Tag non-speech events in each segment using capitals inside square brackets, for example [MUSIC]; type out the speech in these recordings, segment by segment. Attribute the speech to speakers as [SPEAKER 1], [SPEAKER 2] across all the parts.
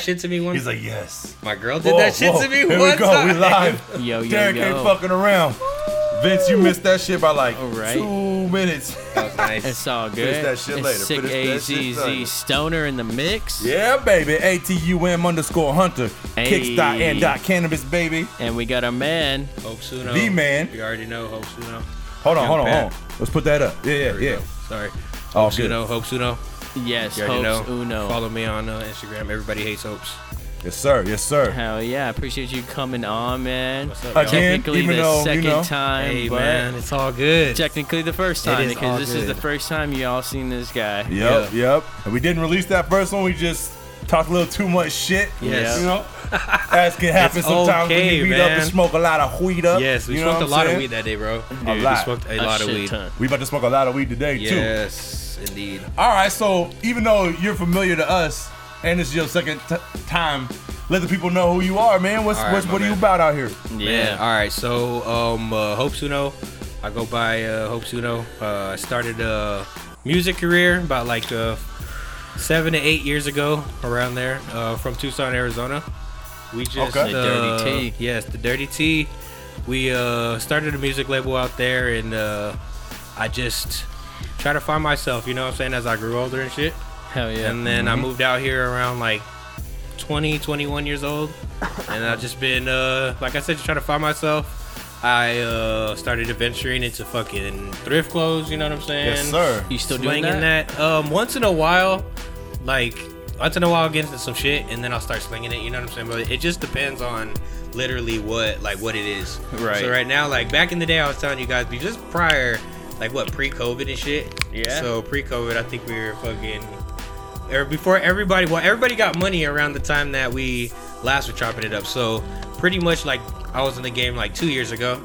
[SPEAKER 1] shit to me once.
[SPEAKER 2] He's like, yes.
[SPEAKER 1] My girl did that shit to me
[SPEAKER 2] Here
[SPEAKER 1] one
[SPEAKER 2] we go.
[SPEAKER 1] time.
[SPEAKER 2] We live.
[SPEAKER 3] Yo, yo,
[SPEAKER 2] Derek
[SPEAKER 3] yo.
[SPEAKER 2] ain't fucking around. Vince, you missed that shit by like
[SPEAKER 3] All right.
[SPEAKER 2] two minutes.
[SPEAKER 1] That was [LAUGHS] nice.
[SPEAKER 3] It's all good.
[SPEAKER 2] Finish that shit
[SPEAKER 3] It's
[SPEAKER 2] later.
[SPEAKER 3] Sick
[SPEAKER 2] Finish that shit later.
[SPEAKER 3] AZZ Stoner in the mix.
[SPEAKER 2] yeah, baby. ATUM underscore Hunter.
[SPEAKER 3] Hey.
[SPEAKER 2] Kicks dot and dot cannabis, baby.
[SPEAKER 3] And we got our man.
[SPEAKER 1] Hope Suno.
[SPEAKER 2] The man.
[SPEAKER 1] You already know Hope Suno.
[SPEAKER 2] Hold on,
[SPEAKER 1] Young
[SPEAKER 2] hold on,
[SPEAKER 1] Pat.
[SPEAKER 2] hold on. Let's put that up. Yeah, yeah,
[SPEAKER 1] There we
[SPEAKER 2] yeah.
[SPEAKER 1] go. Sorry.
[SPEAKER 2] All
[SPEAKER 1] Hope
[SPEAKER 2] good.
[SPEAKER 1] Suno. Hope Suno.
[SPEAKER 3] Yes,
[SPEAKER 1] You already
[SPEAKER 3] Hopes
[SPEAKER 1] know.
[SPEAKER 3] Uno.
[SPEAKER 1] Follow me on uh, Instagram. Everybody hates Hopes.
[SPEAKER 2] Yes, sir. Yes, sir.
[SPEAKER 3] Hell yeah. Appreciate you coming on, man.
[SPEAKER 1] What's up, y'all?
[SPEAKER 2] Again,
[SPEAKER 3] Technically
[SPEAKER 2] even
[SPEAKER 3] the
[SPEAKER 2] though, you
[SPEAKER 3] second
[SPEAKER 2] know-
[SPEAKER 3] time,
[SPEAKER 1] Hey,
[SPEAKER 3] but
[SPEAKER 1] man. It's all good.
[SPEAKER 3] technically the first
[SPEAKER 1] It
[SPEAKER 3] time
[SPEAKER 1] is all
[SPEAKER 3] because this is
[SPEAKER 1] good.
[SPEAKER 3] the first time y'all seen this guy.
[SPEAKER 2] Yep, yep. And we didn't release that first one. We just talked a little too much shit.
[SPEAKER 1] Yes. [LAUGHS]
[SPEAKER 2] You know, as can happen
[SPEAKER 1] It's
[SPEAKER 2] sometimes when
[SPEAKER 1] okay,
[SPEAKER 2] you beat up
[SPEAKER 1] man.
[SPEAKER 2] and smoke a lot of weed up.
[SPEAKER 1] Yes, we
[SPEAKER 2] You know
[SPEAKER 1] smoked a
[SPEAKER 2] what I'm
[SPEAKER 1] lot of
[SPEAKER 2] saying?
[SPEAKER 1] weed that day, bro. Dude,
[SPEAKER 2] lot.
[SPEAKER 1] We smoked a,
[SPEAKER 3] A
[SPEAKER 1] lot of
[SPEAKER 3] shit
[SPEAKER 1] weed.
[SPEAKER 3] ton.
[SPEAKER 2] We about to smoke a lot of weed today too.
[SPEAKER 1] Yes, indeed.
[SPEAKER 2] All right, so even though you're familiar to us and this is your second t- time, let the people know who you are, man. What's
[SPEAKER 1] All right,
[SPEAKER 2] what's
[SPEAKER 1] my
[SPEAKER 2] what are you
[SPEAKER 1] man.
[SPEAKER 2] about out here?
[SPEAKER 1] Yeah.
[SPEAKER 3] Yeah.
[SPEAKER 1] all right. So, um, uh, Hope Suno, I go by uh, Hope Suno. Uh, I started a music career about like uh, seven to eight years ago, around there, uh, from Tucson, Arizona. We just
[SPEAKER 2] Okay.
[SPEAKER 3] The Dirty
[SPEAKER 1] uh,
[SPEAKER 3] T.
[SPEAKER 1] Yes, the Dirty T. We uh, started a music label out there, and uh, I just try to find myself. You know what I'm saying? As I grew older and shit.
[SPEAKER 3] Hell yeah. Mm-hmm.
[SPEAKER 1] And then I moved out here around like 20, 21 years
[SPEAKER 3] [LAUGHS]
[SPEAKER 1] old. And I've just been, uh, like I said, just trying to find myself. I uh, started adventuring into fucking thrift clothes, you know what I'm saying?
[SPEAKER 2] Yes, sir.
[SPEAKER 3] you still doing
[SPEAKER 1] Slinging
[SPEAKER 3] that?
[SPEAKER 1] that. Um, once in a while, like, once in a while, I'll get into some shit and then I'll start slinging it, you know what I'm saying? But it just depends on literally what, like, what it is.
[SPEAKER 3] Right.
[SPEAKER 1] So right now, like, back in the day, I was telling you guys, be just prior, like, what, pre COVID and shit?
[SPEAKER 3] Yeah.
[SPEAKER 1] So pre COVID, I think we were fucking or before everybody well everybody got money around the time that we last were chopping it up so pretty much like i was in the game like two years ago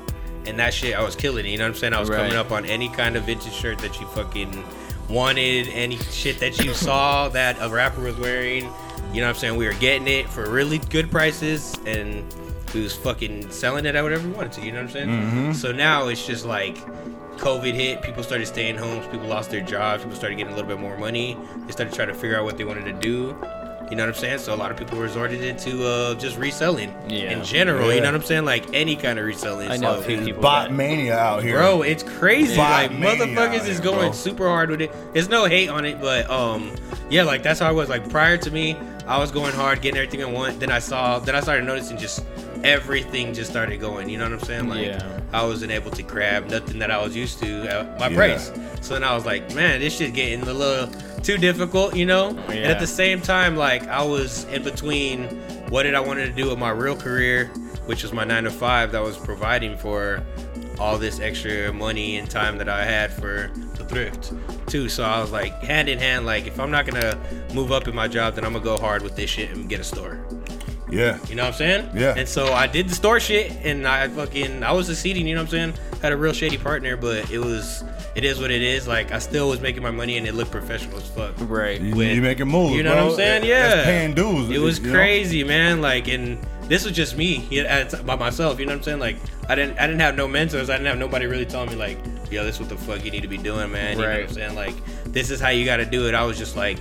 [SPEAKER 1] and that shit i was killing it you know what i'm saying i was
[SPEAKER 3] Right.
[SPEAKER 1] coming up on any kind of vintage shirt that you fucking wanted any shit that you
[SPEAKER 3] [LAUGHS]
[SPEAKER 1] saw that a rapper was wearing you know what i'm saying we were getting it for really good prices and we was fucking selling it at whatever we wanted to you know what i'm saying
[SPEAKER 3] Mm-hmm.
[SPEAKER 1] so now it's just like COVID hit, people started staying homes, people lost their jobs, people started getting a little bit more money. They started trying to figure out what they wanted to do. You know what I'm saying? So a lot of people resorted into uh, just reselling
[SPEAKER 3] Yeah.
[SPEAKER 1] in general. You
[SPEAKER 2] Yeah.
[SPEAKER 1] know what I'm saying? Like any kind of reselling.
[SPEAKER 3] I know
[SPEAKER 1] So-
[SPEAKER 3] a few people.
[SPEAKER 2] Bot
[SPEAKER 3] that-
[SPEAKER 2] mania out here,
[SPEAKER 1] Bro, it's crazy.
[SPEAKER 2] Bot
[SPEAKER 1] like
[SPEAKER 2] mania
[SPEAKER 1] motherfuckers is
[SPEAKER 2] out here,
[SPEAKER 1] going
[SPEAKER 2] bro.
[SPEAKER 1] super hard with it. There's no hate on it, but um, yeah, like that's how I was. Like prior to me, I was going hard, getting everything I want. Then I saw, then I started noticing just everything just started going. You know what I'm saying? Like
[SPEAKER 3] Yeah.
[SPEAKER 1] I wasn't able to grab nothing that I was used to at my
[SPEAKER 2] Yeah.
[SPEAKER 1] price. So then I was like, man, this shit getting a little too difficult, you know? And
[SPEAKER 3] Yeah.
[SPEAKER 1] at the same time, like I was in between what did I wanted to do with my real career, which was my nine to five that was providing for all this extra money and time that I had for the thrift too. So I was like hand in hand, like if I'm not gonna move up in my job, then I'm gonna go hard with this shit and get a store.
[SPEAKER 2] Yeah,
[SPEAKER 1] You know what I'm saying?
[SPEAKER 2] Yeah.
[SPEAKER 1] And so I did the store shit and I fucking I was succeeding, you know what I'm saying? Had a real shady partner, but it was it is what it is. Like I still was making my money and it looked professional as fuck.
[SPEAKER 3] Right.
[SPEAKER 2] you,
[SPEAKER 1] With-
[SPEAKER 2] you making moves.
[SPEAKER 1] You know
[SPEAKER 2] bro.
[SPEAKER 1] what I'm saying?
[SPEAKER 2] That-
[SPEAKER 1] Yeah.
[SPEAKER 2] that's paying dues.
[SPEAKER 1] It was
[SPEAKER 2] you know?
[SPEAKER 1] crazy, man. Like, and this was just me you know, at- by myself. You know what I'm saying? Like, I didn't, I didn't have no mentors. I didn't have nobody really telling me like, yo, this what the fuck you need to be doing, man. You know what
[SPEAKER 3] Right.
[SPEAKER 1] I'm saying? Like, this is how you got to do it. I was just like,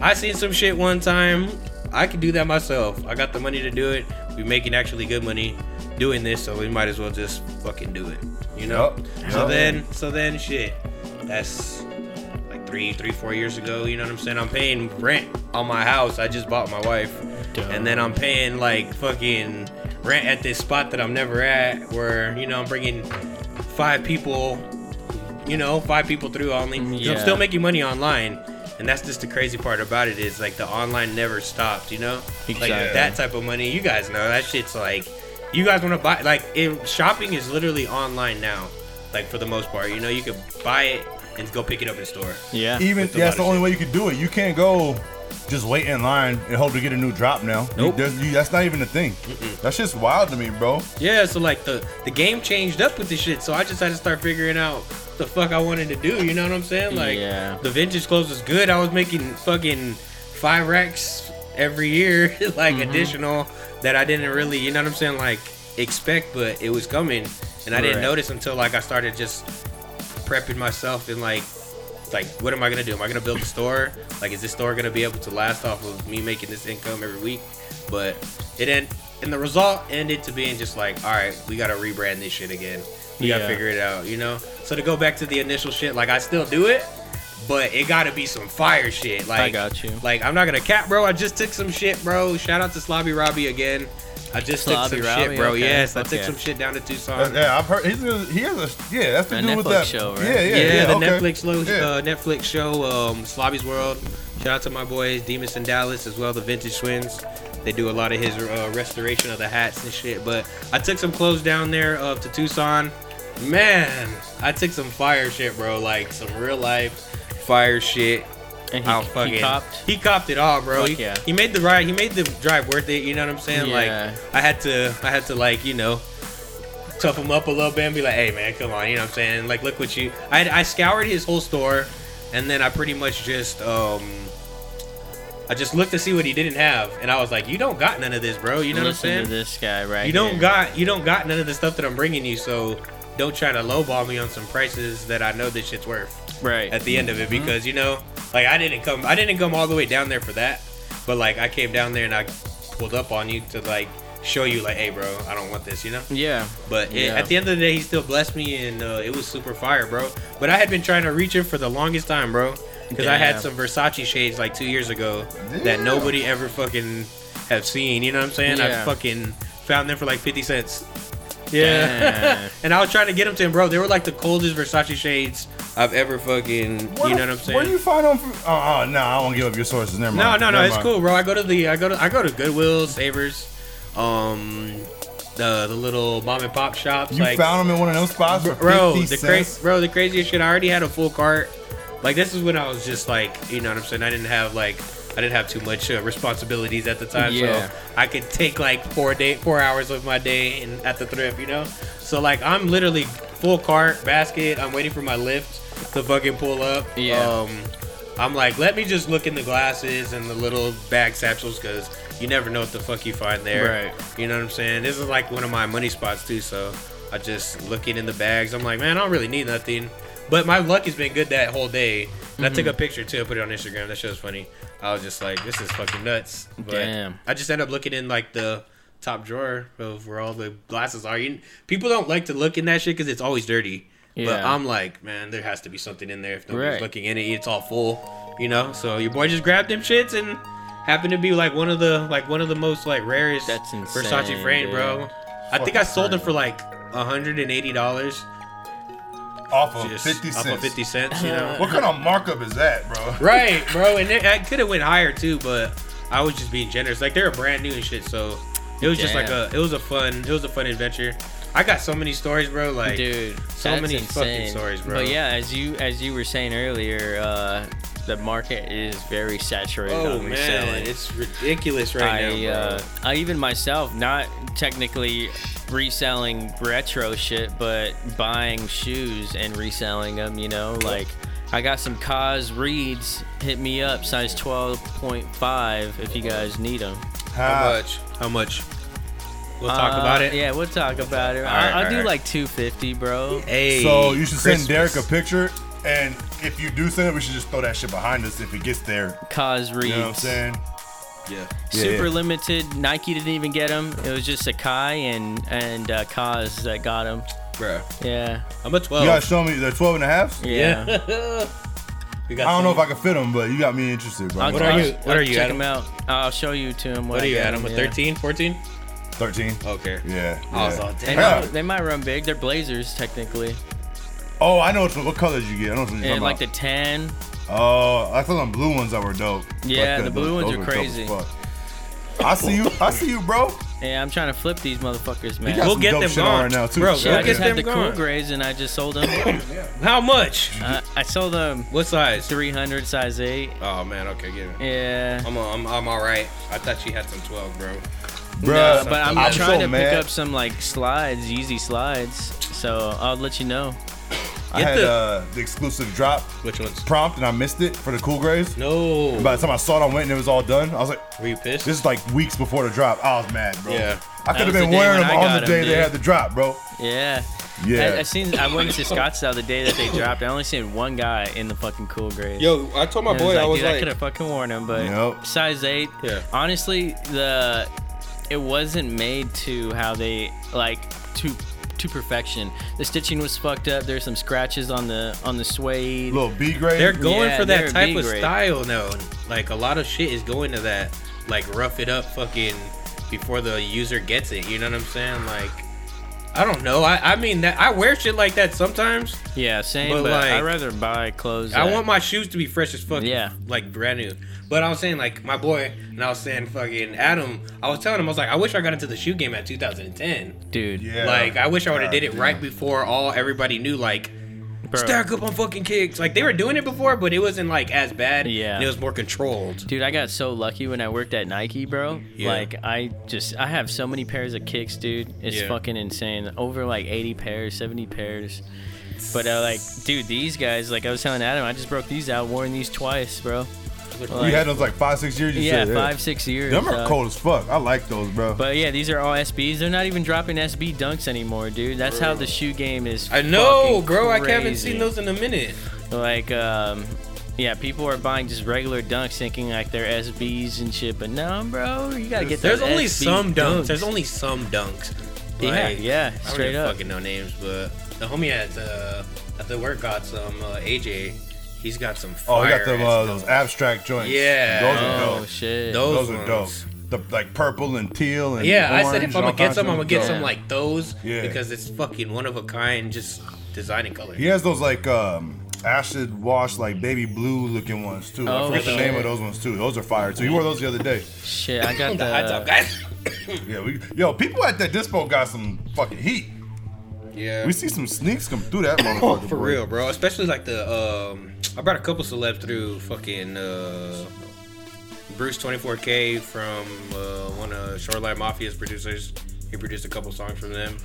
[SPEAKER 1] I seen some shit one time. I could do that myself. I got the money to do it. We making actually good money doing this, so we might as well just fucking do it. You know?
[SPEAKER 2] Yup.
[SPEAKER 1] So
[SPEAKER 2] Yup.
[SPEAKER 1] then, so then, shit. That's like three, three, four years ago. You know what I'm saying? I'm paying rent on my house. I just bought my wife,
[SPEAKER 3] Dope.
[SPEAKER 1] and then I'm paying like fucking rent at this spot that I'm never at, where you know I'm bringing five people, you know, five people through only. 'Cause I'm
[SPEAKER 3] Yeah.
[SPEAKER 1] still making money online, and that's just the crazy part about it is like the online never stopped. You know,
[SPEAKER 3] Exactly.
[SPEAKER 1] like that type of money. You guys know that shit's like, you guys want to buy like it, shopping is literally online now. Like for the most part, you know, you could buy it and go pick it up in store.
[SPEAKER 3] Yeah.
[SPEAKER 2] Even
[SPEAKER 1] With a
[SPEAKER 2] that's the
[SPEAKER 1] lot of
[SPEAKER 2] only way you could do it. You can't go just wait in line and hope to get a new drop now. You-
[SPEAKER 1] Nope.
[SPEAKER 2] there's- you- that's not even a thing. That's just wild to me, bro.
[SPEAKER 1] Yeah, so like the the game changed up with this shit, so I just had to start figuring out the fuck I wanted to do. You know what I'm saying? Like
[SPEAKER 3] Yeah.
[SPEAKER 1] the vintage clothes was good. I was making fucking five racks every year, [LAUGHS] like
[SPEAKER 3] Mm-hmm.
[SPEAKER 1] additional that I didn't really, you know what I'm saying? Like expect, but it was coming, and I didn't
[SPEAKER 3] Right.
[SPEAKER 1] notice until like I started just prepping myself and like It's like, what am I gonna do? Am I gonna build a store? Like, is this store gonna be able to last off of me making this income every week? But it end, and the result ended to being just like, all right, we gotta rebrand this shit again. We gotta
[SPEAKER 3] Yeah.
[SPEAKER 1] figure it out, you know. So to go back to the initial shit, like I still do it, but it gotta be some fire shit. Like,
[SPEAKER 3] got you.
[SPEAKER 1] Like I'm not gonna cap, bro. I just took some shit, bro. Shout out to Slobby Robbie again. I just
[SPEAKER 3] Slobby
[SPEAKER 1] took some
[SPEAKER 3] Robbie,
[SPEAKER 1] shit, bro.
[SPEAKER 3] okay.
[SPEAKER 1] Yes, I
[SPEAKER 3] Fuck
[SPEAKER 1] took
[SPEAKER 3] yeah.
[SPEAKER 1] some shit down to Tucson.
[SPEAKER 2] Uh, yeah, I've heard. He's a, he has a yeah. That's the
[SPEAKER 3] A
[SPEAKER 2] dude with
[SPEAKER 3] Netflix
[SPEAKER 2] that
[SPEAKER 3] show, right?
[SPEAKER 2] Yeah, yeah,
[SPEAKER 1] yeah,
[SPEAKER 2] yeah.
[SPEAKER 1] the
[SPEAKER 2] okay.
[SPEAKER 1] Netflix lo-
[SPEAKER 2] Yeah.
[SPEAKER 1] uh, Netflix show, um, Slobby's World. Shout out to my boys, Demas and Dallas, as well, the Vintage Twins. They do a lot of his uh, restoration of the hats and shit. But I took some clothes down there uh, to Tucson. Man, I took some fire shit, bro. Like some real life fire shit.
[SPEAKER 3] And he,
[SPEAKER 1] I'll
[SPEAKER 3] he
[SPEAKER 1] fucking-
[SPEAKER 3] copped.
[SPEAKER 1] He copped it all, bro.
[SPEAKER 3] Fuck
[SPEAKER 1] He,
[SPEAKER 3] yeah.
[SPEAKER 1] he made the ride. He made the drive worth it. You know what I'm saying?
[SPEAKER 3] Yeah.
[SPEAKER 1] Like I had to, I had to like you know, tough him up a little bit and be like, hey man, come on. You know what I'm saying? Like look what you. I I scoured his whole store, and then I pretty much just um. I just looked to see what he didn't have, and I was like, "You don't got none of this, bro. You know what I'm
[SPEAKER 3] Listen
[SPEAKER 1] saying?
[SPEAKER 3] to this guy right
[SPEAKER 1] you don't
[SPEAKER 3] here.
[SPEAKER 1] got you don't got none of the stuff that I'm bringing you, so don't try to lowball me on some prices that I know this shit's worth."
[SPEAKER 3] right.
[SPEAKER 1] at the end of it because you know, like I didn't come, I didn't come all the way down there for that, but like I came down there and I pulled up on you to like show you like, hey, bro, I don't want this, you know.
[SPEAKER 3] yeah.
[SPEAKER 1] But it,
[SPEAKER 3] Yeah.
[SPEAKER 1] at the end of the day, he still blessed me and uh, it was super fire, bro. But I had been trying to reach him for the longest time, bro, because I had
[SPEAKER 3] Damn.
[SPEAKER 1] some Versace shades like two years ago that
[SPEAKER 2] Damn.
[SPEAKER 1] nobody ever fucking have seen. You know what I'm saying? I
[SPEAKER 3] Yeah.
[SPEAKER 1] fucking found them for like fifty cents.
[SPEAKER 3] Damn.
[SPEAKER 1] Yeah. [LAUGHS] and I was trying to get them to him, bro. They were like the coldest Versace shades I've ever fucking.
[SPEAKER 2] Where
[SPEAKER 1] you know what
[SPEAKER 2] the-
[SPEAKER 1] I'm
[SPEAKER 2] Where
[SPEAKER 1] saying?
[SPEAKER 2] do you find on? Oh, uh, no, I won't give up your sources. Never
[SPEAKER 1] no,
[SPEAKER 2] mind.
[SPEAKER 1] no, no.
[SPEAKER 2] Never
[SPEAKER 1] It's
[SPEAKER 2] mind.
[SPEAKER 1] cool, bro. I go to the I go to I go to Goodwill, Savers, um, the the little mom and pop shops.
[SPEAKER 2] You
[SPEAKER 1] like,
[SPEAKER 2] found him in one of those spots for
[SPEAKER 1] bro,
[SPEAKER 2] 50
[SPEAKER 1] the
[SPEAKER 2] cents?
[SPEAKER 1] cra- bro, the craziest shit. I already had a full cart. Like this is when I was just like, you know what I'm saying. I didn't have like, I didn't have too much uh, responsibilities at the time,
[SPEAKER 3] Yeah.
[SPEAKER 1] so I could take like four day, four hours of my day and at the thrift, you know. So like, I'm literally full cart basket. I'm waiting for my lift to fucking pull up.
[SPEAKER 3] Yeah.
[SPEAKER 1] Um, I'm like, let me just look in the glasses and the little bag satchels because you never know what the fuck you find there.
[SPEAKER 3] Right.
[SPEAKER 1] You know what I'm saying? This is like one of my money spots too, so I just looking in the bags. I'm like, man, I don't really need nothing. But my luck has been good that whole day. And I
[SPEAKER 3] Mm-hmm.
[SPEAKER 1] took a picture too, I put it on Instagram. That show's funny. I was just like, this is fucking nuts. But
[SPEAKER 3] Damn.
[SPEAKER 1] I just end up looking in like the top drawer of where all the glasses are. You, people don't like to look in that shit because it's always dirty. But
[SPEAKER 3] Yeah.
[SPEAKER 1] I'm like, man, there has to be something in there if nobody's
[SPEAKER 3] Right.
[SPEAKER 1] looking in it. It's all full, you know. So your boy just grabbed them shits and happened to be like one of the like one of the most like rarest
[SPEAKER 3] That's insane,
[SPEAKER 1] Versace frame, bro.
[SPEAKER 3] dude.
[SPEAKER 1] I think I
[SPEAKER 2] Fucking
[SPEAKER 1] sold them
[SPEAKER 2] crazy.
[SPEAKER 1] for like hundred and eighty dollars,
[SPEAKER 2] Off of
[SPEAKER 1] just
[SPEAKER 2] 50
[SPEAKER 1] off
[SPEAKER 2] cents.
[SPEAKER 1] of fifty cents, you know.
[SPEAKER 3] [LAUGHS]
[SPEAKER 2] What kind of markup is that, bro?
[SPEAKER 1] right, bro. And it, I could have went higher too, but I was just being generous. Like they're brand new and shit, so it was just like a
[SPEAKER 3] Damn.
[SPEAKER 1] it was a fun it was a fun adventure. I got so many stories, bro. Like
[SPEAKER 3] Dude,
[SPEAKER 1] so
[SPEAKER 3] that's
[SPEAKER 1] many
[SPEAKER 3] insane.
[SPEAKER 1] fucking stories, bro.
[SPEAKER 3] But yeah, as you as you were saying earlier, uh, the market is very saturated
[SPEAKER 1] Oh
[SPEAKER 3] on
[SPEAKER 1] man,
[SPEAKER 3] reselling.
[SPEAKER 1] it's ridiculous right
[SPEAKER 3] I,
[SPEAKER 1] now, bro.
[SPEAKER 3] uh, I even myself, not technically reselling retro shit, but buying shoes and reselling them. You know, like I got some Cos Reeds. Hit me up, size twelve point five, if you guys need them.
[SPEAKER 1] How
[SPEAKER 2] Ha.
[SPEAKER 1] much? How much? We'll talk about it.
[SPEAKER 3] Uh, Yeah, we'll talk about it.
[SPEAKER 1] All
[SPEAKER 3] I,
[SPEAKER 1] right,
[SPEAKER 3] I'll
[SPEAKER 1] all
[SPEAKER 3] do
[SPEAKER 1] right.
[SPEAKER 3] like two fifty, bro.
[SPEAKER 1] Hey,
[SPEAKER 2] So you should send
[SPEAKER 1] Christmas.
[SPEAKER 2] Derek a picture, and if you do send it, we should just throw that shit behind us if it gets there.
[SPEAKER 3] Cos Reeds.
[SPEAKER 2] You know what I'm saying?
[SPEAKER 1] Yeah.
[SPEAKER 2] Yeah,
[SPEAKER 3] super
[SPEAKER 2] yeah.
[SPEAKER 3] limited. Nike didn't even get them. It was just Sakai and and uh, Kaz that got them.
[SPEAKER 1] Bro,
[SPEAKER 3] Yeah,
[SPEAKER 1] I'm a
[SPEAKER 2] You
[SPEAKER 1] 12.
[SPEAKER 2] gotta show me they're 12 and a half.
[SPEAKER 3] yeah.
[SPEAKER 1] [LAUGHS] we
[SPEAKER 2] I
[SPEAKER 1] got
[SPEAKER 2] don't know if
[SPEAKER 1] some-
[SPEAKER 2] I can fit them, but you got me interested, bro.
[SPEAKER 3] I'll-
[SPEAKER 1] What are
[SPEAKER 3] I'll-
[SPEAKER 1] you- what
[SPEAKER 3] I'll
[SPEAKER 1] are you,
[SPEAKER 3] Check
[SPEAKER 1] Adam?
[SPEAKER 3] 'em out. I'll show you to him.
[SPEAKER 1] What are you at? I'm a 13, 14?
[SPEAKER 2] 13.
[SPEAKER 1] 13? Okay.
[SPEAKER 2] Yeah.
[SPEAKER 1] I was
[SPEAKER 2] yeah.
[SPEAKER 1] Oh, all,
[SPEAKER 3] They
[SPEAKER 1] damn.
[SPEAKER 2] Yeah.
[SPEAKER 3] might, they might run big. They're Blazers technically,
[SPEAKER 2] Oh, I know what, what colors you get. I know what you're
[SPEAKER 3] and
[SPEAKER 2] talking
[SPEAKER 3] like the
[SPEAKER 2] about.
[SPEAKER 3] ten.
[SPEAKER 2] oh, I thought the blue ones that were dope. Fuck
[SPEAKER 3] Yeah, the
[SPEAKER 2] that,
[SPEAKER 3] blue
[SPEAKER 2] those-
[SPEAKER 3] ones
[SPEAKER 2] those
[SPEAKER 3] are
[SPEAKER 2] were dope as
[SPEAKER 3] crazy.
[SPEAKER 2] fuck. I see you. I see you, bro.
[SPEAKER 3] Yeah, I'm trying to flip these motherfuckers, man.
[SPEAKER 2] got
[SPEAKER 1] We'll
[SPEAKER 2] some
[SPEAKER 1] get
[SPEAKER 2] dope
[SPEAKER 1] them
[SPEAKER 2] shit on
[SPEAKER 1] gone.
[SPEAKER 2] right now, too.
[SPEAKER 1] Bro,
[SPEAKER 2] Shit,
[SPEAKER 3] yeah,
[SPEAKER 1] we'll
[SPEAKER 3] I
[SPEAKER 1] get
[SPEAKER 3] just
[SPEAKER 1] them
[SPEAKER 3] had the cool
[SPEAKER 1] gone.
[SPEAKER 3] grays and I just
[SPEAKER 1] [COUGHS]
[SPEAKER 3] sold them.
[SPEAKER 1] How much?
[SPEAKER 3] uh, I sold them
[SPEAKER 1] What size?
[SPEAKER 3] 300 size eight.
[SPEAKER 1] Oh, man. Okay, give it.
[SPEAKER 3] Yeah.
[SPEAKER 1] I'm, I'm, I'm all right. I thought you had some 12, bro.
[SPEAKER 2] Bruh,
[SPEAKER 3] No, but I'm,
[SPEAKER 2] I'm
[SPEAKER 3] trying
[SPEAKER 2] so
[SPEAKER 3] to
[SPEAKER 2] mad.
[SPEAKER 3] pick up some like slides, Yeezy slides. So I'll let you know.
[SPEAKER 2] I
[SPEAKER 1] Get
[SPEAKER 2] had
[SPEAKER 1] the-
[SPEAKER 2] uh, the exclusive drop
[SPEAKER 1] Which ones?
[SPEAKER 2] prompt and I missed it for the cool grays.
[SPEAKER 1] No.
[SPEAKER 2] By the time I saw it, I went and it was all done. I was like,
[SPEAKER 1] Were you pissed?
[SPEAKER 2] this is like weeks before the drop. I was mad, bro.
[SPEAKER 1] Yeah.
[SPEAKER 2] I could have
[SPEAKER 3] was
[SPEAKER 2] been
[SPEAKER 3] the day
[SPEAKER 2] wearing
[SPEAKER 3] when
[SPEAKER 2] them
[SPEAKER 3] I
[SPEAKER 2] on
[SPEAKER 3] got
[SPEAKER 2] the
[SPEAKER 3] 'em,
[SPEAKER 2] day they
[SPEAKER 3] dude.
[SPEAKER 2] had the drop, bro.
[SPEAKER 3] Yeah.
[SPEAKER 2] Yeah.
[SPEAKER 3] I, I seen. I went to Scottsdale the day that they dropped. I only seen one guy in the fucking cool grade.
[SPEAKER 4] Yo, I told my
[SPEAKER 3] And
[SPEAKER 4] boy I was
[SPEAKER 3] dude, I
[SPEAKER 4] like,
[SPEAKER 3] could have fucking worn him, but
[SPEAKER 2] Nope.
[SPEAKER 3] size eight.
[SPEAKER 4] Yeah.
[SPEAKER 3] Honestly, the it wasn't made to how they like to to perfection. The stitching was fucked up. There's some scratches on the on the suede.
[SPEAKER 2] Little B grade.
[SPEAKER 3] [LAUGHS]
[SPEAKER 1] They're going
[SPEAKER 3] Yeah,
[SPEAKER 1] for
[SPEAKER 3] they're
[SPEAKER 1] that type
[SPEAKER 3] B
[SPEAKER 1] of
[SPEAKER 3] grade.
[SPEAKER 1] style now. Like a lot of shit is going to that, like rough it up, fucking before the user gets it. You know what I'm saying? Like, I don't know. I, I mean that I wear shit like that sometimes.
[SPEAKER 3] Yeah, same.
[SPEAKER 1] But,
[SPEAKER 3] But,
[SPEAKER 1] like,
[SPEAKER 3] I'd rather buy clothes.
[SPEAKER 1] I
[SPEAKER 3] that-
[SPEAKER 1] want my shoes to be fresh as fuck.
[SPEAKER 3] Yeah.
[SPEAKER 1] Like brand new. But I was saying, like, my boy, and I was saying, fucking Adam, I was telling him, I was like, I wish I got into the shoe game at 2010.
[SPEAKER 3] dude.
[SPEAKER 2] Yeah.
[SPEAKER 1] Like, I wish I would have
[SPEAKER 2] God,
[SPEAKER 1] did it
[SPEAKER 2] yeah.
[SPEAKER 1] right before all everybody knew, like,
[SPEAKER 3] Bro.
[SPEAKER 1] stack up on fucking kicks. Like, they were doing it before, but it wasn't, like, as bad.
[SPEAKER 3] Yeah.
[SPEAKER 1] And it was more controlled.
[SPEAKER 3] Dude, I got so lucky when I worked at Nike, bro.
[SPEAKER 1] Yeah.
[SPEAKER 3] Like I just I have so many pairs of kicks, dude. It's
[SPEAKER 1] Yeah.
[SPEAKER 3] fucking insane. Over like 80 pairs, 70 pairs. But uh, like, dude, these guys, like I was telling Adam, I just broke these out, worn these twice, bro.
[SPEAKER 2] you
[SPEAKER 3] Like,
[SPEAKER 2] had those like five, six years. You
[SPEAKER 3] yeah,
[SPEAKER 2] said,
[SPEAKER 3] five, six years.
[SPEAKER 2] Them are
[SPEAKER 3] dog.
[SPEAKER 2] cold as fuck. I like those, bro.
[SPEAKER 3] But yeah, these are all SBs. They're not even dropping SB dunks anymore, dude. That's how the shoe game is.
[SPEAKER 1] I know,
[SPEAKER 3] fucking
[SPEAKER 1] bro. I haven't
[SPEAKER 3] crazy.
[SPEAKER 1] seen those in a minute.
[SPEAKER 3] Like, um, yeah, people are buying just regular dunks, thinking like they're SBs and shit. But no, bro, you gotta get
[SPEAKER 1] There's
[SPEAKER 3] those
[SPEAKER 1] only
[SPEAKER 3] SB
[SPEAKER 1] some dunks. There's only some dunks.
[SPEAKER 3] Yeah,
[SPEAKER 1] Like,
[SPEAKER 3] yeah,
[SPEAKER 1] I don't
[SPEAKER 3] straight
[SPEAKER 1] even
[SPEAKER 3] up.
[SPEAKER 1] fucking know names, but the homie at uh, at the work got some uh, AJ. He's got some
[SPEAKER 2] oh, we
[SPEAKER 1] fire.
[SPEAKER 2] got them, uh, those abstract joints.
[SPEAKER 1] Yeah.
[SPEAKER 2] Those are
[SPEAKER 3] Oh
[SPEAKER 2] dope.
[SPEAKER 3] shit.
[SPEAKER 1] Those
[SPEAKER 2] Those, are
[SPEAKER 1] ones.
[SPEAKER 2] dope. The, like purple and teal and
[SPEAKER 1] yeah, I said
[SPEAKER 2] orange
[SPEAKER 1] if I'm
[SPEAKER 2] and all
[SPEAKER 1] gonna get
[SPEAKER 2] kinds
[SPEAKER 1] some,
[SPEAKER 2] of
[SPEAKER 1] I'm gonna get
[SPEAKER 2] dope.
[SPEAKER 1] some like those
[SPEAKER 2] Yeah.
[SPEAKER 1] because it's fucking one of a kind, just design and color.
[SPEAKER 2] He has those like um acid wash like baby blue looking ones too.
[SPEAKER 3] Oh,
[SPEAKER 2] I forget the
[SPEAKER 1] shit.
[SPEAKER 2] name of those ones too. Those are fire too. You wore those the other day.
[SPEAKER 3] Shit, I
[SPEAKER 1] the [LAUGHS]
[SPEAKER 3] got the.
[SPEAKER 1] high top guys.
[SPEAKER 2] Yeah, we yo people at that dispo got some fucking heat.
[SPEAKER 1] yeah,
[SPEAKER 2] We see some sneaks come through that
[SPEAKER 1] [LAUGHS]
[SPEAKER 2] motherfucker.
[SPEAKER 1] for
[SPEAKER 2] boy.
[SPEAKER 1] real, bro. Especially like the um, I brought a couple celebs through fucking uh, Bruce 24K from uh, one of Shoreline Mafia's producers. He produced a couple songs from them.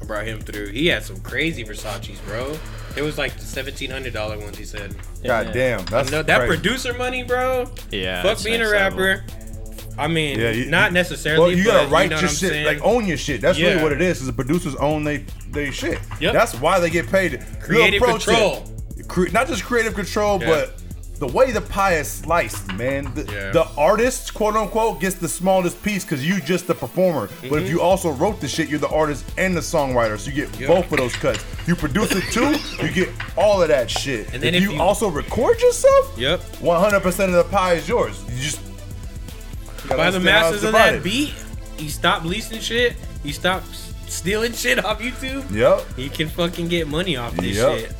[SPEAKER 1] I brought him through. He had some crazy Versace's, bro. It was like the seventeen hundred dollar ones. He said
[SPEAKER 2] God
[SPEAKER 3] Yeah.
[SPEAKER 2] damn, that's
[SPEAKER 1] no, that
[SPEAKER 2] crazy.
[SPEAKER 1] producer money, bro.
[SPEAKER 3] Yeah.
[SPEAKER 1] Fuck
[SPEAKER 3] that's
[SPEAKER 1] being a
[SPEAKER 3] next level.
[SPEAKER 1] rapper. I mean,
[SPEAKER 2] Yeah, you-
[SPEAKER 1] not
[SPEAKER 2] you-
[SPEAKER 1] necessarily.
[SPEAKER 2] Well, you gotta
[SPEAKER 1] but
[SPEAKER 2] write
[SPEAKER 1] know
[SPEAKER 2] your
[SPEAKER 1] what I'm
[SPEAKER 2] shit,
[SPEAKER 1] saying?
[SPEAKER 2] like own your shit. That's
[SPEAKER 1] Yeah.
[SPEAKER 2] really what it is. Is the producers own they they shit.
[SPEAKER 1] Yep.
[SPEAKER 2] That's why they get paid. Little
[SPEAKER 1] Creative
[SPEAKER 2] pro tip.
[SPEAKER 1] control.
[SPEAKER 2] Cre- not just creative control,
[SPEAKER 1] Yeah.
[SPEAKER 2] but the way the pie is sliced, man. The,
[SPEAKER 1] Yeah.
[SPEAKER 2] the artist, quote unquote, gets the smallest piece because you just the performer. But if you also wrote the shit, you're the artist and the songwriter, so you get
[SPEAKER 1] Mm-hmm. Yeah.
[SPEAKER 2] both of those cuts. You produce it too, you get all of that shit.
[SPEAKER 1] And then
[SPEAKER 2] if,
[SPEAKER 1] if
[SPEAKER 2] you,
[SPEAKER 1] you-
[SPEAKER 2] also record yourself,
[SPEAKER 1] Yep.
[SPEAKER 2] 100% of the pie is yours. You just you gotta
[SPEAKER 1] By the
[SPEAKER 2] understand how
[SPEAKER 1] masters
[SPEAKER 2] it's
[SPEAKER 1] of that
[SPEAKER 2] divided.
[SPEAKER 1] beat, he stopped leasing shit. He stopped s- stealing shit off YouTube.
[SPEAKER 2] Yep.
[SPEAKER 1] He can fucking get money off this
[SPEAKER 2] Yep.
[SPEAKER 1] shit.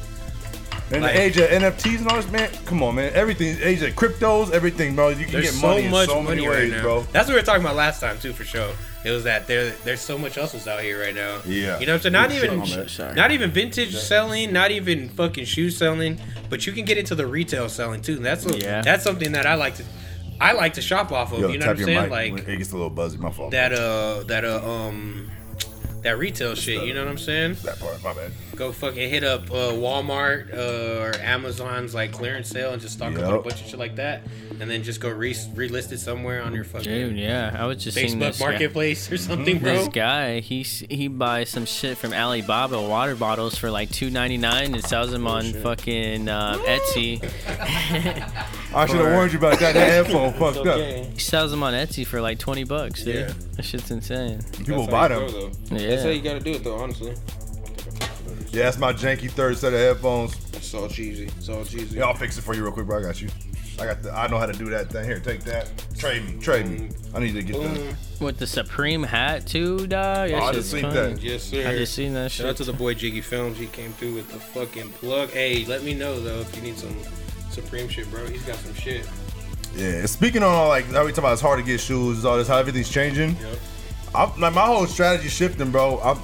[SPEAKER 2] And
[SPEAKER 1] Like-
[SPEAKER 2] the age of NFTs and all this, man. Come on, man. Everything, age of cryptos, everything, bro. You can
[SPEAKER 1] There's
[SPEAKER 2] get
[SPEAKER 1] so
[SPEAKER 2] money
[SPEAKER 1] much
[SPEAKER 2] in so
[SPEAKER 1] money
[SPEAKER 2] many
[SPEAKER 1] right
[SPEAKER 2] ways,
[SPEAKER 1] now.
[SPEAKER 2] bro.
[SPEAKER 1] That's what we were talking about last time too, for sure. It was that there, there's so much hustles out here right now.
[SPEAKER 2] Yeah.
[SPEAKER 1] you know what I'm saying. Not
[SPEAKER 2] Yeah,
[SPEAKER 1] even,
[SPEAKER 2] sure, man.
[SPEAKER 3] Sorry.
[SPEAKER 1] not even vintage selling, not even fucking shoe selling, but you can get into the retail selling too. And that's what,
[SPEAKER 3] Yeah.
[SPEAKER 1] that's something that I like to, I like to shop off of. you know what I'm saying? Like
[SPEAKER 2] it gets a little buzzy. My fault.
[SPEAKER 1] that, uh, that, uh, um, that retail shit. You know what I'm saying?
[SPEAKER 2] that part. My bad.
[SPEAKER 1] Go fucking hit up uh, Walmart uh, or Amazon's like clearance sale and just stock up on a
[SPEAKER 2] Yup.
[SPEAKER 1] bunch of shit like that, and then just go re- relist it somewhere on your fucking.
[SPEAKER 3] Dude, yeah, I was just
[SPEAKER 1] Facebook
[SPEAKER 3] seeing this guy-
[SPEAKER 1] Marketplace or something, bro.
[SPEAKER 3] This guy, he s- he buys some shit from Alibaba water bottles for like two ninety nine and sells them on fucking uh, Etsy.
[SPEAKER 2] I should have warned you about [LAUGHS] that. That headphone fucked
[SPEAKER 4] okay.
[SPEAKER 3] He sells them on Etsy for like twenty bucks, dude.
[SPEAKER 1] Yeah.
[SPEAKER 3] That shit's insane.
[SPEAKER 2] up. People
[SPEAKER 4] That's
[SPEAKER 2] buy
[SPEAKER 4] how you
[SPEAKER 2] them.
[SPEAKER 4] grow, though.
[SPEAKER 3] Yeah.
[SPEAKER 4] That's how you gotta do it, though, honestly.
[SPEAKER 2] Yeah, that's my janky third set of headphones.
[SPEAKER 4] It's all cheesy. It's all cheesy.
[SPEAKER 2] Yeah, I'll fix it for you real quick, bro. I got you. I got the. I know how to do that thing. Here, take that. Trade me. Trade me. I need to get the.
[SPEAKER 3] With the Supreme hat too, dog.
[SPEAKER 2] Oh, I
[SPEAKER 3] shit's
[SPEAKER 2] just seen
[SPEAKER 3] fun.
[SPEAKER 2] that.
[SPEAKER 4] Yes, sir.
[SPEAKER 3] I just seen that
[SPEAKER 1] Shout out
[SPEAKER 3] shit.
[SPEAKER 1] to the boy Jiggy Films. He came through with the fucking plug. Hey, let me know though if you need some Supreme shit, bro. He's got some shit.
[SPEAKER 2] Yeah. Speaking on like how we talk about it's hard to get shoes, all this, how everything's changing.
[SPEAKER 1] Yep.
[SPEAKER 2] I'm, like my whole strategy shifting, bro. I'm,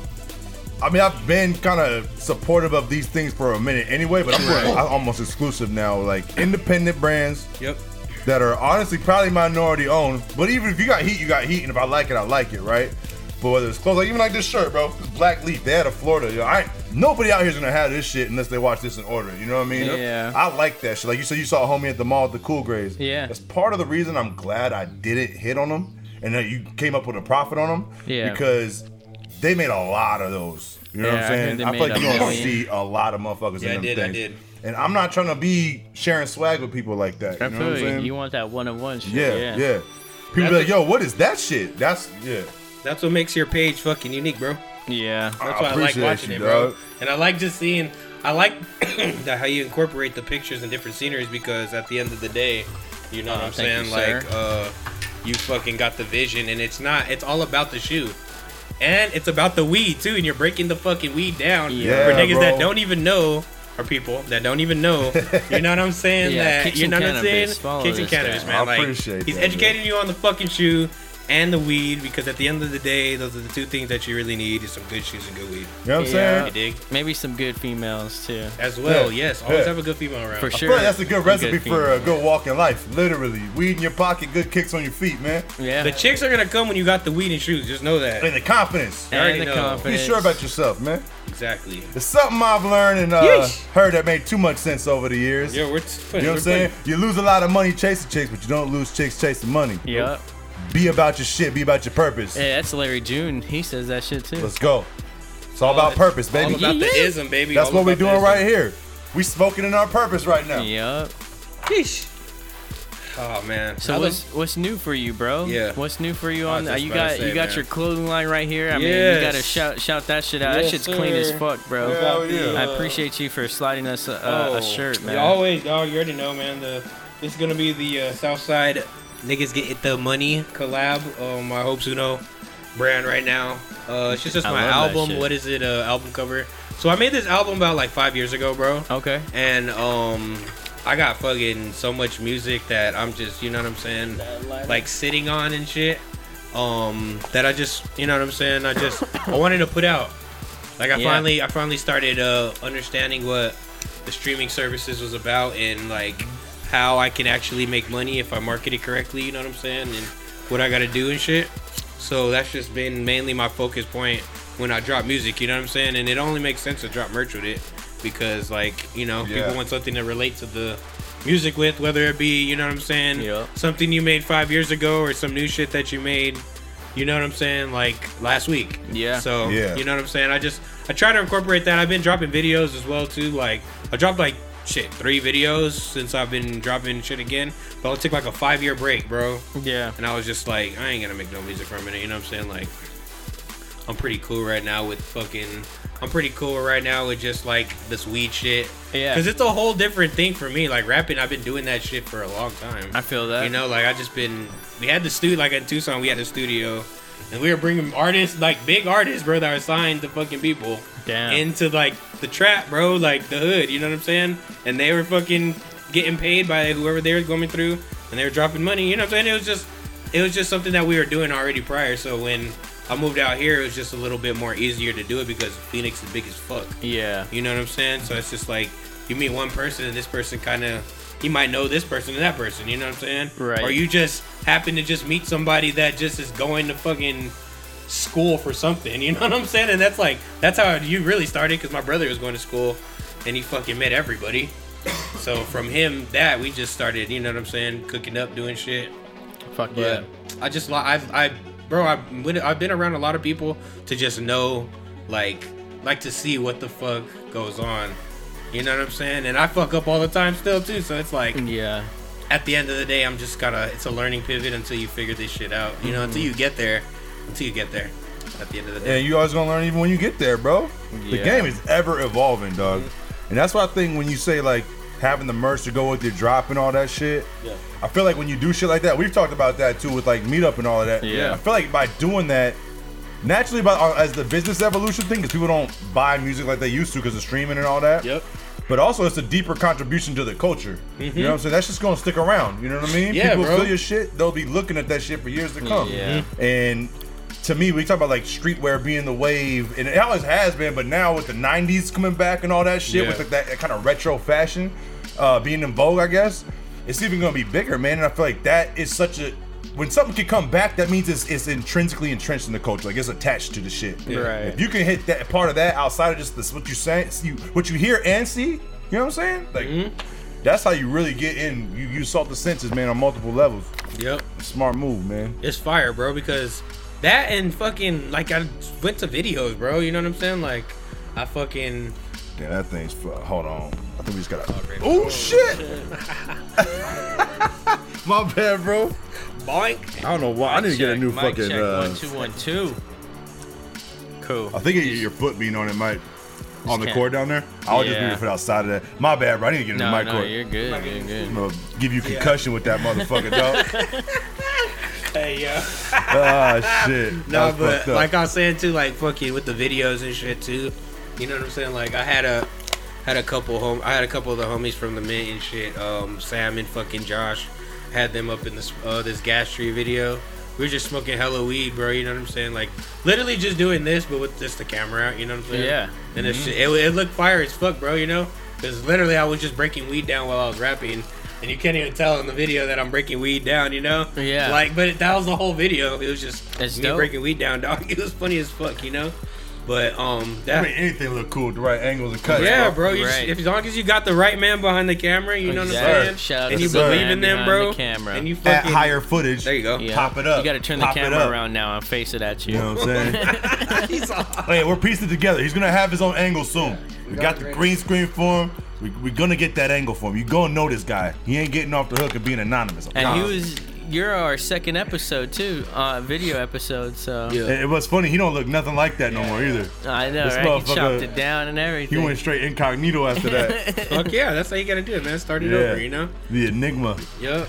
[SPEAKER 2] I mean, I've been kind of supportive of these things for a minute anyway, but I'm, going- I'm almost exclusive now. Like independent brands
[SPEAKER 1] Yep.
[SPEAKER 2] that are honestly probably minority owned. But even if you got heat, you got heat, and if I like it, I like it, right? But whether it's clothes, like even like this shirt, bro, this Black Leaf, they out of Florida. Yo, I ain't, nobody out here's gonna have this shit unless they watch this and order it. You know what I mean?
[SPEAKER 3] Yeah.
[SPEAKER 2] I like that shit. Like you said, you saw a homie at the mall at the Cool Grays.
[SPEAKER 3] Yeah.
[SPEAKER 2] That's part of the reason I'm glad I didn't hit on them and that you came up with a profit on them.
[SPEAKER 3] Yeah.
[SPEAKER 2] Because They made a lot of those. You know
[SPEAKER 3] Yeah, I
[SPEAKER 2] what I'm
[SPEAKER 3] heard
[SPEAKER 2] saying?
[SPEAKER 3] they
[SPEAKER 2] I, feel
[SPEAKER 3] made
[SPEAKER 2] like
[SPEAKER 3] a
[SPEAKER 2] you're gonna
[SPEAKER 3] million.
[SPEAKER 2] see a lot of motherfuckers
[SPEAKER 1] Yeah, I
[SPEAKER 2] in them
[SPEAKER 1] did, I
[SPEAKER 2] things.
[SPEAKER 1] did.
[SPEAKER 2] And I'm not trying to be sharing swag with people like that. You know what I'm
[SPEAKER 3] Absolutely.
[SPEAKER 2] saying?
[SPEAKER 3] You want that one on one shit.
[SPEAKER 2] yeah, yeah,
[SPEAKER 3] yeah.
[SPEAKER 1] That's
[SPEAKER 2] People be like,
[SPEAKER 1] a-
[SPEAKER 2] yo, what is that shit? That's yeah.
[SPEAKER 1] That's what makes your page fucking unique, bro.
[SPEAKER 3] Yeah.
[SPEAKER 1] That's
[SPEAKER 2] I
[SPEAKER 1] why I, like
[SPEAKER 2] appreciate
[SPEAKER 1] watching
[SPEAKER 2] you,
[SPEAKER 1] it, bro.
[SPEAKER 2] dog.
[SPEAKER 1] And I like just seeing. I like [COUGHS] that how you incorporate the pictures and different sceneries because at the end of the day, you know what
[SPEAKER 3] Oh,
[SPEAKER 1] I'm saying?
[SPEAKER 3] thank you,
[SPEAKER 1] like,
[SPEAKER 3] sir.
[SPEAKER 1] uh, you fucking got the vision, and it's not. It's all about the shoe. And it's about the weed too, and you're breaking the fucking weed down
[SPEAKER 3] Yeah,
[SPEAKER 1] for niggas that
[SPEAKER 2] bro.
[SPEAKER 1] don't even know, or people that don't even
[SPEAKER 3] [LAUGHS]
[SPEAKER 1] know. You know what I'm saying?
[SPEAKER 3] Yeah,
[SPEAKER 1] that
[SPEAKER 3] kitchen
[SPEAKER 1] you know what I'm
[SPEAKER 3] cannabis.
[SPEAKER 1] saying?
[SPEAKER 3] Follow
[SPEAKER 1] kitchen
[SPEAKER 3] this
[SPEAKER 1] cannabis,
[SPEAKER 3] guy.
[SPEAKER 1] man.
[SPEAKER 2] I
[SPEAKER 1] like
[SPEAKER 2] appreciate
[SPEAKER 1] he's
[SPEAKER 2] that, bro.
[SPEAKER 1] educating you on the fucking shoe and the weed because at the end of the day, those are the two things that you really need is some good shoes and good weed.
[SPEAKER 2] You know what I'm
[SPEAKER 3] Yeah.
[SPEAKER 1] You
[SPEAKER 2] saying?
[SPEAKER 1] dig?
[SPEAKER 3] Maybe some good females too.
[SPEAKER 1] As well,
[SPEAKER 2] Yeah.
[SPEAKER 1] yes. Always
[SPEAKER 2] Yeah.
[SPEAKER 1] have a good female around.
[SPEAKER 3] For
[SPEAKER 2] I
[SPEAKER 3] sure.
[SPEAKER 2] feel like that's a good
[SPEAKER 3] Some
[SPEAKER 2] recipe for a
[SPEAKER 3] females.
[SPEAKER 2] good walk in life. Literally, weed in your pocket, good kicks on your feet, man,
[SPEAKER 3] yeah.
[SPEAKER 1] The chicks are gonna come when you got the weed and shoes. Just know that.
[SPEAKER 2] and the confidence.
[SPEAKER 1] I already
[SPEAKER 3] and the
[SPEAKER 1] know.
[SPEAKER 2] Be
[SPEAKER 3] confidence.
[SPEAKER 2] sure about yourself, man.
[SPEAKER 1] Exactly.
[SPEAKER 2] It's something I've learned and uh,
[SPEAKER 1] Yeesh.
[SPEAKER 2] heard that made too much sense over the years.
[SPEAKER 1] Yo, we're
[SPEAKER 2] You know what I'm saying? You lose a lot of money chasing chicks, but you don't lose chicks chasing money.
[SPEAKER 3] Yep.
[SPEAKER 2] Be about your shit. Be about your purpose.
[SPEAKER 3] Yeah, that's Larry June. He says that shit too.
[SPEAKER 2] Let's go. It's all about purpose, baby.
[SPEAKER 1] All about the
[SPEAKER 3] Yeah.
[SPEAKER 1] ism, baby.
[SPEAKER 2] That's
[SPEAKER 1] All
[SPEAKER 2] what we're
[SPEAKER 1] about the
[SPEAKER 2] doing
[SPEAKER 1] ism.
[SPEAKER 2] right here. We smoking in our purpose right now.
[SPEAKER 3] Yep.
[SPEAKER 1] Yeesh. Oh man.
[SPEAKER 3] So
[SPEAKER 1] Another-
[SPEAKER 3] what's what's new for you, bro?
[SPEAKER 1] Yeah.
[SPEAKER 3] What's new for you
[SPEAKER 1] I
[SPEAKER 3] on? uh,
[SPEAKER 1] was just
[SPEAKER 3] you
[SPEAKER 1] about to
[SPEAKER 3] got
[SPEAKER 1] say,
[SPEAKER 3] you got
[SPEAKER 1] man.
[SPEAKER 3] your clothing line right here. I mean, you
[SPEAKER 1] Yes.
[SPEAKER 3] gotta shout shout that shit out.
[SPEAKER 1] Yes,
[SPEAKER 3] that shit's clean as
[SPEAKER 1] sir.
[SPEAKER 3] fuck, bro.
[SPEAKER 2] Hell yeah.
[SPEAKER 3] I appreciate you for sliding us a, a,
[SPEAKER 1] Oh,
[SPEAKER 3] a shirt, man.
[SPEAKER 1] You always, dog. You already know, man. The this is gonna be the uh, Southside niggas get it the money collab. Um, I hope Suno brand right now. Uh, it's just
[SPEAKER 3] I
[SPEAKER 1] my
[SPEAKER 3] love that
[SPEAKER 1] album.
[SPEAKER 3] shit.
[SPEAKER 1] What is it? Uh, album cover. So I made this album about like five years ago, bro.
[SPEAKER 3] Okay.
[SPEAKER 1] And um, I got fucking so much music that I'm just, you know what I'm saying, like sitting on and shit. Um, that I just, you know what I'm saying. I just, I wanted to put out. Like I
[SPEAKER 3] Yeah.
[SPEAKER 1] finally, I finally started uh understanding what the streaming services was about and like how I can actually make money if I market it correctly. You know what I'm saying? And what I got to do and shit. So that's just been mainly my focus point when I drop music. You know what I'm saying? And it only makes sense to drop merch with it because like you know
[SPEAKER 2] Yeah.
[SPEAKER 1] people want something to relate to the music with, whether it be you know what I'm saying,
[SPEAKER 3] Yeah.
[SPEAKER 1] something you made five years ago or some new shit that you made. You know what I'm saying? Like last week.
[SPEAKER 3] Yeah.
[SPEAKER 1] So
[SPEAKER 2] Yeah.
[SPEAKER 1] you know what I'm saying? I just I try to incorporate that. I've been dropping videos as well too. Like I dropped like shit three videos since I've been dropping shit again. But I took like a five year break, bro.
[SPEAKER 3] Yeah.
[SPEAKER 1] And I was just like, I ain't gonna make no music for a minute. You know what I'm saying? Like I'm pretty cool right now with fucking. I'm pretty cool right now with just like this weed shit.
[SPEAKER 3] Yeah.
[SPEAKER 1] Cause it's a whole different thing for me. Like rapping, I've been doing that shit for a long time.
[SPEAKER 3] I feel that.
[SPEAKER 1] You know, like I just been we had the studio like in Tucson, we had the studio and we were bringing artists like big artists, bro, that are signed to fucking people
[SPEAKER 3] Damn.
[SPEAKER 1] into like the trap, bro, like the hood, you know what I'm saying? And they were fucking getting paid by whoever they were going through and they were dropping money, you know what I'm saying? It was just it was just something that we were doing already prior. So when I moved out here, it was just a little bit more easier to do it because Phoenix is big as fuck.
[SPEAKER 3] Yeah.
[SPEAKER 1] You know what I'm saying? So it's just like you meet one person and this person kind of you might know this person and that person. You know what I'm saying?
[SPEAKER 3] Right.
[SPEAKER 1] Or you just happen to just meet somebody that just is going to fucking school for something. [LAUGHS] You know what I'm saying? And that's like that's how you really started because my brother was going to school and he fucking met everybody. so from him that we just started. You know what I'm saying? Cooking up, doing shit.
[SPEAKER 3] Fuck
[SPEAKER 1] But I just li- I've I bro I've been, I've been around a lot of people to just know like like to see what the fuck goes on. You know what I'm saying? And I fuck up all the time still too. So it's like
[SPEAKER 3] yeah. Yeah.
[SPEAKER 1] at the end of the day I'm just gotta it's a learning pivot until you figure this shit out. You know, until you get there. Until you get there. At the end of the day.
[SPEAKER 2] And you always gonna learn even when you get there, bro. The
[SPEAKER 3] Yeah.
[SPEAKER 2] game is ever evolving, dog. And that's why I think when you say like having the merch to go with your drop and all that shit,
[SPEAKER 1] Yeah.
[SPEAKER 2] I feel like when you do shit like that, we've talked about that too with like meetup and all of that.
[SPEAKER 3] Yeah.
[SPEAKER 2] I feel like by doing that, naturally, by uh, as the business evolution thing, because people don't buy music like they used to because of streaming and all that.
[SPEAKER 1] Yep. Mm-hmm.
[SPEAKER 2] But also, it's a deeper contribution to the culture. You know what I'm saying? That's just gonna stick around. You know what I mean?
[SPEAKER 1] Yeah,
[SPEAKER 2] People
[SPEAKER 1] bro.
[SPEAKER 2] feel your shit. They'll be looking at that shit for years to come.
[SPEAKER 3] Yeah.
[SPEAKER 2] And to me, we talk about like streetwear being the wave, and it always has been. But now with the '90s coming back and all that shit,
[SPEAKER 1] Yeah.
[SPEAKER 2] with like that, that kind of retro fashion uh, being in vogue, I guess it's even gonna be bigger, man. And I feel like that is such a when something can come back, that means it's, it's intrinsically entrenched in the culture, like it's attached to the shit.
[SPEAKER 3] Right.
[SPEAKER 2] If you can hit that part of that outside of just this, what you say, see, what you hear and see, you know what I'm saying? Like that's how you really get in. You you salt the senses, man, on multiple levels.
[SPEAKER 1] Yep.
[SPEAKER 2] Smart move, man.
[SPEAKER 1] It's fire, bro, because That and fucking like I went to videos, bro. You know what I'm saying? Like I fucking
[SPEAKER 2] Damn, that thing's. fu- Hold on. I think we just gotta. Oh shit! [LAUGHS] My bad, bro.
[SPEAKER 1] boink.
[SPEAKER 2] I don't know why. I need to get a
[SPEAKER 3] Check,
[SPEAKER 2] new
[SPEAKER 3] mic
[SPEAKER 2] fucking.
[SPEAKER 3] Check,
[SPEAKER 2] uh, Oh,
[SPEAKER 3] one two one two. Cool.
[SPEAKER 2] I think it- your foot being on it might. On the
[SPEAKER 3] can't-
[SPEAKER 2] cord down there, I'll just need
[SPEAKER 3] Yeah.
[SPEAKER 2] to put outside of that. My bad, bro. I need to get a
[SPEAKER 3] No,
[SPEAKER 2] new mic
[SPEAKER 3] no,
[SPEAKER 2] cord.
[SPEAKER 3] you're good. You're good.
[SPEAKER 2] I'm gonna give you concussion with that
[SPEAKER 1] [LAUGHS]
[SPEAKER 2] motherfucker, dog.
[SPEAKER 1] Hey yo.
[SPEAKER 2] Ah, shit.
[SPEAKER 1] No,
[SPEAKER 2] That was
[SPEAKER 1] but
[SPEAKER 2] fucked up.
[SPEAKER 1] like I was saying too, like fucking with the videos and shit too. You know what I'm saying? Like I had a had a couple home I had a couple of the homies from the mint and shit. Um, Sam and fucking Josh had them up in this uh, this gas tree video. We were just smoking hella weed, bro. You know what I'm saying? Like literally just doing this, but with just the camera out. You know what I'm saying?
[SPEAKER 3] Yeah.
[SPEAKER 1] And
[SPEAKER 2] Mm-hmm.
[SPEAKER 1] it's shit, it, it looked fire as fuck, bro. You know, because literally I was just breaking weed down while I was rapping. And you can't even tell in the video that I'm breaking weed down, you know?
[SPEAKER 3] Yeah.
[SPEAKER 1] Like, but it, that was the whole video. It was just
[SPEAKER 3] That's
[SPEAKER 1] me
[SPEAKER 3] dope.
[SPEAKER 1] breaking weed down, dog. [LAUGHS] It was funny as fuck, you know. But um,
[SPEAKER 2] I
[SPEAKER 1] that
[SPEAKER 2] mean, anything look cool, with the right angles and cuts.
[SPEAKER 1] yeah,
[SPEAKER 2] bro.
[SPEAKER 1] bro. You
[SPEAKER 3] Right.
[SPEAKER 1] just, if, as long as you got the right man behind the camera, you know
[SPEAKER 3] Exactly.
[SPEAKER 1] what I'm saying,
[SPEAKER 3] Shout out
[SPEAKER 1] and
[SPEAKER 3] to
[SPEAKER 1] you
[SPEAKER 2] the
[SPEAKER 1] believe
[SPEAKER 3] man
[SPEAKER 1] in them,
[SPEAKER 3] behind
[SPEAKER 1] bro,
[SPEAKER 3] the camera.
[SPEAKER 1] and you
[SPEAKER 2] At
[SPEAKER 1] fucking
[SPEAKER 2] higher footage.
[SPEAKER 1] There you go.
[SPEAKER 3] Yeah.
[SPEAKER 2] Pop it up.
[SPEAKER 3] You got to turn
[SPEAKER 2] Pop
[SPEAKER 3] the
[SPEAKER 2] it
[SPEAKER 3] camera
[SPEAKER 2] up.
[SPEAKER 3] around now and face it at you.
[SPEAKER 2] You know what I'm
[SPEAKER 1] [LAUGHS]
[SPEAKER 2] saying? [LAUGHS] Hey, we're piecing it together. He's gonna have his own angle soon. We
[SPEAKER 4] got
[SPEAKER 2] got
[SPEAKER 4] it
[SPEAKER 2] the
[SPEAKER 4] ready.
[SPEAKER 2] green screen for him. We, we're gonna get that angle for him. You gonna know this guy. He ain't getting off the hook of being anonymous.
[SPEAKER 3] And
[SPEAKER 2] Nah.
[SPEAKER 3] he was. You're our second episode too, uh, video episode. So
[SPEAKER 1] Yeah.
[SPEAKER 2] It, it was funny. He don't look nothing like that no more either.
[SPEAKER 3] I know,
[SPEAKER 2] This
[SPEAKER 3] right? He
[SPEAKER 2] motherfucker-
[SPEAKER 3] chopped it down and everything.
[SPEAKER 2] He went straight incognito after that.
[SPEAKER 1] fuck yeah, that's how you gotta do it, man. Start it
[SPEAKER 2] Yeah.
[SPEAKER 1] over, [LAUGHS] you
[SPEAKER 2] [LAUGHS]
[SPEAKER 1] know.
[SPEAKER 2] the enigma,
[SPEAKER 1] Yep.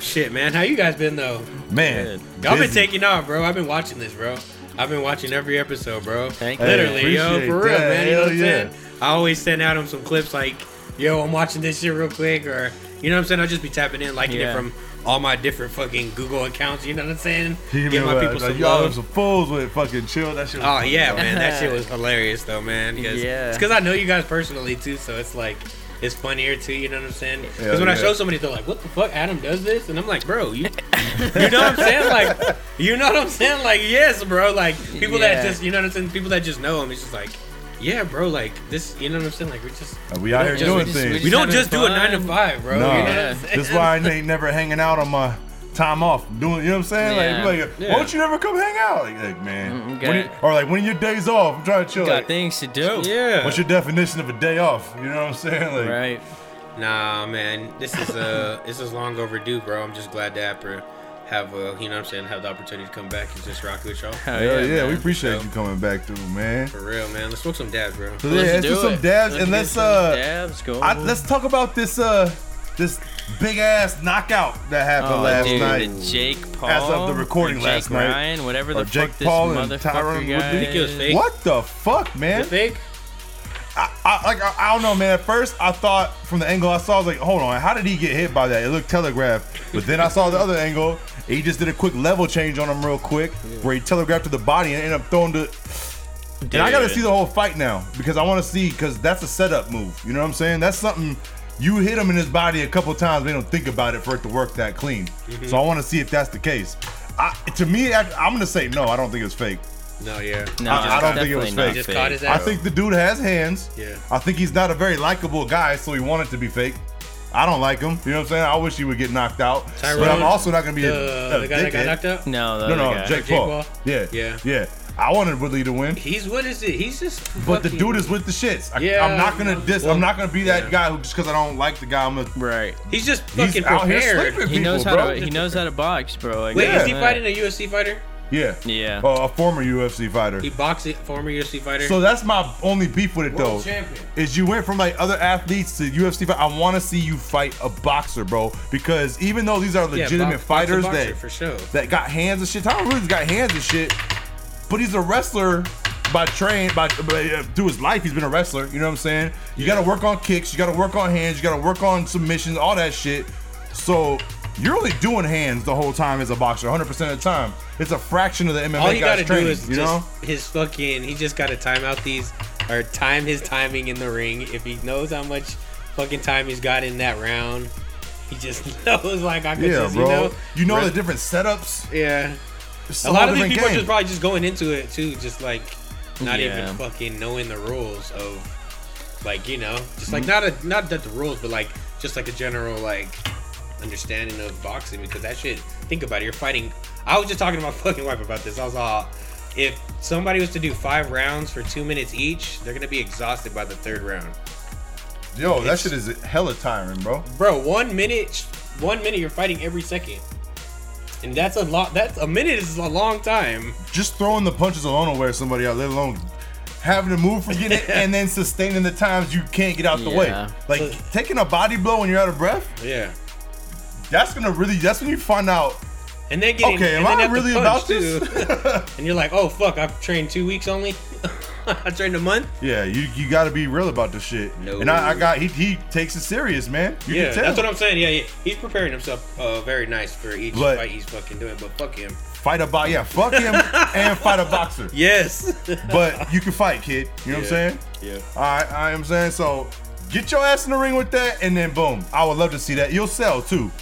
[SPEAKER 1] Shit, man. How you guys been though?
[SPEAKER 2] man.
[SPEAKER 1] Y'all been
[SPEAKER 2] busy.
[SPEAKER 1] taking off, bro. I've been watching this, bro. I've been watching every episode, bro.
[SPEAKER 3] Thank you.
[SPEAKER 1] Literally, yo,
[SPEAKER 2] appreciate
[SPEAKER 1] for real,
[SPEAKER 2] that.
[SPEAKER 1] man. You know
[SPEAKER 2] Hell
[SPEAKER 1] what I'm
[SPEAKER 2] yeah.
[SPEAKER 1] saying? I always send out him some clips like, yo, I'm watching this shit real quick, or you know what I'm saying? I'll just be tapping in, liking it
[SPEAKER 3] Yeah.
[SPEAKER 1] from all my different fucking Google accounts. You know what I'm saying?
[SPEAKER 2] He
[SPEAKER 1] Give my
[SPEAKER 2] remember,
[SPEAKER 1] people
[SPEAKER 2] like,
[SPEAKER 1] some
[SPEAKER 2] y'all
[SPEAKER 1] love.
[SPEAKER 2] were some fools with fucking chill. That shit. was
[SPEAKER 1] Oh
[SPEAKER 2] funny,
[SPEAKER 1] yeah,
[SPEAKER 2] bro.
[SPEAKER 1] man,
[SPEAKER 3] [LAUGHS]
[SPEAKER 1] that shit was hilarious though, man. Cause,
[SPEAKER 3] Yeah.
[SPEAKER 1] It's because I know you guys personally too, so it's like it's funnier too. You know what I'm saying?
[SPEAKER 2] Hell
[SPEAKER 1] Because when I
[SPEAKER 2] yeah.
[SPEAKER 1] show somebody, they're like, "What the fuck? Adam does this?" And I'm like, "Bro, you, you know what I'm saying? Like, you know what I'm saying? Like, yes, bro. Like people that
[SPEAKER 3] Yeah.
[SPEAKER 1] just, you know what I'm saying? People that just know him, it's just like, yeah, bro. Like this, you know what I'm saying? Like we just,
[SPEAKER 2] And we out here
[SPEAKER 3] Just- we
[SPEAKER 2] doing
[SPEAKER 3] just-
[SPEAKER 2] things.
[SPEAKER 3] we
[SPEAKER 1] we don't
[SPEAKER 3] having
[SPEAKER 1] just do a nine
[SPEAKER 3] fun.
[SPEAKER 1] to five, bro.
[SPEAKER 2] No,
[SPEAKER 1] You know
[SPEAKER 3] Yeah.
[SPEAKER 1] what I'm saying?
[SPEAKER 2] that's why I ain't never hanging out on my time off. Doing, you know what I'm saying?
[SPEAKER 3] Yeah.
[SPEAKER 2] Like, people like,
[SPEAKER 1] Yeah.
[SPEAKER 2] why don't you never come hang out? Like, like, man,
[SPEAKER 3] Mm, got
[SPEAKER 2] when
[SPEAKER 3] it.
[SPEAKER 2] you- or like, when are your days off? I'm trying to chill.
[SPEAKER 3] Got
[SPEAKER 2] like,
[SPEAKER 3] things to do.
[SPEAKER 1] [LAUGHS] Yeah.
[SPEAKER 2] what's your definition of a day off? You know what I'm saying? Like,
[SPEAKER 3] Right.
[SPEAKER 1] Nah, man, this is
[SPEAKER 2] [LAUGHS]
[SPEAKER 1] uh, this is long overdue, bro. I'm just glad to have, have uh, you know what I'm saying, have the opportunity to come back and just rock
[SPEAKER 2] [LAUGHS]
[SPEAKER 1] with y'all.
[SPEAKER 3] Hell
[SPEAKER 2] hell yeah, we
[SPEAKER 3] man.
[SPEAKER 2] appreciate
[SPEAKER 1] So-
[SPEAKER 2] you coming back through, man.
[SPEAKER 1] For real, man. Let's smoke some dabs, bro.
[SPEAKER 2] So yeah, let's do, some
[SPEAKER 3] it.
[SPEAKER 2] dabs
[SPEAKER 3] Let's
[SPEAKER 2] and
[SPEAKER 3] do
[SPEAKER 2] let's
[SPEAKER 3] some
[SPEAKER 2] uh,
[SPEAKER 3] dabs. Go.
[SPEAKER 2] I, let's talk about this uh, this big ass knockout that happened
[SPEAKER 3] Oh,
[SPEAKER 2] last
[SPEAKER 3] dude,
[SPEAKER 2] night.
[SPEAKER 3] the Jake Paul.
[SPEAKER 2] of the recording
[SPEAKER 3] or Jake
[SPEAKER 2] last night.
[SPEAKER 3] Ryan, whatever the
[SPEAKER 2] Or Jake
[SPEAKER 3] fuck this
[SPEAKER 2] Paul and
[SPEAKER 3] motherfucker
[SPEAKER 2] Tyron
[SPEAKER 3] guy
[SPEAKER 2] Woodley.
[SPEAKER 1] I think it was
[SPEAKER 3] is.
[SPEAKER 1] fake.
[SPEAKER 2] What the fuck, man?
[SPEAKER 1] Is it fake?
[SPEAKER 2] I, I like I, I don't know, man. At first, I thought from the angle I saw, I was like, hold on, how did he get hit by that? It looked telegraphed. But then I saw the other angle. and He just did a quick level change on him real quick, where he telegraphed to the body and ended up throwing the. And I gotta
[SPEAKER 3] Dude.
[SPEAKER 2] see the whole fight now because I want to see because that's a setup move. You know what I'm saying? That's something you hit him in his body a couple times. They don't think about it for it to work that clean. So I want to see if that's the case. I, to me, I, I'm gone to say no. I don't think it's fake.
[SPEAKER 1] No, yeah. Uh,
[SPEAKER 3] No,
[SPEAKER 2] I- I don't think
[SPEAKER 3] it's
[SPEAKER 2] it
[SPEAKER 3] definitely
[SPEAKER 2] was
[SPEAKER 3] not
[SPEAKER 2] fake.
[SPEAKER 1] Just caught his
[SPEAKER 2] I
[SPEAKER 1] ass.
[SPEAKER 2] think the dude has hands.
[SPEAKER 1] Yeah.
[SPEAKER 2] I think he's not a very likable guy, so he wanted to be fake. I don't like him. You know what I'm saying? I wish he would get knocked out. but I'm
[SPEAKER 1] Tyrone,
[SPEAKER 2] also not gonna be
[SPEAKER 1] The,
[SPEAKER 2] a, a
[SPEAKER 1] the guy that got
[SPEAKER 2] dickhead.
[SPEAKER 1] knocked out.
[SPEAKER 3] No, Uh, the
[SPEAKER 2] No,
[SPEAKER 3] other
[SPEAKER 2] no,
[SPEAKER 3] guy.
[SPEAKER 2] Jake,
[SPEAKER 1] Jake
[SPEAKER 2] Paul.
[SPEAKER 1] Paul?
[SPEAKER 2] Yeah,
[SPEAKER 1] Yeah.
[SPEAKER 2] yeah. I wanted Woodley to win,
[SPEAKER 1] He's what is it? He's just.
[SPEAKER 2] but the
[SPEAKER 1] fucking-
[SPEAKER 2] dude is with the shits. I,
[SPEAKER 1] Yeah,
[SPEAKER 2] I'm not gonna
[SPEAKER 1] well,
[SPEAKER 2] dis. I'm not gonna be that guy who just because I don't like the guy. I'm gonna.
[SPEAKER 3] Right.
[SPEAKER 1] He's just
[SPEAKER 2] He's
[SPEAKER 1] fucking
[SPEAKER 2] out here
[SPEAKER 1] prepared.
[SPEAKER 2] sleeping
[SPEAKER 3] He
[SPEAKER 2] people,
[SPEAKER 3] knows how
[SPEAKER 2] bro.
[SPEAKER 3] to. He knows how to box, bro. Like,
[SPEAKER 1] Wait,
[SPEAKER 2] Yeah.
[SPEAKER 1] is he
[SPEAKER 3] that.
[SPEAKER 1] fighting a UFC fighter?
[SPEAKER 2] yeah,
[SPEAKER 3] Yeah.
[SPEAKER 2] Uh, a former UFC fighter.
[SPEAKER 1] He boxed it, former UFC fighter.
[SPEAKER 2] So that's my only beef with it though.
[SPEAKER 4] World champion.
[SPEAKER 2] Is you went from like other athletes to UFC fight. I want to see you fight a boxer, bro, because even though these are
[SPEAKER 1] Yeah,
[SPEAKER 2] legitimate
[SPEAKER 1] box-
[SPEAKER 2] fighters
[SPEAKER 1] boxer, boxer,
[SPEAKER 2] that
[SPEAKER 1] for sure.
[SPEAKER 2] that got hands and shit. Tyron Woodley's got hands and shit, but he's a wrestler by train by, by uh, through his life. He's been a wrestler. You know what I'm saying? You got to work on kicks. You got to work on hands. You got to work on submissions. All that shit. So you're only doing hands the whole time as a boxer, 100 percent of the time. It's a fraction of the MMA
[SPEAKER 1] All he
[SPEAKER 2] guy's
[SPEAKER 1] gotta
[SPEAKER 2] training.
[SPEAKER 1] do is
[SPEAKER 2] you
[SPEAKER 1] just
[SPEAKER 2] know?
[SPEAKER 1] his fucking. He just gotta time out these or time his timing in the ring. If he knows how much fucking time he's got in that round, he just [LAUGHS] knows like I could
[SPEAKER 2] Yeah,
[SPEAKER 1] just
[SPEAKER 2] bro.
[SPEAKER 1] you know.
[SPEAKER 2] You know
[SPEAKER 1] rest-
[SPEAKER 2] the different setups.
[SPEAKER 1] yeah.
[SPEAKER 2] It's
[SPEAKER 1] A lot
[SPEAKER 2] whole
[SPEAKER 1] of these
[SPEAKER 2] different
[SPEAKER 1] people are
[SPEAKER 2] game.
[SPEAKER 1] just probably just going into it too, just like not
[SPEAKER 3] Yeah.
[SPEAKER 1] even fucking knowing the rules of like you know, just like not a not that the rules, but like just like a general like. understanding of boxing because that shit. Think about it. You're fighting. I was just talking to my [LAUGHS] fucking wife about this. I was all, if somebody was to do five rounds for two minutes each, they're gonna be exhausted by the third round.
[SPEAKER 2] Yo, that shit is hella tiring, bro.
[SPEAKER 1] Bro, one minute, one minute, you're fighting every second, and that's a lot. That's a minute is a long time.
[SPEAKER 2] Just throwing the punches alone will wear somebody out, let alone having to move for
[SPEAKER 1] [LAUGHS]
[SPEAKER 2] getting it and then sustaining the times you can't get out the way.
[SPEAKER 3] Yeah.
[SPEAKER 2] Like
[SPEAKER 1] So-
[SPEAKER 2] taking a body blow when you're out of breath,
[SPEAKER 1] Yeah,
[SPEAKER 2] that's gonna really that's when you find out,
[SPEAKER 1] and then getting
[SPEAKER 2] okay, am
[SPEAKER 1] and then
[SPEAKER 2] I
[SPEAKER 1] have to
[SPEAKER 2] really
[SPEAKER 1] punch,
[SPEAKER 2] about
[SPEAKER 1] too. [LAUGHS]
[SPEAKER 2] this?
[SPEAKER 1] and you're like, oh fuck, I've trained two weeks only. [LAUGHS] I trained a month.
[SPEAKER 2] [LAUGHS] Yeah, you, you got to be real about this shit.
[SPEAKER 1] No.
[SPEAKER 2] And I, I got he he takes it serious, man. You
[SPEAKER 1] yeah,
[SPEAKER 2] can tell.
[SPEAKER 1] that's what I'm saying. Yeah, yeah. he's preparing himself uh, very nice for each
[SPEAKER 2] But-
[SPEAKER 1] fight he's fucking doing. But fuck him.
[SPEAKER 2] fight a box. Yeah,
[SPEAKER 1] [LAUGHS]
[SPEAKER 2] fuck him and fight a boxer.
[SPEAKER 1] Yes. [LAUGHS]
[SPEAKER 2] But you can fight, kid. You know what I'm saying?
[SPEAKER 1] yeah.
[SPEAKER 2] All right, I am saying so. Get your ass in the ring with that, and then boom. I would love to see that. You'll sell too.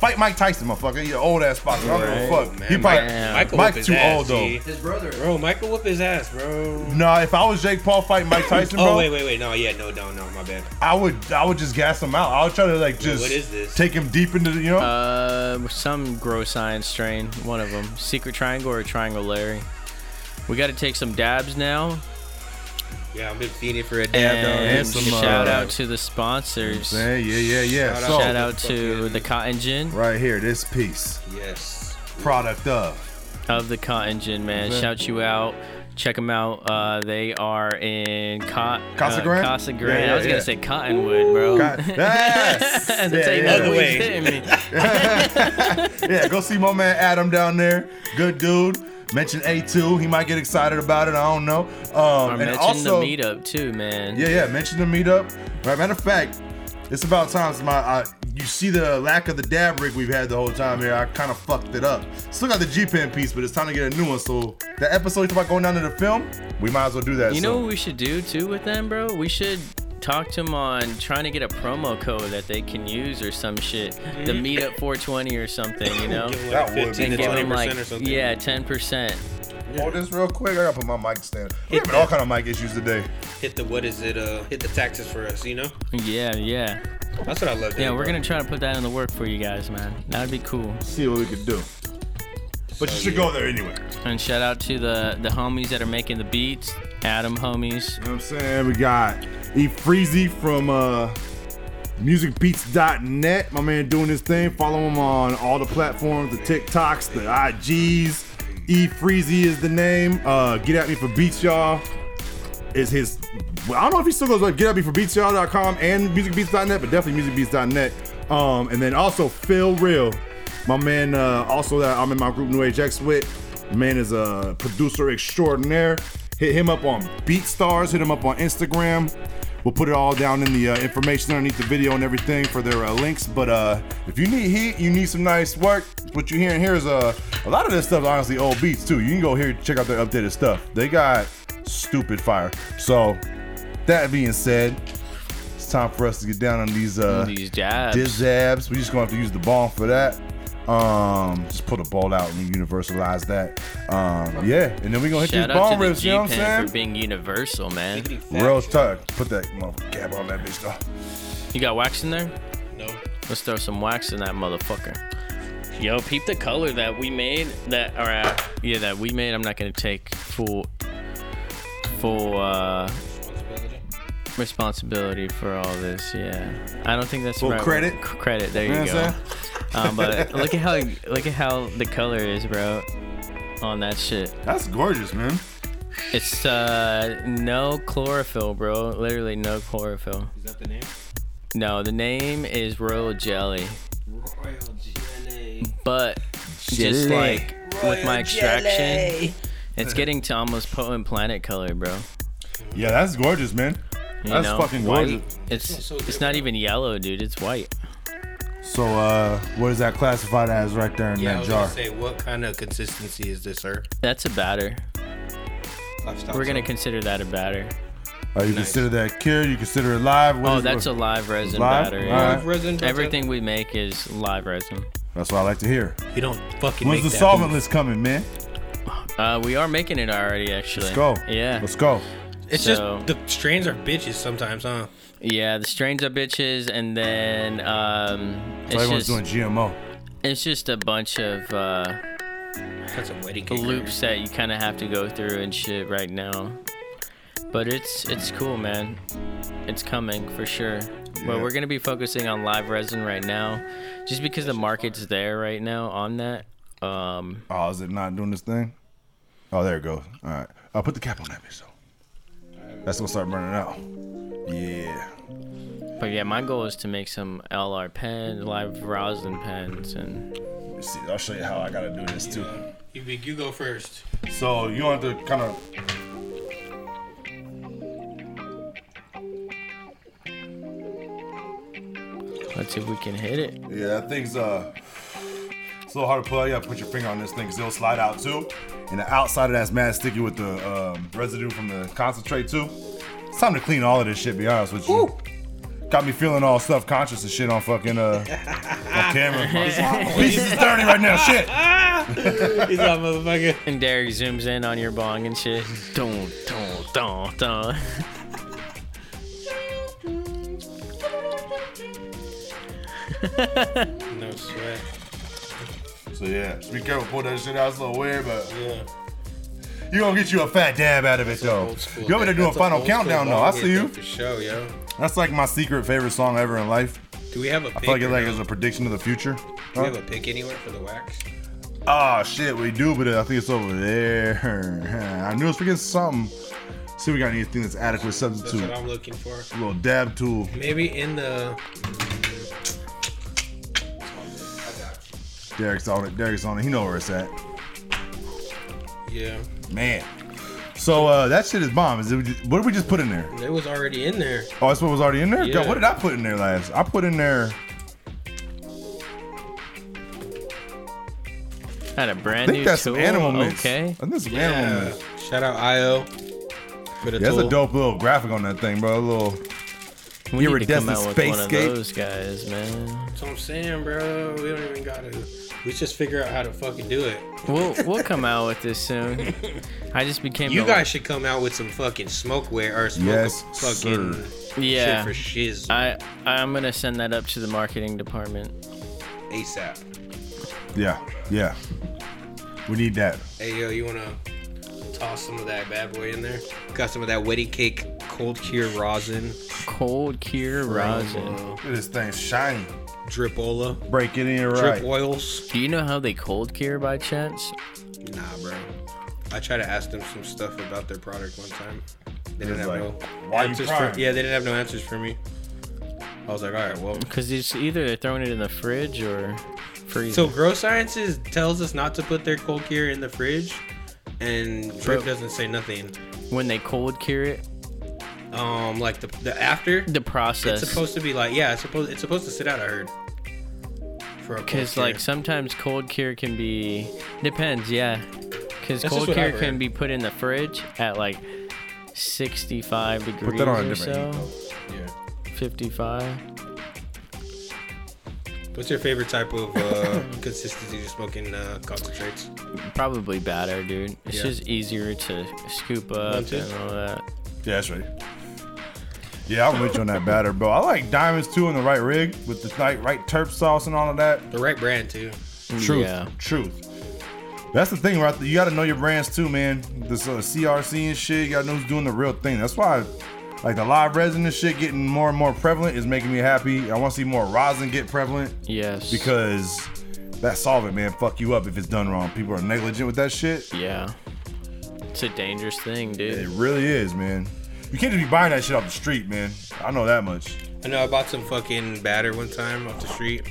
[SPEAKER 2] Fight Mike Tyson, motherfucker. You old ass boxer. I don't give a
[SPEAKER 1] Right.
[SPEAKER 2] fuck.
[SPEAKER 1] Man,
[SPEAKER 2] he probably
[SPEAKER 3] Mike-
[SPEAKER 1] Michael whoop
[SPEAKER 2] Mike's
[SPEAKER 1] his
[SPEAKER 2] too
[SPEAKER 1] ass,
[SPEAKER 2] old, though.
[SPEAKER 1] G.
[SPEAKER 4] His brother.
[SPEAKER 1] Bro, Michael whoop his ass, bro.
[SPEAKER 2] nah. If I was Jake Paul fighting
[SPEAKER 1] [LAUGHS]
[SPEAKER 2] Mike Tyson, bro,
[SPEAKER 1] Oh wait, wait, wait. No, yeah, no, no, no. My bad.
[SPEAKER 2] I would I would just gas him out. I would try to like
[SPEAKER 1] Yeah,
[SPEAKER 2] just
[SPEAKER 1] what is this?
[SPEAKER 2] take him deep into the you know.
[SPEAKER 3] Uh, some gross science strain. One of them. Secret triangle or triangle Larry. We got to take some dabs now.
[SPEAKER 1] Yeah, I've been feeding for a dab, dog.
[SPEAKER 3] And
[SPEAKER 2] some, uh,
[SPEAKER 3] shout out to the sponsors.
[SPEAKER 2] yeah, yeah, yeah, yeah.
[SPEAKER 1] Shout
[SPEAKER 2] so
[SPEAKER 3] Shout out to
[SPEAKER 1] Fucking-
[SPEAKER 3] the Cotton Gin
[SPEAKER 2] right here, this piece.
[SPEAKER 1] Yes.
[SPEAKER 2] product
[SPEAKER 1] [LAUGHS]
[SPEAKER 2] of.
[SPEAKER 3] of the Cotton Gin, man.
[SPEAKER 2] Okay.
[SPEAKER 3] Shout you out. Check them out. Uh, they are in Co-
[SPEAKER 2] Casa
[SPEAKER 3] uh,
[SPEAKER 2] Grande?
[SPEAKER 3] Casa Grande.
[SPEAKER 2] Yeah, yeah,
[SPEAKER 3] I was
[SPEAKER 2] yeah.
[SPEAKER 3] gonna say Cottonwood, bro. [LAUGHS]
[SPEAKER 2] God, yes! [LAUGHS]
[SPEAKER 3] And
[SPEAKER 2] Yeah,
[SPEAKER 3] take
[SPEAKER 2] yeah.
[SPEAKER 3] that
[SPEAKER 1] Other
[SPEAKER 3] away.
[SPEAKER 1] way.
[SPEAKER 3] Hitting me.
[SPEAKER 2] yeah, go see my man Adam down there. Good dude. Mention A2. He might get excited about it. I don't know.
[SPEAKER 3] Or
[SPEAKER 2] Um, and
[SPEAKER 3] mention
[SPEAKER 2] also,
[SPEAKER 3] the meetup too, man.
[SPEAKER 2] yeah, yeah. Mention the meetup. Right. Matter of fact, it's about time. it's My, I, you see the lack of the dab rig we've had the whole time here. I kind of fucked it up. Still got the G pen piece, but it's time to get a new one. So that episode you talk about going down to the film, we might as well do that.
[SPEAKER 3] You
[SPEAKER 2] so.
[SPEAKER 3] know what we should do too with them, bro? We should talk to them on trying to get a promo code that they can use or some shit. The
[SPEAKER 2] Mm-hmm.
[SPEAKER 3] meetup 420 or something,
[SPEAKER 2] [LAUGHS]
[SPEAKER 3] you know?
[SPEAKER 1] Give him
[SPEAKER 2] That
[SPEAKER 1] like
[SPEAKER 2] would
[SPEAKER 1] fifteen
[SPEAKER 2] be
[SPEAKER 1] to
[SPEAKER 3] And
[SPEAKER 2] fun.
[SPEAKER 3] give
[SPEAKER 1] twenty
[SPEAKER 3] them like,
[SPEAKER 1] percent or something.
[SPEAKER 3] yeah, 10%.
[SPEAKER 2] Hold this real quick. I gotta put my mic stand. We're
[SPEAKER 1] Hit
[SPEAKER 2] having all kind of mic issues today.
[SPEAKER 1] Hit the what is it? Uh, hit the taxes for us. You know.
[SPEAKER 3] Yeah, yeah.
[SPEAKER 1] That's what I love.
[SPEAKER 3] Yeah,
[SPEAKER 1] doing,
[SPEAKER 3] we're
[SPEAKER 1] bro.
[SPEAKER 3] gonna try to put that in the work for you guys, man. That'd be cool.
[SPEAKER 2] See what we could do. But
[SPEAKER 1] So,
[SPEAKER 2] you should
[SPEAKER 1] yeah.
[SPEAKER 2] go there anyway.
[SPEAKER 3] And shout out to the the homies that are making the beats, Adam homies.
[SPEAKER 2] You know what I'm saying? We got E Freezy from uh, musicbeats.net. My man doing his thing. Follow him on all the platforms, the TikToks, the IGs. E Freezy is the name. Uh, Get at me for beats, y'all. Is his I don't know if he still goes like get at me for beatsy'all.com and musicbeats.net, but definitely musicbeats.net. Um, and then also Phil Real, my man, uh, also that I'm in my group New Age X with. Man is a producer extraordinaire. Hit him up on BeatStars. Hit him up on Instagram. We'll put it all down in the uh, information underneath the video and everything for their uh, links. But uh, if you need heat, you need some nice work. What you're hearing here is uh, a lot of this stuff, is honestly, old beats too. You can go here check out their updated stuff. They got stupid fire. So that being said, it's time for us to get down on these uh
[SPEAKER 3] These jabs.
[SPEAKER 2] dizabs. We just gonna have to use the ball for that. Um, just put a ball out and universalize that. Um, yeah, and then we gonna hit
[SPEAKER 3] shout
[SPEAKER 2] these
[SPEAKER 3] out to
[SPEAKER 2] ball
[SPEAKER 3] the
[SPEAKER 2] rips. You know what
[SPEAKER 3] G Pen
[SPEAKER 2] I'm
[SPEAKER 3] for
[SPEAKER 2] saying?
[SPEAKER 3] being universal, man.
[SPEAKER 1] Pretty fat,
[SPEAKER 2] Real
[SPEAKER 1] yo.
[SPEAKER 2] tuck. Put that motherfucker cap on that bitch though.
[SPEAKER 3] You got wax in there?
[SPEAKER 1] No.
[SPEAKER 3] Let's throw some wax in that motherfucker. Yo, peep the color that we made. That or uh, yeah, that we made. I'm not gonna take full full uh, responsibility for all this. Yeah, I don't think that's the
[SPEAKER 2] Full
[SPEAKER 3] right
[SPEAKER 2] credit?
[SPEAKER 3] word. C- Credit. There
[SPEAKER 2] You know
[SPEAKER 3] you
[SPEAKER 2] what
[SPEAKER 3] go.
[SPEAKER 2] I'm [LAUGHS]
[SPEAKER 3] Um, but look at how look at how the color is, bro. On that shit.
[SPEAKER 2] That's gorgeous, man.
[SPEAKER 3] It's uh no chlorophyll, bro. Literally no chlorophyll.
[SPEAKER 4] Is that the name?
[SPEAKER 3] No, the name is Royal Jelly,
[SPEAKER 4] Royal GNA.
[SPEAKER 3] but just
[SPEAKER 2] Jelly.
[SPEAKER 3] like with my extraction, it's getting to almost potent planet color, bro.
[SPEAKER 2] Yeah, that's gorgeous, man.
[SPEAKER 3] You
[SPEAKER 2] That's
[SPEAKER 3] know?
[SPEAKER 2] fucking
[SPEAKER 3] White.
[SPEAKER 2] gorgeous.
[SPEAKER 3] It's it's not even yellow, dude. It's white.
[SPEAKER 2] So, uh, what is that classified as right there in
[SPEAKER 1] Yeah, I
[SPEAKER 2] that
[SPEAKER 1] was
[SPEAKER 2] jar?
[SPEAKER 1] gonna say, what kind of consistency is this, sir?
[SPEAKER 3] That's a batter.
[SPEAKER 4] Five stars.
[SPEAKER 3] We're gonna consider that a batter.
[SPEAKER 2] Uh, you consider that cured? You consider it live? What
[SPEAKER 3] Oh,
[SPEAKER 2] is-
[SPEAKER 3] that's a live resin
[SPEAKER 2] Live?
[SPEAKER 3] batter.
[SPEAKER 2] All
[SPEAKER 3] yeah.
[SPEAKER 2] right.
[SPEAKER 1] Resin,
[SPEAKER 3] Everything we make is live resin.
[SPEAKER 2] That's what I like to hear.
[SPEAKER 1] You don't fucking.
[SPEAKER 2] When's
[SPEAKER 1] Where's
[SPEAKER 2] the solvent list coming, man?
[SPEAKER 3] Uh, we are making it already, actually.
[SPEAKER 2] Let's go.
[SPEAKER 3] Yeah.
[SPEAKER 2] Let's go.
[SPEAKER 1] It's
[SPEAKER 3] So-
[SPEAKER 1] just the strains are bitches sometimes, huh?
[SPEAKER 3] Yeah, the strains are bitches, and then um, it's
[SPEAKER 2] Everyone's
[SPEAKER 3] just
[SPEAKER 2] doing GMO.
[SPEAKER 3] it's just a bunch of uh,
[SPEAKER 1] That's a wedding cake.
[SPEAKER 3] loops that you kind of have to go through and shit right now. But it's it's cool, man. It's coming for sure. But
[SPEAKER 2] Yeah.
[SPEAKER 3] we're gonna be focusing on live resin right now, just because the market's there right now on that. Um,
[SPEAKER 2] Oh, is it not doing this thing? Oh, there it goes. All right. I'll put the cap on that bitch, though. That's gonna start burning out. Yeah.
[SPEAKER 3] but yeah, my goal is to make some LR pen, live rosin pens, and
[SPEAKER 2] Let's see. I'll show you how I gotta do this, too.
[SPEAKER 1] You, you go first.
[SPEAKER 2] So you want to kind of.
[SPEAKER 3] let's see if we can hit it.
[SPEAKER 2] Yeah, that thing's uh. It's a little hard to pull out. You gotta put your finger on this thing because it'll slide out too. And the outside of that's mad sticky with the um, residue from the concentrate too. It's time to clean all of this shit, be honest with you. Got me feeling all self conscious and shit on fucking uh, on camera. Pieces is dirty right now, shit.
[SPEAKER 1] He's that motherfucker.
[SPEAKER 3] And Derek zooms in on your bong and shit. [LAUGHS] Dun, dun, dun, dun.
[SPEAKER 1] No sweat.
[SPEAKER 2] So yeah, just be careful, pull that shit out. It's a little weird, but
[SPEAKER 1] Yeah.
[SPEAKER 2] you gonna get you a fat dab out of it though.
[SPEAKER 1] Old school,
[SPEAKER 2] Oh. You over there
[SPEAKER 1] man.
[SPEAKER 2] doing
[SPEAKER 1] That's a
[SPEAKER 2] final
[SPEAKER 1] old school
[SPEAKER 2] countdown though?
[SPEAKER 1] ball
[SPEAKER 2] I
[SPEAKER 1] hit,
[SPEAKER 2] see
[SPEAKER 1] though,
[SPEAKER 2] you.
[SPEAKER 1] For sure, yo.
[SPEAKER 2] That's like my secret favorite song ever in life.
[SPEAKER 1] Do we have a pick?
[SPEAKER 2] I feel like it's
[SPEAKER 1] or
[SPEAKER 2] like
[SPEAKER 1] no?
[SPEAKER 2] it's a prediction of the future.
[SPEAKER 1] Do we have a pick anywhere for the wax?
[SPEAKER 2] Oh shit, we do, but I think it's over there. [LAUGHS] I knew it was freaking something. See if we got anything that's adequate
[SPEAKER 1] That's
[SPEAKER 2] substitute.
[SPEAKER 1] what I'm looking for.
[SPEAKER 2] A little dab tool.
[SPEAKER 1] Maybe in the
[SPEAKER 2] Derek's on it. Derek's on it. He know where it's at.
[SPEAKER 1] yeah.
[SPEAKER 2] Man. So uh, that shit is bomb. Is it, what did we just put in there?
[SPEAKER 1] It was already in there.
[SPEAKER 2] Oh, that's what was already in there. God,
[SPEAKER 1] Yeah.
[SPEAKER 2] what did I put in there last? I put in there.
[SPEAKER 3] Had a
[SPEAKER 2] I
[SPEAKER 3] brand
[SPEAKER 2] think
[SPEAKER 3] new
[SPEAKER 2] that's
[SPEAKER 3] tool.
[SPEAKER 2] some animal mints.
[SPEAKER 3] Okay.
[SPEAKER 2] I think that's some animal
[SPEAKER 1] Yeah.
[SPEAKER 2] mints.
[SPEAKER 1] Shout out Io for the
[SPEAKER 2] Yeah, that's
[SPEAKER 1] tool.
[SPEAKER 2] a dope little graphic on that thing, bro. A little.
[SPEAKER 3] We
[SPEAKER 2] You're
[SPEAKER 3] need to come
[SPEAKER 2] destined
[SPEAKER 3] out with
[SPEAKER 2] space
[SPEAKER 3] one
[SPEAKER 2] gate.
[SPEAKER 3] of those guys, man.
[SPEAKER 1] That's what I'm saying, bro. We don't even gotta. We just figure out how to fucking do it.
[SPEAKER 3] We'll we'll come out with this soon. I just became
[SPEAKER 1] You
[SPEAKER 3] the-
[SPEAKER 1] guys should come out with some fucking smokeware or smoke
[SPEAKER 2] Yes,
[SPEAKER 1] fucking
[SPEAKER 2] sir.
[SPEAKER 3] Yeah.
[SPEAKER 1] shit for shiz
[SPEAKER 3] I I'm gonna send that up to the marketing department.
[SPEAKER 1] ASAP.
[SPEAKER 2] Yeah, yeah. We need that.
[SPEAKER 1] Hey yo, you wanna toss some of that bad boy in there? Got some of that wedding cake cold cure rosin,
[SPEAKER 3] Cold cure rosin.
[SPEAKER 1] uh,
[SPEAKER 2] Look at this thing shiny.
[SPEAKER 1] dripola,
[SPEAKER 2] Break it in
[SPEAKER 1] drip
[SPEAKER 2] right.
[SPEAKER 1] oils.
[SPEAKER 3] Do you know how they cold cure by chance?
[SPEAKER 1] Nah, bro. I tried to ask them some stuff about their product one time. They didn't
[SPEAKER 2] It's
[SPEAKER 1] have
[SPEAKER 2] like,
[SPEAKER 1] no
[SPEAKER 2] why you
[SPEAKER 1] answers
[SPEAKER 2] crying?
[SPEAKER 1] for. Yeah, they didn't have no answers for me. I was like, all right, well.
[SPEAKER 2] [LAUGHS]
[SPEAKER 3] Because it's either they're throwing it in the fridge or freezer.
[SPEAKER 1] So Grow Sciences tells us not to put their cold cure in the fridge, and Drip
[SPEAKER 3] Bro.
[SPEAKER 1] doesn't say nothing.
[SPEAKER 3] when they cold cure it,
[SPEAKER 1] Um, like the the after,
[SPEAKER 3] the process.
[SPEAKER 1] it's supposed to be like yeah, it's supposed it's supposed to sit out. I heard. For a cold
[SPEAKER 3] Because
[SPEAKER 1] cure.
[SPEAKER 3] like sometimes cold cure can be depends, yeah.
[SPEAKER 1] That's
[SPEAKER 3] Because
[SPEAKER 1] just
[SPEAKER 3] cold
[SPEAKER 1] what
[SPEAKER 3] cure
[SPEAKER 1] I've
[SPEAKER 3] can
[SPEAKER 1] heard.
[SPEAKER 3] be put in the fridge at like 65 degrees
[SPEAKER 2] Put that on a
[SPEAKER 3] or
[SPEAKER 2] different heat,
[SPEAKER 3] so,
[SPEAKER 2] though.
[SPEAKER 1] Yeah.
[SPEAKER 3] 55.
[SPEAKER 1] What's your favorite type of
[SPEAKER 2] [LAUGHS]
[SPEAKER 1] uh, consistency you're smoking uh, concentrates?
[SPEAKER 3] Probably batter, dude. It's
[SPEAKER 1] Yeah.
[SPEAKER 3] just easier to scoop up
[SPEAKER 1] That's it.
[SPEAKER 3] and all that.
[SPEAKER 2] Yeah, that's right. Yeah, I'm with you on that batter, bro. I like diamonds too in the right rig with the right, right turp sauce and all of that.
[SPEAKER 1] The right brand too.
[SPEAKER 2] Truth,
[SPEAKER 3] Yeah.
[SPEAKER 2] truth. That's the thing, right? You got to know your brands too, man. This uh, CRC and shit, you got to know who's doing the real thing. That's why, like the live resin and shit getting more and more prevalent is making me happy. I want to see more rosin get prevalent
[SPEAKER 3] Yes.
[SPEAKER 2] because that solvent, man, fuck you up if it's done wrong. People are negligent with that shit.
[SPEAKER 3] yeah, it's a dangerous thing,
[SPEAKER 2] It
[SPEAKER 3] dude.
[SPEAKER 2] really is, man. You can't just be buying that shit off the street, man. I know that much.
[SPEAKER 1] I know I bought some fucking batter one time off the street,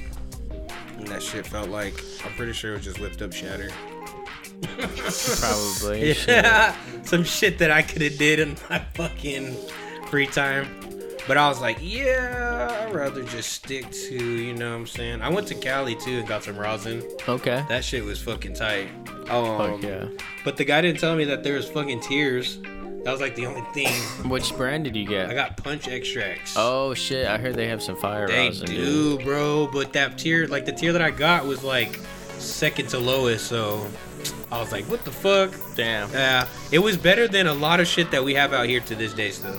[SPEAKER 1] and that shit felt like I'm pretty sure it was just whipped up shatter.
[SPEAKER 2] [LAUGHS]
[SPEAKER 1] [LAUGHS]
[SPEAKER 3] Probably.
[SPEAKER 1] Yeah, some shit that I could have did in my fucking free time. But I was like, yeah, I'd rather just stick to, you know what I'm saying? I went to Cali too and got some rosin.
[SPEAKER 3] Okay.
[SPEAKER 1] That shit was fucking tight.
[SPEAKER 3] Fuck
[SPEAKER 1] Um,
[SPEAKER 3] yeah.
[SPEAKER 1] But the guy didn't tell me that there was fucking tears. That was like the only thing.
[SPEAKER 3] Which brand did you
[SPEAKER 1] I
[SPEAKER 3] get?
[SPEAKER 1] got punch extracts.
[SPEAKER 3] Oh shit! I heard they have some fire
[SPEAKER 1] they
[SPEAKER 3] rosin, dude.
[SPEAKER 1] do, bro. But that tier, like the tier that I got was like second to lowest. So I was like, what the fuck?
[SPEAKER 3] Damn.
[SPEAKER 1] Yeah, it was better than a lot of shit that we have out here to this day still.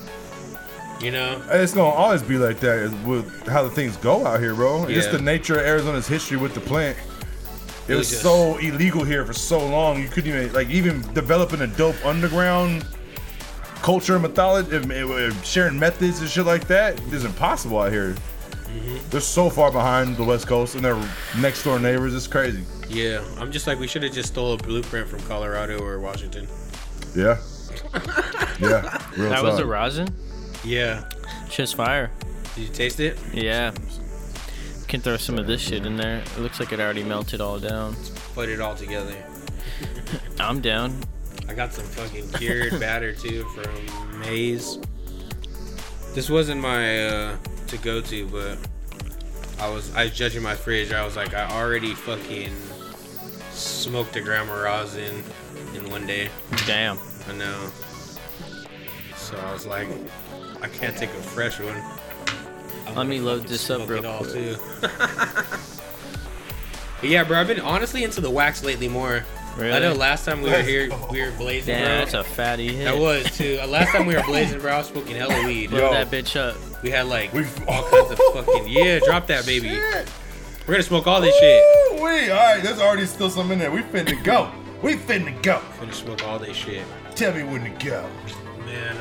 [SPEAKER 1] You know?
[SPEAKER 2] It's gonna always be like that is with how the things go out here, bro. It's
[SPEAKER 1] Yeah.
[SPEAKER 2] the nature of Arizona's history with the plant. It,
[SPEAKER 1] It
[SPEAKER 2] was
[SPEAKER 1] was just-
[SPEAKER 2] so illegal here for so long. You couldn't even like even developing a dope underground culture and mythology, eh, eh, eh, sharing methods and shit like that is impossible out here.
[SPEAKER 1] Mm-hmm.
[SPEAKER 2] They're so far behind the West Coast and their next door neighbors. It's crazy.
[SPEAKER 1] Yeah. I'm just like, we should have just stole a blueprint from Colorado or Washington. [LAUGHS]
[SPEAKER 2] Yeah. yeah. Real
[SPEAKER 3] That was
[SPEAKER 2] talk.
[SPEAKER 3] a rosin.
[SPEAKER 1] Yeah.
[SPEAKER 3] Shit's fire.
[SPEAKER 1] Did you taste it?
[SPEAKER 3] Yeah. Can throw some of this shit in there. It looks like it already melted all down.
[SPEAKER 1] Put it all together.
[SPEAKER 3] I'm down.
[SPEAKER 1] I got some fucking cured batter too from Maze. This wasn't my uh, to go to, but I was I was judging my fridge. I was like, I already fucking smoked a gram of rosin in one day.
[SPEAKER 3] Damn.
[SPEAKER 1] I know. So I was like, I can't take a fresh one. I'm
[SPEAKER 3] Let me
[SPEAKER 1] gonna
[SPEAKER 3] load
[SPEAKER 1] fucking
[SPEAKER 3] this up
[SPEAKER 1] smoke
[SPEAKER 3] real
[SPEAKER 1] it all,
[SPEAKER 3] quick.
[SPEAKER 1] too.
[SPEAKER 3] [LAUGHS]
[SPEAKER 1] but yeah, bro, I've been honestly into the wax lately more. I know
[SPEAKER 3] Really?
[SPEAKER 1] last time we were
[SPEAKER 2] Let's
[SPEAKER 1] here,
[SPEAKER 2] go.
[SPEAKER 1] we were blazing.
[SPEAKER 3] Damn,
[SPEAKER 1] bro.
[SPEAKER 3] that's a fatty hit.
[SPEAKER 1] That was too. Uh, last time we
[SPEAKER 3] [LAUGHS]
[SPEAKER 1] were blazing, bro, I was smoking hella weed.
[SPEAKER 3] Blow
[SPEAKER 2] Yo.
[SPEAKER 3] that bitch up.
[SPEAKER 1] We had like
[SPEAKER 2] We-
[SPEAKER 1] all kinds of fucking yeah. Drop that baby.
[SPEAKER 2] [LAUGHS] Shit.
[SPEAKER 1] We're gonna smoke all this shit.
[SPEAKER 2] Wee, all right, there's already still some in there. We finna
[SPEAKER 1] [COUGHS]
[SPEAKER 2] go. We finna go.
[SPEAKER 1] We're gonna smoke all this shit,
[SPEAKER 2] Tell me when to go.
[SPEAKER 1] man.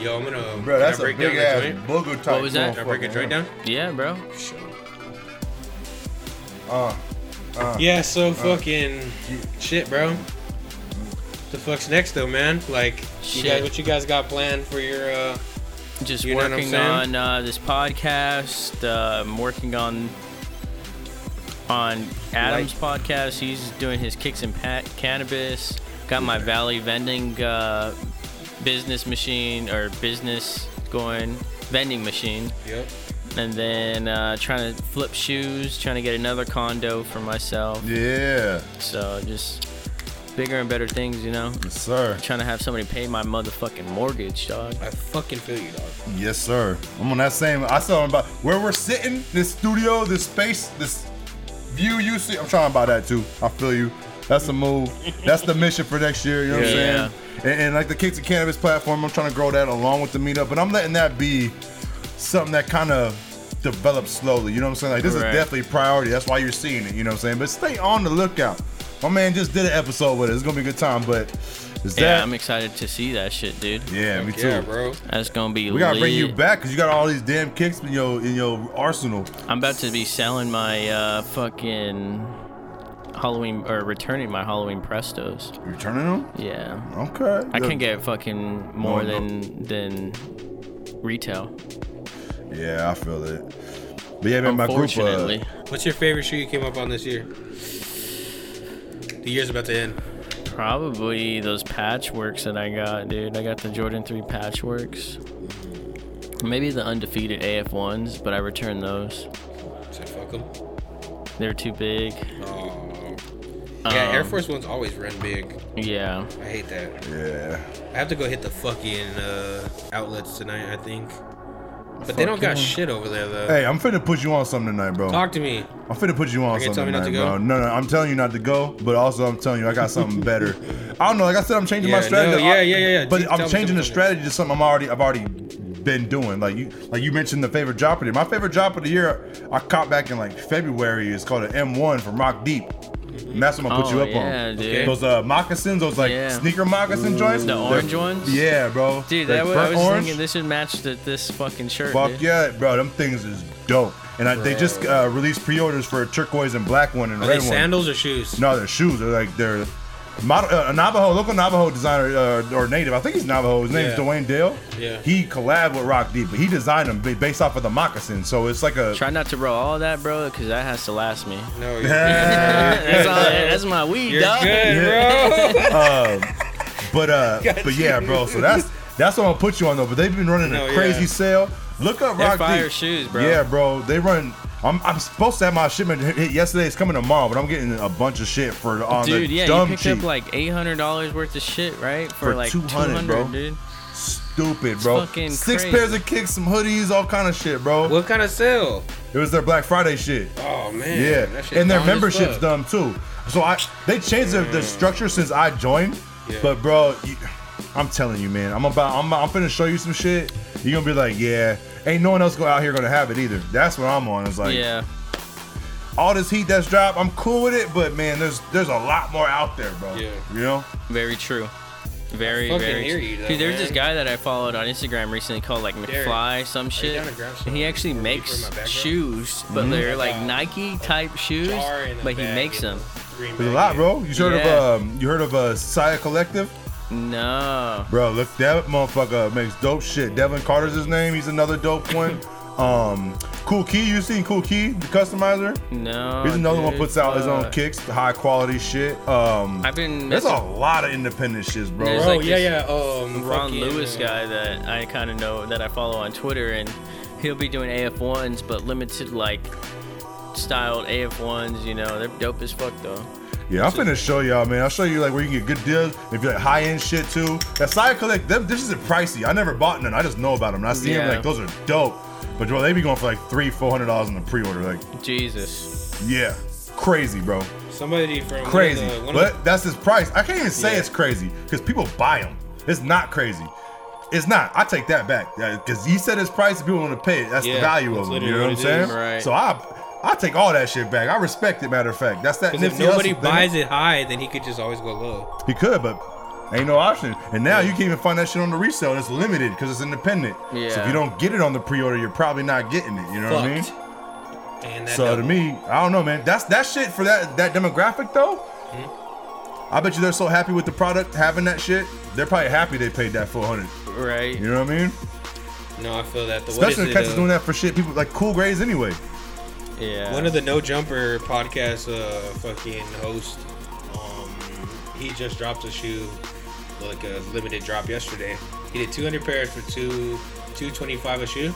[SPEAKER 1] Yo, I'm gonna.
[SPEAKER 2] Bro, that's
[SPEAKER 1] can I
[SPEAKER 2] a
[SPEAKER 1] break
[SPEAKER 2] big
[SPEAKER 1] down
[SPEAKER 2] ass
[SPEAKER 1] the joint.
[SPEAKER 2] booger type.
[SPEAKER 3] was that?
[SPEAKER 1] Can I break a
[SPEAKER 2] motherfucker.
[SPEAKER 1] joint down?
[SPEAKER 3] Yeah, bro.
[SPEAKER 2] Uh,
[SPEAKER 1] Yeah, so fucking shit, bro. The fuck's next though, man? Like, you guys,
[SPEAKER 3] Shit.
[SPEAKER 1] what you guys got planned for your? uh
[SPEAKER 3] Just
[SPEAKER 1] You know what I'm
[SPEAKER 3] working
[SPEAKER 1] saying?
[SPEAKER 3] on uh, this podcast. Uh, I'm working on on Adam's podcast. He's doing his kicks and pat cannabis. Got my Valley vending uh, business machine or business going vending machine.
[SPEAKER 1] Yep.
[SPEAKER 3] and then uh, trying to flip shoes, trying to get another condo for myself.
[SPEAKER 2] yeah,
[SPEAKER 3] So just bigger and better things, you know.
[SPEAKER 2] yes sir,
[SPEAKER 3] Trying to have somebody pay my motherfucking mortgage, dog.
[SPEAKER 1] I fucking feel you, dog.
[SPEAKER 2] yes sir. I'm on that same. I saw him about where we're sitting. This studio, this space, this view you see. I'm trying to buy that too. I feel you. That's the move. That's the mission for next year. You know what I'm
[SPEAKER 3] Yeah.
[SPEAKER 2] saying? And, and like the Kicks of Cannabis platform, I'm trying to grow that along with the meetup. But I'm letting that be something that kind of develops slowly. You know what I'm saying? Like this
[SPEAKER 3] Right.
[SPEAKER 2] is definitely priority. That's why you're seeing it. You know what I'm saying? But stay on the lookout. My man just did an episode with it. It's gonna be a good time. But is
[SPEAKER 3] Yeah,
[SPEAKER 2] that?
[SPEAKER 3] I'm excited to see that shit, dude.
[SPEAKER 2] yeah, me
[SPEAKER 1] Fuck
[SPEAKER 2] too.
[SPEAKER 1] Yeah, bro.
[SPEAKER 3] That's gonna be.
[SPEAKER 2] We gotta bring
[SPEAKER 3] lit.
[SPEAKER 2] you back because you got all these damn kicks in your in your arsenal.
[SPEAKER 3] I'm about to be selling my uh, fucking Halloween or returning my Halloween Prestos.
[SPEAKER 2] Returning them?
[SPEAKER 3] Yeah.
[SPEAKER 2] Okay.
[SPEAKER 3] I can get fucking more than than retail.
[SPEAKER 2] Yeah, I feel it. But yeah, man, my group. Uh,
[SPEAKER 3] Unfortunately,
[SPEAKER 1] What's your favorite shoe you came up on this year? The year's about to end.
[SPEAKER 3] Probably those patchworks that I got, dude. I got the Jordan 3 patchworks. Maybe the undefeated AF1s, but I returned those.
[SPEAKER 1] So fuck 'em.
[SPEAKER 3] They're too big.
[SPEAKER 1] Oh. Yeah, Air
[SPEAKER 3] Um,
[SPEAKER 1] Force Ones always run big.
[SPEAKER 3] Yeah.
[SPEAKER 1] I hate that.
[SPEAKER 2] yeah.
[SPEAKER 1] I have to go hit the fucking uh, outlets tonight, I think. But they don't got shit over there though.
[SPEAKER 2] Hey, I'm finna put you on something tonight, bro.
[SPEAKER 1] Talk to me.
[SPEAKER 2] I'm finna put you on
[SPEAKER 1] You're gonna
[SPEAKER 2] something
[SPEAKER 1] tell me not to
[SPEAKER 2] tonight,
[SPEAKER 1] go?
[SPEAKER 2] bro. No, no, I'm telling you not to go, but also I'm telling you I got something better. I don't know. Like I said, I'm changing
[SPEAKER 1] Yeah,
[SPEAKER 2] my strategy.
[SPEAKER 1] no, yeah,
[SPEAKER 2] I-
[SPEAKER 1] yeah, yeah, yeah. Tell
[SPEAKER 2] But
[SPEAKER 1] me,
[SPEAKER 2] I'm
[SPEAKER 1] tell me,
[SPEAKER 2] changing the
[SPEAKER 1] tell me.
[SPEAKER 2] strategy to something I'm already I've already been doing. Like you, like you mentioned the favorite drop of the year. My favorite drop of the year I caught back in like February is called an M1 from Rock Deep. And that's what I'm gonna put
[SPEAKER 3] Oh,
[SPEAKER 2] you up
[SPEAKER 3] yeah,
[SPEAKER 2] on.
[SPEAKER 3] dude.
[SPEAKER 1] Okay.
[SPEAKER 2] Those uh, moccasins, those like
[SPEAKER 3] Yeah.
[SPEAKER 2] sneaker moccasin joints.
[SPEAKER 3] The
[SPEAKER 2] They're-
[SPEAKER 3] orange ones?
[SPEAKER 2] Yeah, bro.
[SPEAKER 3] Dude,
[SPEAKER 2] Like
[SPEAKER 3] that was, I
[SPEAKER 2] burnt
[SPEAKER 3] was
[SPEAKER 2] orange.
[SPEAKER 3] thinking this should match the, this fucking shirt.
[SPEAKER 2] Fuck
[SPEAKER 3] dude.
[SPEAKER 2] yeah, bro. Them things is dope. And I, they just uh, released pre-orders for a turquoise and black one and
[SPEAKER 1] Are
[SPEAKER 2] red
[SPEAKER 1] they
[SPEAKER 2] one.
[SPEAKER 1] sandals or shoes?
[SPEAKER 2] No, their shoes. They're like they're model, uh, a Navajo local Navajo designer uh, or native. I think he's Navajo. His name's
[SPEAKER 1] Yeah.
[SPEAKER 2] Dwayne Dale.
[SPEAKER 1] Yeah.
[SPEAKER 2] He collabed with Rock Deep, but he designed them ba- based off of the moccasin. So it's like [LAUGHS] a
[SPEAKER 3] Try not to roll all that, bro, because that has to last me.
[SPEAKER 1] No.
[SPEAKER 2] [LAUGHS]
[SPEAKER 1] You're,
[SPEAKER 3] that's, all, that's my weed,
[SPEAKER 1] you're
[SPEAKER 3] dog.
[SPEAKER 1] good, bro.
[SPEAKER 2] [LAUGHS] Um,
[SPEAKER 1] [LAUGHS]
[SPEAKER 2] but uh but yeah, bro. So that's that's what I'm gonna put you on though. But they've been running
[SPEAKER 1] No,
[SPEAKER 2] a crazy
[SPEAKER 1] yeah.
[SPEAKER 2] sale. Look up
[SPEAKER 3] They're
[SPEAKER 2] Rock
[SPEAKER 3] fire
[SPEAKER 2] Deep.
[SPEAKER 3] shoes, bro.
[SPEAKER 2] Yeah, bro. They run. I'm, I'm supposed to have my shipment hit hit yesterday. It's coming tomorrow, but I'm getting a bunch of shit for on
[SPEAKER 3] Dude,
[SPEAKER 2] the
[SPEAKER 3] yeah, you
[SPEAKER 2] dumb
[SPEAKER 3] picked
[SPEAKER 2] cheap.
[SPEAKER 3] up like $800 worth of shit, right? For,
[SPEAKER 2] For
[SPEAKER 3] like
[SPEAKER 2] 200,
[SPEAKER 3] 200,
[SPEAKER 2] bro.
[SPEAKER 3] dude.
[SPEAKER 2] Stupid, bro.
[SPEAKER 3] fucking
[SPEAKER 2] Six
[SPEAKER 3] crazy.
[SPEAKER 2] pairs of kicks, some hoodies, all kind of shit, bro.
[SPEAKER 1] what kind of sale?
[SPEAKER 2] It was their Black Friday shit.
[SPEAKER 1] Oh man.
[SPEAKER 2] Yeah,
[SPEAKER 1] that shit
[SPEAKER 2] and their
[SPEAKER 1] gone as
[SPEAKER 2] membership's
[SPEAKER 1] fuck.
[SPEAKER 2] dumb too. So I they changed the,
[SPEAKER 3] Mm.
[SPEAKER 2] the structure since I joined.
[SPEAKER 1] Yeah.
[SPEAKER 2] But bro, you, I'm telling you, man, I'm about I'm I'm finna show you some shit. You're gonna be like, yeah, ain't no one else go out here gonna have it either. That's what I'm on. It's like
[SPEAKER 3] yeah.
[SPEAKER 2] all this heat that's dropped, I'm cool with it, but man, there's there's a lot more out there, bro.
[SPEAKER 1] Yeah.
[SPEAKER 2] You know?
[SPEAKER 3] Very true. Very,
[SPEAKER 1] fucking
[SPEAKER 3] very.
[SPEAKER 1] hear
[SPEAKER 3] true.
[SPEAKER 1] you, though,
[SPEAKER 3] Dude, there's
[SPEAKER 1] man.
[SPEAKER 3] this guy that I followed on Instagram recently called like
[SPEAKER 1] Derek,
[SPEAKER 3] McFly some shit.
[SPEAKER 1] down to grab some
[SPEAKER 3] And he actually
[SPEAKER 1] for me for
[SPEAKER 3] makes
[SPEAKER 1] my background?
[SPEAKER 3] shoes, but
[SPEAKER 2] Mm-hmm.
[SPEAKER 3] they're like
[SPEAKER 1] Wow.
[SPEAKER 3] Nike type shoes,
[SPEAKER 1] Jar in a
[SPEAKER 3] but he
[SPEAKER 1] bag
[SPEAKER 3] makes
[SPEAKER 1] and
[SPEAKER 3] them.
[SPEAKER 1] green
[SPEAKER 2] There's a
[SPEAKER 1] bag
[SPEAKER 2] lot,
[SPEAKER 1] in.
[SPEAKER 2] bro. You heard
[SPEAKER 3] Yeah.
[SPEAKER 2] of um you heard of uh Saya Collective?
[SPEAKER 3] No.
[SPEAKER 2] Bro, look that motherfucker makes dope shit. Devin Carter's his name, he's another dope one. Um Cool Key, you seen Cool Key, the customizer?
[SPEAKER 3] No.
[SPEAKER 2] Here's another one
[SPEAKER 3] dude,
[SPEAKER 2] puts out his own
[SPEAKER 3] fuck.
[SPEAKER 2] kicks, high quality shit. Um,
[SPEAKER 3] I've been
[SPEAKER 2] there's a
[SPEAKER 3] messing-
[SPEAKER 2] lot of independent shits, bro.
[SPEAKER 3] There's
[SPEAKER 1] Oh
[SPEAKER 3] like
[SPEAKER 1] yeah,
[SPEAKER 3] this
[SPEAKER 1] yeah. Um,
[SPEAKER 3] Ron
[SPEAKER 1] fucking,
[SPEAKER 3] Lewis
[SPEAKER 1] uh,
[SPEAKER 3] guy that I kind of know that I follow on Twitter, and he'll be doing AF1s, but limited like styled AF1s. You know, they're dope as fuck though.
[SPEAKER 2] yeah, I'm finna show y'all, man. I'll show you like where you can get good deals if you like high end shit too. That side collect, them, this isn't pricey. I never bought none. I just know about them. And I see them
[SPEAKER 3] Yeah.
[SPEAKER 2] like those are dope. But bro, they be going for like three, four hundred dollars in the pre-order. Like,
[SPEAKER 3] Jesus.
[SPEAKER 2] yeah, crazy, bro,
[SPEAKER 1] Somebody from
[SPEAKER 2] crazy.
[SPEAKER 1] One of the, one
[SPEAKER 2] but
[SPEAKER 1] of
[SPEAKER 2] that's his price. I can't even say
[SPEAKER 1] Yeah.
[SPEAKER 2] it's crazy because people buy them. It's not crazy. It's not. I take that back because he said his price. People want to pay it. That's the
[SPEAKER 1] Yeah,
[SPEAKER 2] value
[SPEAKER 1] that's
[SPEAKER 2] of it. You
[SPEAKER 1] literally
[SPEAKER 2] know what
[SPEAKER 1] what
[SPEAKER 2] I'm
[SPEAKER 1] it
[SPEAKER 2] saying?
[SPEAKER 1] is.
[SPEAKER 3] Right.
[SPEAKER 2] So I, I take all that shit back. I respect it. Matter of fact, that's that.
[SPEAKER 1] because if
[SPEAKER 2] Nipsey Hussle
[SPEAKER 1] nobody
[SPEAKER 2] thing.
[SPEAKER 1] buys it high, then he could just always go low.
[SPEAKER 2] he could, but ain't no option. And now you can't even find that shit on the resale. And it's limited because it's independent. So
[SPEAKER 3] Yeah.
[SPEAKER 2] if you don't get it on the pre-order, you're probably not getting it. You know what I mean?
[SPEAKER 1] Fucked. And that
[SPEAKER 2] So
[SPEAKER 1] double.
[SPEAKER 2] to me, I don't know, man. That's that shit for that that demographic though. I bet you they're so happy with the product having that shit. They're probably happy they paid that 400.
[SPEAKER 3] Right.
[SPEAKER 2] You know what I mean?
[SPEAKER 1] no, I feel that the what is
[SPEAKER 2] Especially
[SPEAKER 1] it,
[SPEAKER 2] the cats
[SPEAKER 1] uh,
[SPEAKER 2] doing that for shit. People like cool grades anyway.
[SPEAKER 3] Yeah.
[SPEAKER 1] One of the No Jumper podcast uh, fucking host, um, he just dropped a shoe, like a limited drop yesterday. He did 200 pairs for two, 225 a shoe,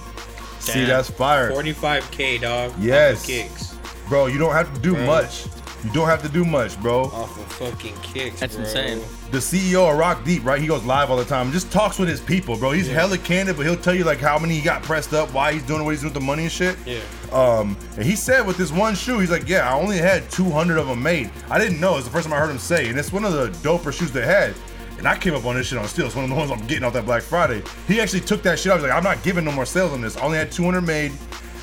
[SPEAKER 2] See,
[SPEAKER 3] Damn.
[SPEAKER 2] that's fire,
[SPEAKER 1] 45k dog. off of
[SPEAKER 2] Yes.
[SPEAKER 1] kicks
[SPEAKER 2] bro. You don't have to do
[SPEAKER 1] Bro.
[SPEAKER 2] much. You don't have to do much, bro.
[SPEAKER 1] off of fucking kicks.
[SPEAKER 3] That's
[SPEAKER 1] bro.
[SPEAKER 3] insane.
[SPEAKER 2] The CEO of Rock Deep, right? He goes live all the time. Just talks with his people, bro. He's hella candid, but he'll tell you like how many he got pressed up, why he's doing what he's doing with the money and shit.
[SPEAKER 1] Yeah.
[SPEAKER 2] Um, and he said with this one shoe, he's like, yeah, I only had 200 of them made. I didn't know. It's the first time I heard him say, and it's one of the doper shoes they had. And I came up on this shit on steel. It's one of the ones I'm getting off that Black Friday. He actually took that shit. I was like, I'm not giving no more sales on this. I only had 200 made.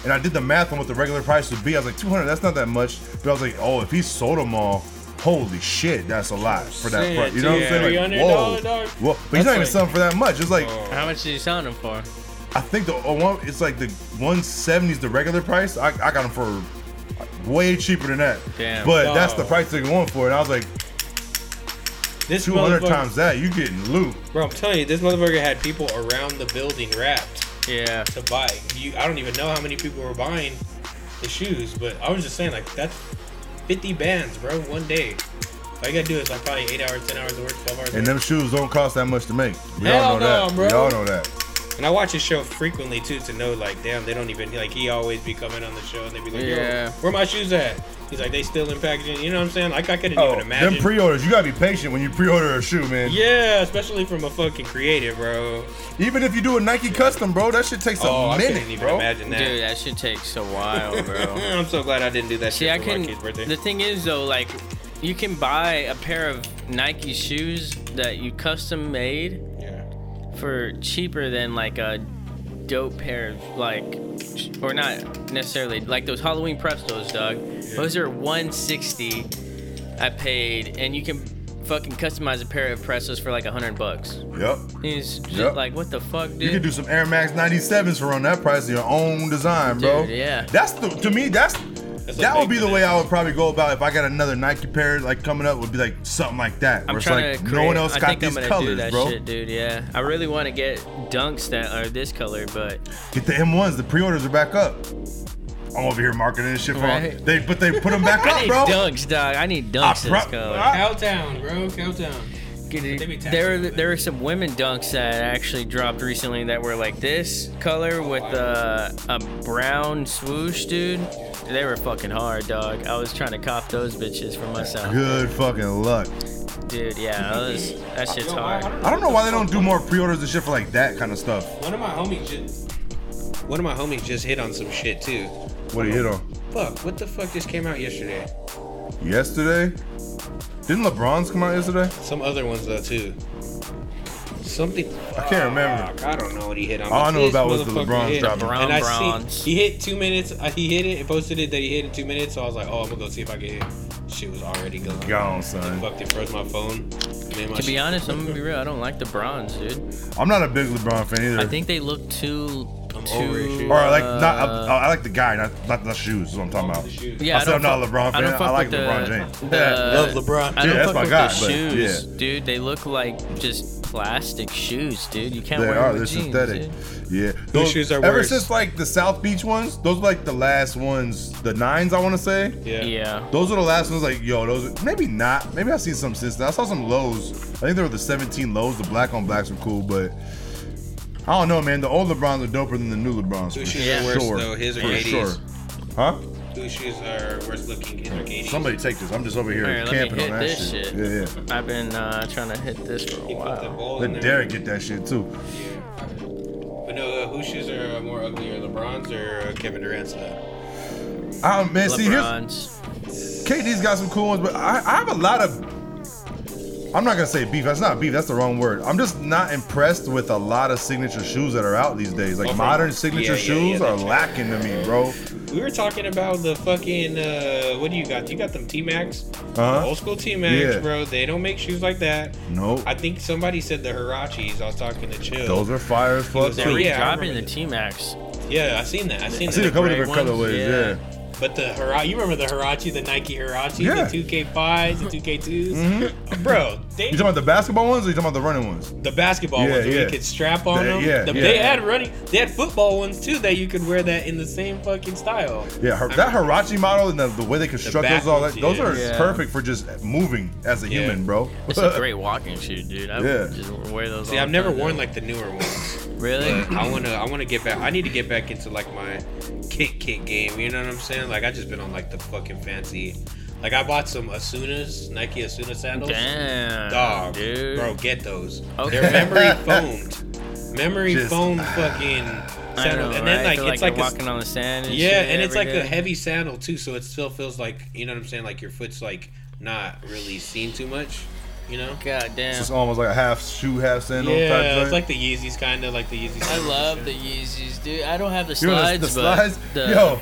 [SPEAKER 2] And I did the math on what the regular price would be. I was like, 200, that's not that much. But I was like, oh, if he sold them all, holy shit, that's a lot for that
[SPEAKER 1] Shit,
[SPEAKER 2] price. You know what I'm saying? Like,
[SPEAKER 1] $300
[SPEAKER 2] whoa.
[SPEAKER 1] dog.
[SPEAKER 2] whoa. But he's
[SPEAKER 3] That's
[SPEAKER 2] not even
[SPEAKER 3] like-
[SPEAKER 2] selling for that much. It's like,
[SPEAKER 1] Oh.
[SPEAKER 3] How much did you selling them for?
[SPEAKER 2] I think the oh, one it's like the 170 is the regular price. I, I got them for way cheaper than that.
[SPEAKER 3] Damn.
[SPEAKER 2] But that's the
[SPEAKER 1] Dog.
[SPEAKER 2] price they're going for. And I was like,
[SPEAKER 1] This
[SPEAKER 2] 200
[SPEAKER 1] motherfucker-
[SPEAKER 2] times that, you getting loot.
[SPEAKER 1] Bro, I'm telling you, this motherfucker had people around the building wrapped
[SPEAKER 3] Yeah.
[SPEAKER 1] to buy. You, I don't even know how many people were buying the shoes, but I was just saying, like, that's 50 bands, bro, one day. All you gotta do is, like, probably 8 hours, 10 hours of work, 12 hours. of work.
[SPEAKER 2] And them shoes don't cost that much to make. We all
[SPEAKER 1] Hell
[SPEAKER 2] know
[SPEAKER 1] no,
[SPEAKER 2] that.
[SPEAKER 1] bro.
[SPEAKER 2] We all know that.
[SPEAKER 1] and I watch his show frequently, too, to know, like, damn, they don't even, like, he always be coming on the show and they be like,
[SPEAKER 3] Yeah.
[SPEAKER 1] yo, where my shoes at? He's like, they still in packaging. You know what I'm saying? Like, I couldn't
[SPEAKER 2] Oh,
[SPEAKER 1] even
[SPEAKER 2] them
[SPEAKER 1] imagine.
[SPEAKER 2] pre-orders, you gotta be patient when you pre-order a shoe, man.
[SPEAKER 1] yeah, especially from a fucking creative, bro.
[SPEAKER 2] Even if you do a Nike custom, bro, that shit takes a
[SPEAKER 1] oh, I
[SPEAKER 2] minute,
[SPEAKER 1] couldn't even
[SPEAKER 2] bro.
[SPEAKER 1] imagine that.
[SPEAKER 3] Dude, that shit takes a while, [LAUGHS] bro.
[SPEAKER 1] I'm so glad I didn't do that
[SPEAKER 3] See,
[SPEAKER 1] shit
[SPEAKER 3] I
[SPEAKER 1] for
[SPEAKER 3] can.
[SPEAKER 1] my kid's birthday.
[SPEAKER 3] The thing is, though, like, you can buy a pair of Nike shoes that you custom made
[SPEAKER 1] yeah.
[SPEAKER 3] for cheaper than like a dope pair of like, sh- or not necessarily like those Halloween Prestos, dog. Those are 160. I paid, and you can fucking customize a pair of Prestos for like 100 bucks.
[SPEAKER 2] Yep.
[SPEAKER 3] It's just
[SPEAKER 2] Yep.
[SPEAKER 3] like, what the fuck, dude?
[SPEAKER 2] You can do some Air Max 97s for on that price of your own design, bro.
[SPEAKER 3] Dude, yeah.
[SPEAKER 2] That's the to me, that's,
[SPEAKER 1] That's
[SPEAKER 2] that
[SPEAKER 1] a
[SPEAKER 2] would
[SPEAKER 1] big
[SPEAKER 2] be the
[SPEAKER 1] thing.
[SPEAKER 2] way I would probably go about if I got another Nike pair like coming up would be like something like that. Where
[SPEAKER 3] I'm
[SPEAKER 2] it's
[SPEAKER 3] trying
[SPEAKER 2] like
[SPEAKER 3] to.
[SPEAKER 2] no
[SPEAKER 3] Create,
[SPEAKER 2] one else
[SPEAKER 3] I
[SPEAKER 2] got
[SPEAKER 3] think
[SPEAKER 2] these
[SPEAKER 3] I'm gonna do
[SPEAKER 2] colors,
[SPEAKER 3] that
[SPEAKER 2] bro.
[SPEAKER 3] Shit, dude, yeah. I really want to get dunks that are this color, but
[SPEAKER 2] Get the M1s, the pre-orders are back up. I'm over here marketing this shit for
[SPEAKER 3] Right.
[SPEAKER 2] they but they put them
[SPEAKER 3] [LAUGHS]
[SPEAKER 2] back
[SPEAKER 3] I
[SPEAKER 2] up,
[SPEAKER 3] need
[SPEAKER 2] bro. Ah,
[SPEAKER 3] dunks, dog. I need dunks
[SPEAKER 2] I
[SPEAKER 3] this
[SPEAKER 2] pro-
[SPEAKER 3] color.
[SPEAKER 2] I-
[SPEAKER 1] Cowtown, bro. Cowtown. they be taxing
[SPEAKER 3] there, were,
[SPEAKER 1] them.
[SPEAKER 3] there were some women dunks that actually dropped recently that were like this color with uh, a brown swoosh, dude. They were fucking hard, dog. I was trying to cop those bitches for myself,
[SPEAKER 2] Good fucking luck.
[SPEAKER 3] dude. Yeah, that, was, that shit's
[SPEAKER 1] Yo,
[SPEAKER 3] hard.
[SPEAKER 2] I don't know why they don't do more pre-orders and shit for like that kind of stuff.
[SPEAKER 1] One of my homies just. One of my homies just hit on some shit too.
[SPEAKER 2] What do you hit on?
[SPEAKER 1] Fuck! What the fuck just came out yesterday?
[SPEAKER 2] Yesterday? Didn't LeBron's come out yesterday?
[SPEAKER 1] Some other ones though too. Something
[SPEAKER 2] I can't remember.
[SPEAKER 1] Fuck, I don't know what he hit on.
[SPEAKER 2] All I
[SPEAKER 1] but
[SPEAKER 2] know
[SPEAKER 1] this
[SPEAKER 2] about was the
[SPEAKER 1] motherfucker
[SPEAKER 2] LeBron's
[SPEAKER 1] hit.
[SPEAKER 2] drop.
[SPEAKER 3] LeBron
[SPEAKER 1] and I
[SPEAKER 3] bronze.
[SPEAKER 1] see he hit two minutes. uh, He hit it and posted it that he hit in two minutes. So I was like, oh, I'm gonna go see if I can hit. Shit was already gone.
[SPEAKER 2] Gone,
[SPEAKER 1] I
[SPEAKER 2] son.
[SPEAKER 1] fucked it. Froze my phone. Man, my
[SPEAKER 3] To be
[SPEAKER 1] shit-
[SPEAKER 3] honest, I'm gonna be real. I don't like the bronze, dude.
[SPEAKER 2] I'm not a big LeBron fan either.
[SPEAKER 3] I think they look too.
[SPEAKER 1] I'm
[SPEAKER 3] too,
[SPEAKER 1] over it, shit.
[SPEAKER 2] or I like not.
[SPEAKER 3] uh,
[SPEAKER 2] I, I like the guy, not not the shoes. Is what I'm talking
[SPEAKER 1] Off
[SPEAKER 2] about.
[SPEAKER 1] the shoes.
[SPEAKER 3] Yeah,
[SPEAKER 2] I said
[SPEAKER 3] don't
[SPEAKER 2] I'm not a
[SPEAKER 3] fuck-
[SPEAKER 2] LeBron
[SPEAKER 3] I don't
[SPEAKER 2] fan.
[SPEAKER 3] fuck
[SPEAKER 2] I like
[SPEAKER 3] with the-
[SPEAKER 2] LeBron James.
[SPEAKER 3] the-
[SPEAKER 1] Love LeBron.
[SPEAKER 3] I don't
[SPEAKER 2] Yeah, that's
[SPEAKER 3] fuck
[SPEAKER 2] my
[SPEAKER 3] with
[SPEAKER 2] guy,
[SPEAKER 3] the
[SPEAKER 2] but,
[SPEAKER 3] shoes, dude. They look like just plastic shoes, dude. You can't
[SPEAKER 2] They
[SPEAKER 3] wear
[SPEAKER 2] are.
[SPEAKER 3] them
[SPEAKER 2] They're
[SPEAKER 3] with jeans,
[SPEAKER 2] synthetic.
[SPEAKER 3] dude.
[SPEAKER 2] Yeah.
[SPEAKER 1] shoes are
[SPEAKER 2] ever
[SPEAKER 1] worse?
[SPEAKER 2] since like the South Beach ones, those were like the last ones, the nines I want to say.
[SPEAKER 1] Yeah.
[SPEAKER 3] Yeah.
[SPEAKER 2] Those are the last ones. Like yo, those maybe not. Maybe I've seen some since then. I saw some lows. I think there were the 17 lows. The black on blacks were cool, but I don't know, man. The old LeBrons are doper than the new LeBrons.
[SPEAKER 1] Who
[SPEAKER 2] For
[SPEAKER 1] shoes
[SPEAKER 3] are
[SPEAKER 1] worse,
[SPEAKER 2] sure.
[SPEAKER 1] though? His or
[SPEAKER 2] for
[SPEAKER 1] 80s?
[SPEAKER 2] sure. Huh?
[SPEAKER 1] Blue shoes are worse looking in their 80s.
[SPEAKER 2] Somebody take this. I'm just over here
[SPEAKER 3] All right, let me
[SPEAKER 2] camping on that
[SPEAKER 3] hit this
[SPEAKER 2] shit.
[SPEAKER 3] shit.
[SPEAKER 2] Yeah, yeah.
[SPEAKER 3] I've been uh, trying to hit this for a
[SPEAKER 1] He put the
[SPEAKER 3] while.
[SPEAKER 1] ball in
[SPEAKER 2] Let
[SPEAKER 1] there.
[SPEAKER 2] Derek get that shit too.
[SPEAKER 1] Yeah. But no, uh, whose shoes are uh, more ugly, or LeBron's or uh, Kevin Durant's? Though?
[SPEAKER 2] Oh man, see here's
[SPEAKER 3] LeBron's.
[SPEAKER 2] KD's got some cool ones, but I, I have a lot of. I'm not gonna say beef. That's not beef. That's the wrong word. I'm just not impressed with a lot of signature shoes that are out these days. Like
[SPEAKER 1] Okay.
[SPEAKER 2] modern
[SPEAKER 1] Yeah,
[SPEAKER 2] signature
[SPEAKER 1] yeah, yeah,
[SPEAKER 2] shoes are
[SPEAKER 1] that's right.
[SPEAKER 2] lacking to me, bro.
[SPEAKER 1] We were talking about the fucking. Uh, what do you got? You got them T Max,
[SPEAKER 2] Uh-huh.
[SPEAKER 1] old school T Max,
[SPEAKER 2] Yeah.
[SPEAKER 1] bro. They don't make shoes like that.
[SPEAKER 2] Nope.
[SPEAKER 1] I think somebody said the Hirachis. I was talking to Chill.
[SPEAKER 2] Those are fire as fuck
[SPEAKER 1] was
[SPEAKER 2] too.
[SPEAKER 1] out
[SPEAKER 3] Dude,
[SPEAKER 1] yeah, I
[SPEAKER 3] dropping
[SPEAKER 1] remember
[SPEAKER 3] the T Max.
[SPEAKER 1] yeah, I seen that. I seen
[SPEAKER 2] I
[SPEAKER 1] that.
[SPEAKER 2] seen a couple
[SPEAKER 3] gray
[SPEAKER 2] different
[SPEAKER 3] ones?
[SPEAKER 2] colorways.
[SPEAKER 3] Yeah.
[SPEAKER 2] Yeah.
[SPEAKER 1] But the Hira- you remember the Hirachi, the Nike Hirachi,
[SPEAKER 2] Yeah.
[SPEAKER 1] the
[SPEAKER 2] Mm-hmm.
[SPEAKER 1] 2K5s, the 2K2s, bro. They
[SPEAKER 2] You talking about the basketball ones or you talking about the running ones?
[SPEAKER 1] the basketball
[SPEAKER 2] Yeah,
[SPEAKER 1] ones where
[SPEAKER 2] yeah.
[SPEAKER 1] you could strap on
[SPEAKER 2] They-
[SPEAKER 1] them.
[SPEAKER 2] yeah,
[SPEAKER 1] The-
[SPEAKER 2] yeah.
[SPEAKER 1] They had running, they had football ones too that you could wear that in the same fucking style.
[SPEAKER 2] Yeah, her, that Hirachi model and the, the way they construct
[SPEAKER 1] back
[SPEAKER 2] those, all
[SPEAKER 1] ones,
[SPEAKER 2] that, those
[SPEAKER 1] yeah.
[SPEAKER 2] are
[SPEAKER 3] Yeah.
[SPEAKER 2] perfect for just moving as a
[SPEAKER 1] Yeah.
[SPEAKER 2] human, bro. [LAUGHS]
[SPEAKER 3] It's a great walking shoe, dude.
[SPEAKER 2] Yeah.
[SPEAKER 3] I would just wear those.
[SPEAKER 1] See,
[SPEAKER 3] all
[SPEAKER 1] I've
[SPEAKER 3] the
[SPEAKER 1] never
[SPEAKER 3] time,
[SPEAKER 1] worn
[SPEAKER 3] dude.
[SPEAKER 1] like the newer ones.
[SPEAKER 3] Really?
[SPEAKER 1] But I wanna, I wanna get back. I need to get back into like my kick kick game. You know what I'm saying? Like I just been on like the fucking fancy. Like I bought some Asunas, Nike Asuna sandals.
[SPEAKER 3] Damn.
[SPEAKER 1] Dog,
[SPEAKER 3] dude.
[SPEAKER 1] bro, get those.
[SPEAKER 3] Okay.
[SPEAKER 1] They're memory
[SPEAKER 3] [LAUGHS]
[SPEAKER 1] foamed. Memory
[SPEAKER 2] Just- ah.
[SPEAKER 1] foamed fucking
[SPEAKER 3] I know,
[SPEAKER 1] sandals. and then
[SPEAKER 3] right? I
[SPEAKER 1] like
[SPEAKER 3] feel
[SPEAKER 1] it's
[SPEAKER 3] like
[SPEAKER 1] like
[SPEAKER 3] you're
[SPEAKER 1] a
[SPEAKER 3] walking on the sand. And
[SPEAKER 1] Yeah,
[SPEAKER 3] shit
[SPEAKER 1] and it's
[SPEAKER 3] every
[SPEAKER 1] like
[SPEAKER 3] day.
[SPEAKER 1] a heavy sandal too, so it still feels like you know what I'm saying. Like your foot's like not really seen too much, you know.
[SPEAKER 3] God damn.
[SPEAKER 2] It's almost like a half shoe, half sandal type
[SPEAKER 1] Yeah, it's
[SPEAKER 2] joint.
[SPEAKER 1] like the Yeezys, kind of like the Yeezys.
[SPEAKER 3] I love the Yeezys, dude. I don't have the
[SPEAKER 2] You know
[SPEAKER 3] slides,
[SPEAKER 2] the, the
[SPEAKER 3] but
[SPEAKER 2] slides?
[SPEAKER 3] the
[SPEAKER 2] Yo,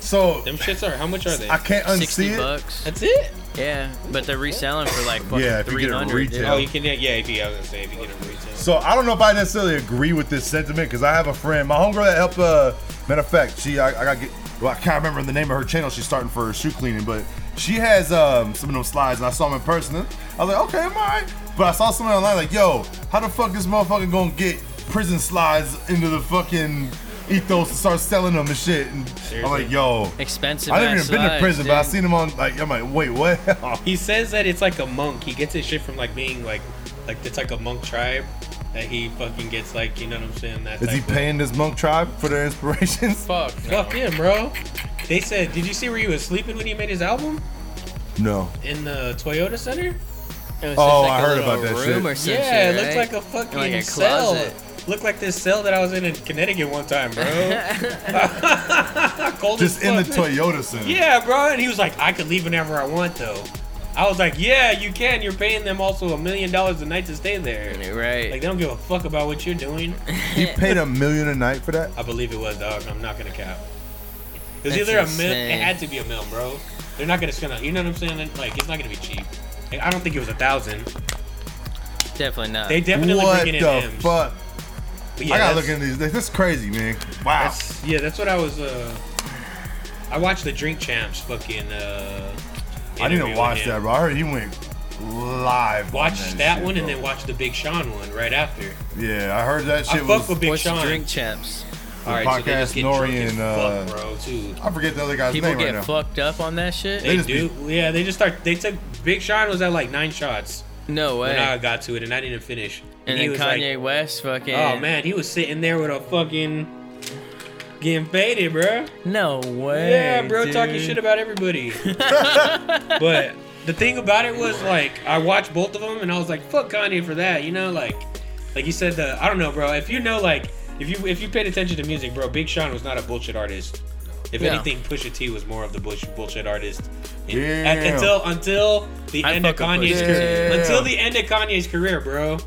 [SPEAKER 2] so
[SPEAKER 1] Them shits are how much are they?
[SPEAKER 2] I can't
[SPEAKER 3] sixty
[SPEAKER 2] unsee it.
[SPEAKER 3] bucks.
[SPEAKER 1] That's it.
[SPEAKER 3] Yeah, but they're reselling for like fucking
[SPEAKER 2] Yeah, if you get it
[SPEAKER 3] three hundred.
[SPEAKER 2] retail.
[SPEAKER 1] Oh, you can yeah, yeah. If you, I was gonna say if you get them retail.
[SPEAKER 2] So I don't know if I necessarily agree with this sentiment because I have a friend, my homegirl that helped. Uh, matter of fact, she I, I got get. Well, I can't remember the name of her channel. She's starting for shoe cleaning, but she has um, some of those slides, and I saw them in person. and I was like, okay, I'm alright. But I saw someone online like, yo, how the fuck this motherfucker gonna get prison slides into the fucking ethos and start selling them and shit? And I'm
[SPEAKER 1] Seriously?
[SPEAKER 2] like, yo.
[SPEAKER 3] Expensive.
[SPEAKER 2] I didn't
[SPEAKER 3] ass
[SPEAKER 2] even been to
[SPEAKER 3] slides, Oh,
[SPEAKER 2] prison, but I
[SPEAKER 3] dude.
[SPEAKER 2] seen them on like I'm like, wait, what? [LAUGHS]
[SPEAKER 1] He says that it's like a monk. He gets his shit from like being like, like it's like a monk tribe that he fucking gets like you know what I'm saying. That
[SPEAKER 2] Is he
[SPEAKER 1] type of-
[SPEAKER 2] paying this monk tribe for their inspirations?
[SPEAKER 3] Fuck. no.
[SPEAKER 1] Fuck him, bro. They said, did you see where he was sleeping when he made his album
[SPEAKER 2] No.
[SPEAKER 1] in the Toyota Center?
[SPEAKER 3] It was
[SPEAKER 2] Oh,
[SPEAKER 3] just like
[SPEAKER 2] I
[SPEAKER 3] a
[SPEAKER 2] heard
[SPEAKER 3] little
[SPEAKER 2] about that
[SPEAKER 3] room
[SPEAKER 2] shit.
[SPEAKER 3] Or some
[SPEAKER 1] Yeah,
[SPEAKER 3] shit,
[SPEAKER 1] it looked
[SPEAKER 3] right?
[SPEAKER 1] like a fucking
[SPEAKER 3] Like a
[SPEAKER 1] cell.
[SPEAKER 3] closet.
[SPEAKER 1] Looked like this cell that I was in in Connecticut one time,
[SPEAKER 3] [LAUGHS]
[SPEAKER 1] bro. Cold
[SPEAKER 2] Just
[SPEAKER 1] as
[SPEAKER 2] in the
[SPEAKER 1] fuck.
[SPEAKER 2] Toyota Center.
[SPEAKER 1] Yeah, bro. And he was like, I could leave whenever I want, though. I was like, Yeah, you can. You're paying them also a million dollars a night to stay there.
[SPEAKER 3] Right.
[SPEAKER 1] Like they don't give a fuck about what you're doing.
[SPEAKER 2] He paid a million a night for that?
[SPEAKER 1] I believe it was, dog. I'm not gonna cap. It was
[SPEAKER 3] That's
[SPEAKER 1] either a mil.
[SPEAKER 3] insane.
[SPEAKER 1] It had to be a mil, bro. They're not gonna spend. A, you know what I'm saying? Like it's not gonna be cheap. Like, I don't think it was a thousand.
[SPEAKER 3] Definitely not.
[SPEAKER 1] They definitely
[SPEAKER 2] what
[SPEAKER 1] bringing in
[SPEAKER 2] the
[SPEAKER 1] M's.
[SPEAKER 2] fuck?
[SPEAKER 1] But yeah,
[SPEAKER 2] I gotta
[SPEAKER 1] that's-
[SPEAKER 2] look into these. This is crazy, man. Wow.
[SPEAKER 1] That's, yeah, that's what I was. Uh, I watched the Drink Champs fucking. Uh,
[SPEAKER 2] I need to
[SPEAKER 1] interview
[SPEAKER 2] watch
[SPEAKER 1] with
[SPEAKER 2] that,
[SPEAKER 1] him.
[SPEAKER 2] bro. I heard he went live. on
[SPEAKER 1] Watch that
[SPEAKER 2] shit,
[SPEAKER 1] one and
[SPEAKER 2] bro.
[SPEAKER 1] then watch the Big Sean one right after.
[SPEAKER 2] Yeah, I heard that
[SPEAKER 1] I
[SPEAKER 2] shit
[SPEAKER 1] fuck
[SPEAKER 2] was.
[SPEAKER 1] with Big
[SPEAKER 3] What's
[SPEAKER 1] Sean.
[SPEAKER 3] drink champs?
[SPEAKER 1] All right, so they just
[SPEAKER 2] podcast,
[SPEAKER 1] get
[SPEAKER 2] Nori
[SPEAKER 1] drunk as
[SPEAKER 2] and,
[SPEAKER 1] fuck,
[SPEAKER 2] uh,
[SPEAKER 1] bro, too.
[SPEAKER 2] I forget the other guy's
[SPEAKER 3] People
[SPEAKER 2] name right
[SPEAKER 3] get
[SPEAKER 2] now.
[SPEAKER 3] fucked up on that shit.
[SPEAKER 1] They
[SPEAKER 2] just
[SPEAKER 1] do. yeah, they just start. They took Big Sean was at like nine shots
[SPEAKER 3] no way.
[SPEAKER 1] when I got to it, and I didn't finish.
[SPEAKER 3] and
[SPEAKER 1] he
[SPEAKER 3] then
[SPEAKER 1] was
[SPEAKER 3] Kanye
[SPEAKER 1] like,
[SPEAKER 3] West fucking.
[SPEAKER 1] "Oh man, he was sitting there with a fucking getting faded, bro."
[SPEAKER 3] No way.
[SPEAKER 1] Yeah, bro,
[SPEAKER 3] dude.
[SPEAKER 1] talking shit about everybody. [LAUGHS] but the thing about it was like I watched both of them and I was like, fuck Kanye for that, you know, like like you said the I don't know, bro. If you know like if you if you paid attention to music, bro, Big Sean was not a bullshit artist. If
[SPEAKER 3] Yeah.
[SPEAKER 1] anything, Pusha T was more of the bush, bullshit artist. in-
[SPEAKER 2] Yeah.
[SPEAKER 1] at- until until the
[SPEAKER 3] I
[SPEAKER 1] end of
[SPEAKER 3] fuck with
[SPEAKER 1] Kanye's
[SPEAKER 3] Pusha
[SPEAKER 1] career.
[SPEAKER 2] T.
[SPEAKER 1] Until the end of Kanye's career, bro.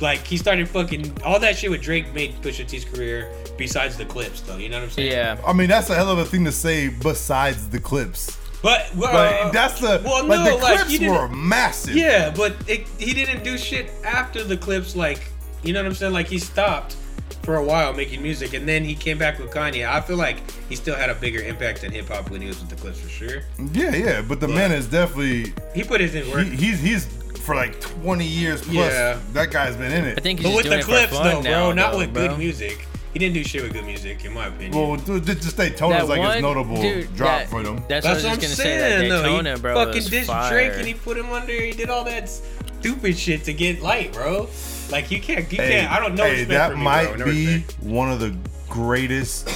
[SPEAKER 1] Like he started fucking all that shit with Drake made Pusha T's career. Besides the clips, though, you know what I'm saying?
[SPEAKER 3] Yeah.
[SPEAKER 2] I mean, that's a hell of a thing to say. Besides the clips,
[SPEAKER 1] But well,
[SPEAKER 2] like that's the
[SPEAKER 1] Uh, well,
[SPEAKER 2] like
[SPEAKER 1] no,
[SPEAKER 2] the
[SPEAKER 1] like, you
[SPEAKER 2] clips
[SPEAKER 1] didn't-
[SPEAKER 2] were massive.
[SPEAKER 1] Yeah, but it, he didn't do shit after the clips. Like, you know what I'm saying? Like, he stopped for a while making music, and then he came back with Kanye. I feel like he still had a bigger impact than hip hop when he was with the clips for sure.
[SPEAKER 2] yeah, yeah. But the man is definitely
[SPEAKER 1] He put his in work.
[SPEAKER 2] he, he's he's for like 20 years plus.
[SPEAKER 1] Yeah.
[SPEAKER 2] That guy's been in it.
[SPEAKER 3] I think he's
[SPEAKER 1] but
[SPEAKER 3] just
[SPEAKER 1] with
[SPEAKER 3] doing
[SPEAKER 1] the clips,
[SPEAKER 3] it for fun
[SPEAKER 1] though, bro,
[SPEAKER 3] now,
[SPEAKER 1] not
[SPEAKER 3] though,
[SPEAKER 1] with
[SPEAKER 3] bro.
[SPEAKER 1] good music. He didn't do shit with good music, in my opinion.
[SPEAKER 2] Well, dude, just Daytona's like his notable
[SPEAKER 3] dude,
[SPEAKER 2] drop
[SPEAKER 3] that-
[SPEAKER 2] for them.
[SPEAKER 1] That's
[SPEAKER 3] That's, what I
[SPEAKER 1] what I'm
[SPEAKER 3] was just gonna say.
[SPEAKER 1] saying,
[SPEAKER 3] That
[SPEAKER 1] though.
[SPEAKER 3] Daytona,
[SPEAKER 1] he
[SPEAKER 3] bro,
[SPEAKER 1] fucking
[SPEAKER 3] was
[SPEAKER 1] dissed
[SPEAKER 3] fire.
[SPEAKER 1] Drake and he put him under. He did all that stupid shit to get light, bro. Like you can't, you can't. I don't know.
[SPEAKER 2] Hey,
[SPEAKER 1] respect
[SPEAKER 2] that
[SPEAKER 1] for me,
[SPEAKER 2] might
[SPEAKER 1] bro, no
[SPEAKER 2] be
[SPEAKER 1] respect.
[SPEAKER 2] one of the greatest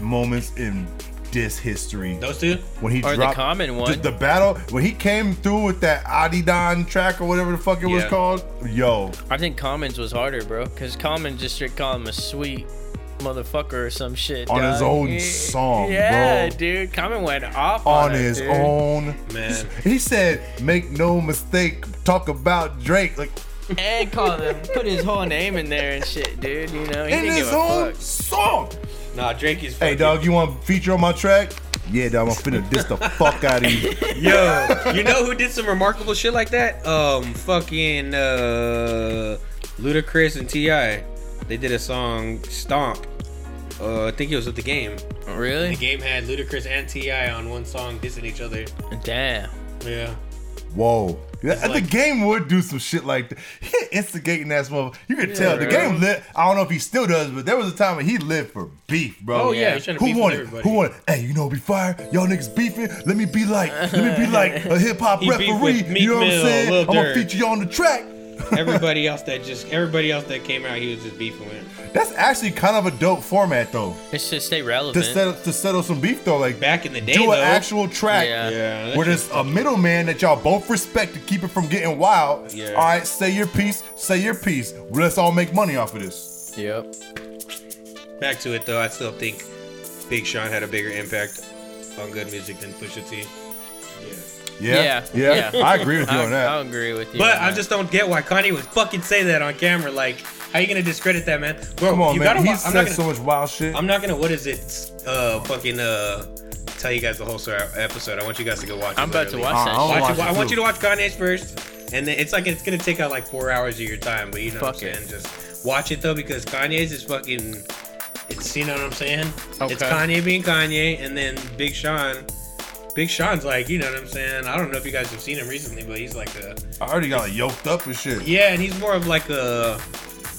[SPEAKER 2] moments in diss history.
[SPEAKER 1] those two.
[SPEAKER 2] When he
[SPEAKER 3] Or the
[SPEAKER 2] dropped
[SPEAKER 3] common
[SPEAKER 2] th-
[SPEAKER 3] one.
[SPEAKER 2] the, battle when he came through with that Adidon track or whatever the fuck it was
[SPEAKER 1] Yeah.
[SPEAKER 2] called. Yo,
[SPEAKER 3] I think Commons was harder, bro, because Commons just straight called him a sweet motherfucker or some shit.
[SPEAKER 2] On his
[SPEAKER 3] dog.
[SPEAKER 2] own
[SPEAKER 3] Yeah,
[SPEAKER 2] song,
[SPEAKER 3] yeah,
[SPEAKER 2] bro.
[SPEAKER 3] dude. Common went off on,
[SPEAKER 2] on
[SPEAKER 3] him,
[SPEAKER 2] his
[SPEAKER 3] dude.
[SPEAKER 2] own.
[SPEAKER 1] Man.
[SPEAKER 2] he said, "Make no mistake, talk about Drake." Like
[SPEAKER 3] and called him, put his whole name in there and shit, dude. You know, he
[SPEAKER 2] in
[SPEAKER 3] didn't
[SPEAKER 2] his
[SPEAKER 3] give a
[SPEAKER 2] own
[SPEAKER 3] fuck.
[SPEAKER 2] song.
[SPEAKER 1] Nah, Drake is.
[SPEAKER 2] Hey,
[SPEAKER 1] fucking-
[SPEAKER 2] dog, you want to feature on my track? Yeah, dog, I'm finna
[SPEAKER 1] [LAUGHS]
[SPEAKER 2] diss the fuck out of you.
[SPEAKER 1] Yo, you know who did some remarkable shit like that? Um, fucking uh, Ludacris and Ti. They did a song "Stomp." Uh, I think it was with the game. The
[SPEAKER 3] Really?
[SPEAKER 1] game had Ludacris and Ti on one song dissing each other.
[SPEAKER 3] Damn.
[SPEAKER 1] Yeah.
[SPEAKER 2] Whoa. Yeah, the
[SPEAKER 1] like-
[SPEAKER 2] game would do some shit like that. He instigating that motherfucker. You can tell the
[SPEAKER 3] bro.
[SPEAKER 2] game lit. I don't know if he still does, but there was a time when he lived for beef, bro.
[SPEAKER 1] Oh, yeah, he was trying to beef
[SPEAKER 2] Who
[SPEAKER 1] with
[SPEAKER 2] wanted?
[SPEAKER 1] everybody.
[SPEAKER 2] Who wanted? Hey, you know, what be fire. Y'all niggas beefing. Let me be like,
[SPEAKER 1] [LAUGHS]
[SPEAKER 2] let me be like a hip hop
[SPEAKER 1] He beef
[SPEAKER 2] referee.
[SPEAKER 1] with Meek
[SPEAKER 2] You know what I'm
[SPEAKER 1] Mill,
[SPEAKER 2] saying?
[SPEAKER 1] Lil
[SPEAKER 2] I'm gonna
[SPEAKER 1] Durk.
[SPEAKER 2] feature you on the track.
[SPEAKER 1] Everybody else that just everybody else that came out, he was just beefing with.
[SPEAKER 2] That's actually kind of a dope format though.
[SPEAKER 3] It should stay
[SPEAKER 2] To
[SPEAKER 3] relevant.
[SPEAKER 2] settle to settle some beef though, like
[SPEAKER 1] Back in the day,
[SPEAKER 2] do
[SPEAKER 1] though.
[SPEAKER 2] an actual track.
[SPEAKER 3] Yeah.
[SPEAKER 1] yeah. that
[SPEAKER 2] Where
[SPEAKER 1] shit-
[SPEAKER 2] there's a middleman that y'all both respect to keep it from getting wild.
[SPEAKER 1] Yeah.
[SPEAKER 2] All right, say your piece, say your piece. Let's all make money off of this.
[SPEAKER 3] Yep.
[SPEAKER 1] back to it though. I still think Big Sean had a bigger impact on good music than Pusha T.
[SPEAKER 2] Yeah,
[SPEAKER 3] Yeah,
[SPEAKER 2] yeah.
[SPEAKER 3] yeah.
[SPEAKER 2] I agree with you
[SPEAKER 3] I,
[SPEAKER 2] on that.
[SPEAKER 3] I agree with you.
[SPEAKER 1] But [LAUGHS]
[SPEAKER 3] on
[SPEAKER 1] I
[SPEAKER 3] that.
[SPEAKER 1] just don't get why Kanye would fucking say that on camera. Like, how you gonna discredit that man? Bro,
[SPEAKER 2] Come on,
[SPEAKER 1] you
[SPEAKER 2] man.
[SPEAKER 1] gotta.
[SPEAKER 2] He
[SPEAKER 1] wa- I'm
[SPEAKER 2] said
[SPEAKER 1] not gonna.
[SPEAKER 2] so much wild shit.
[SPEAKER 1] I'm not gonna. What is it? Uh, fucking uh, tell you guys the whole story, episode. I want you guys to go watch. it,
[SPEAKER 3] I'm about to
[SPEAKER 1] literally.
[SPEAKER 3] watch
[SPEAKER 2] Uh,
[SPEAKER 3] that.
[SPEAKER 2] I'll
[SPEAKER 3] shit.
[SPEAKER 1] Watch it-
[SPEAKER 2] Watch it
[SPEAKER 1] I want you
[SPEAKER 2] too.
[SPEAKER 1] to watch Kanye's first, and then it's like it's gonna take out like four hours of your time. But you know what
[SPEAKER 3] Fuck
[SPEAKER 1] I'm
[SPEAKER 3] it.
[SPEAKER 1] saying? Just watch it though, because Kanye's is fucking. It's you know what I'm saying? It's
[SPEAKER 3] Okay.
[SPEAKER 1] Kanye being Kanye, and then Big Sean. Big Sean's like, you know what I'm saying? I don't know if you guys have seen him recently, but he's like a
[SPEAKER 2] I already got like, yoked up and shit.
[SPEAKER 1] yeah, and he's more of like a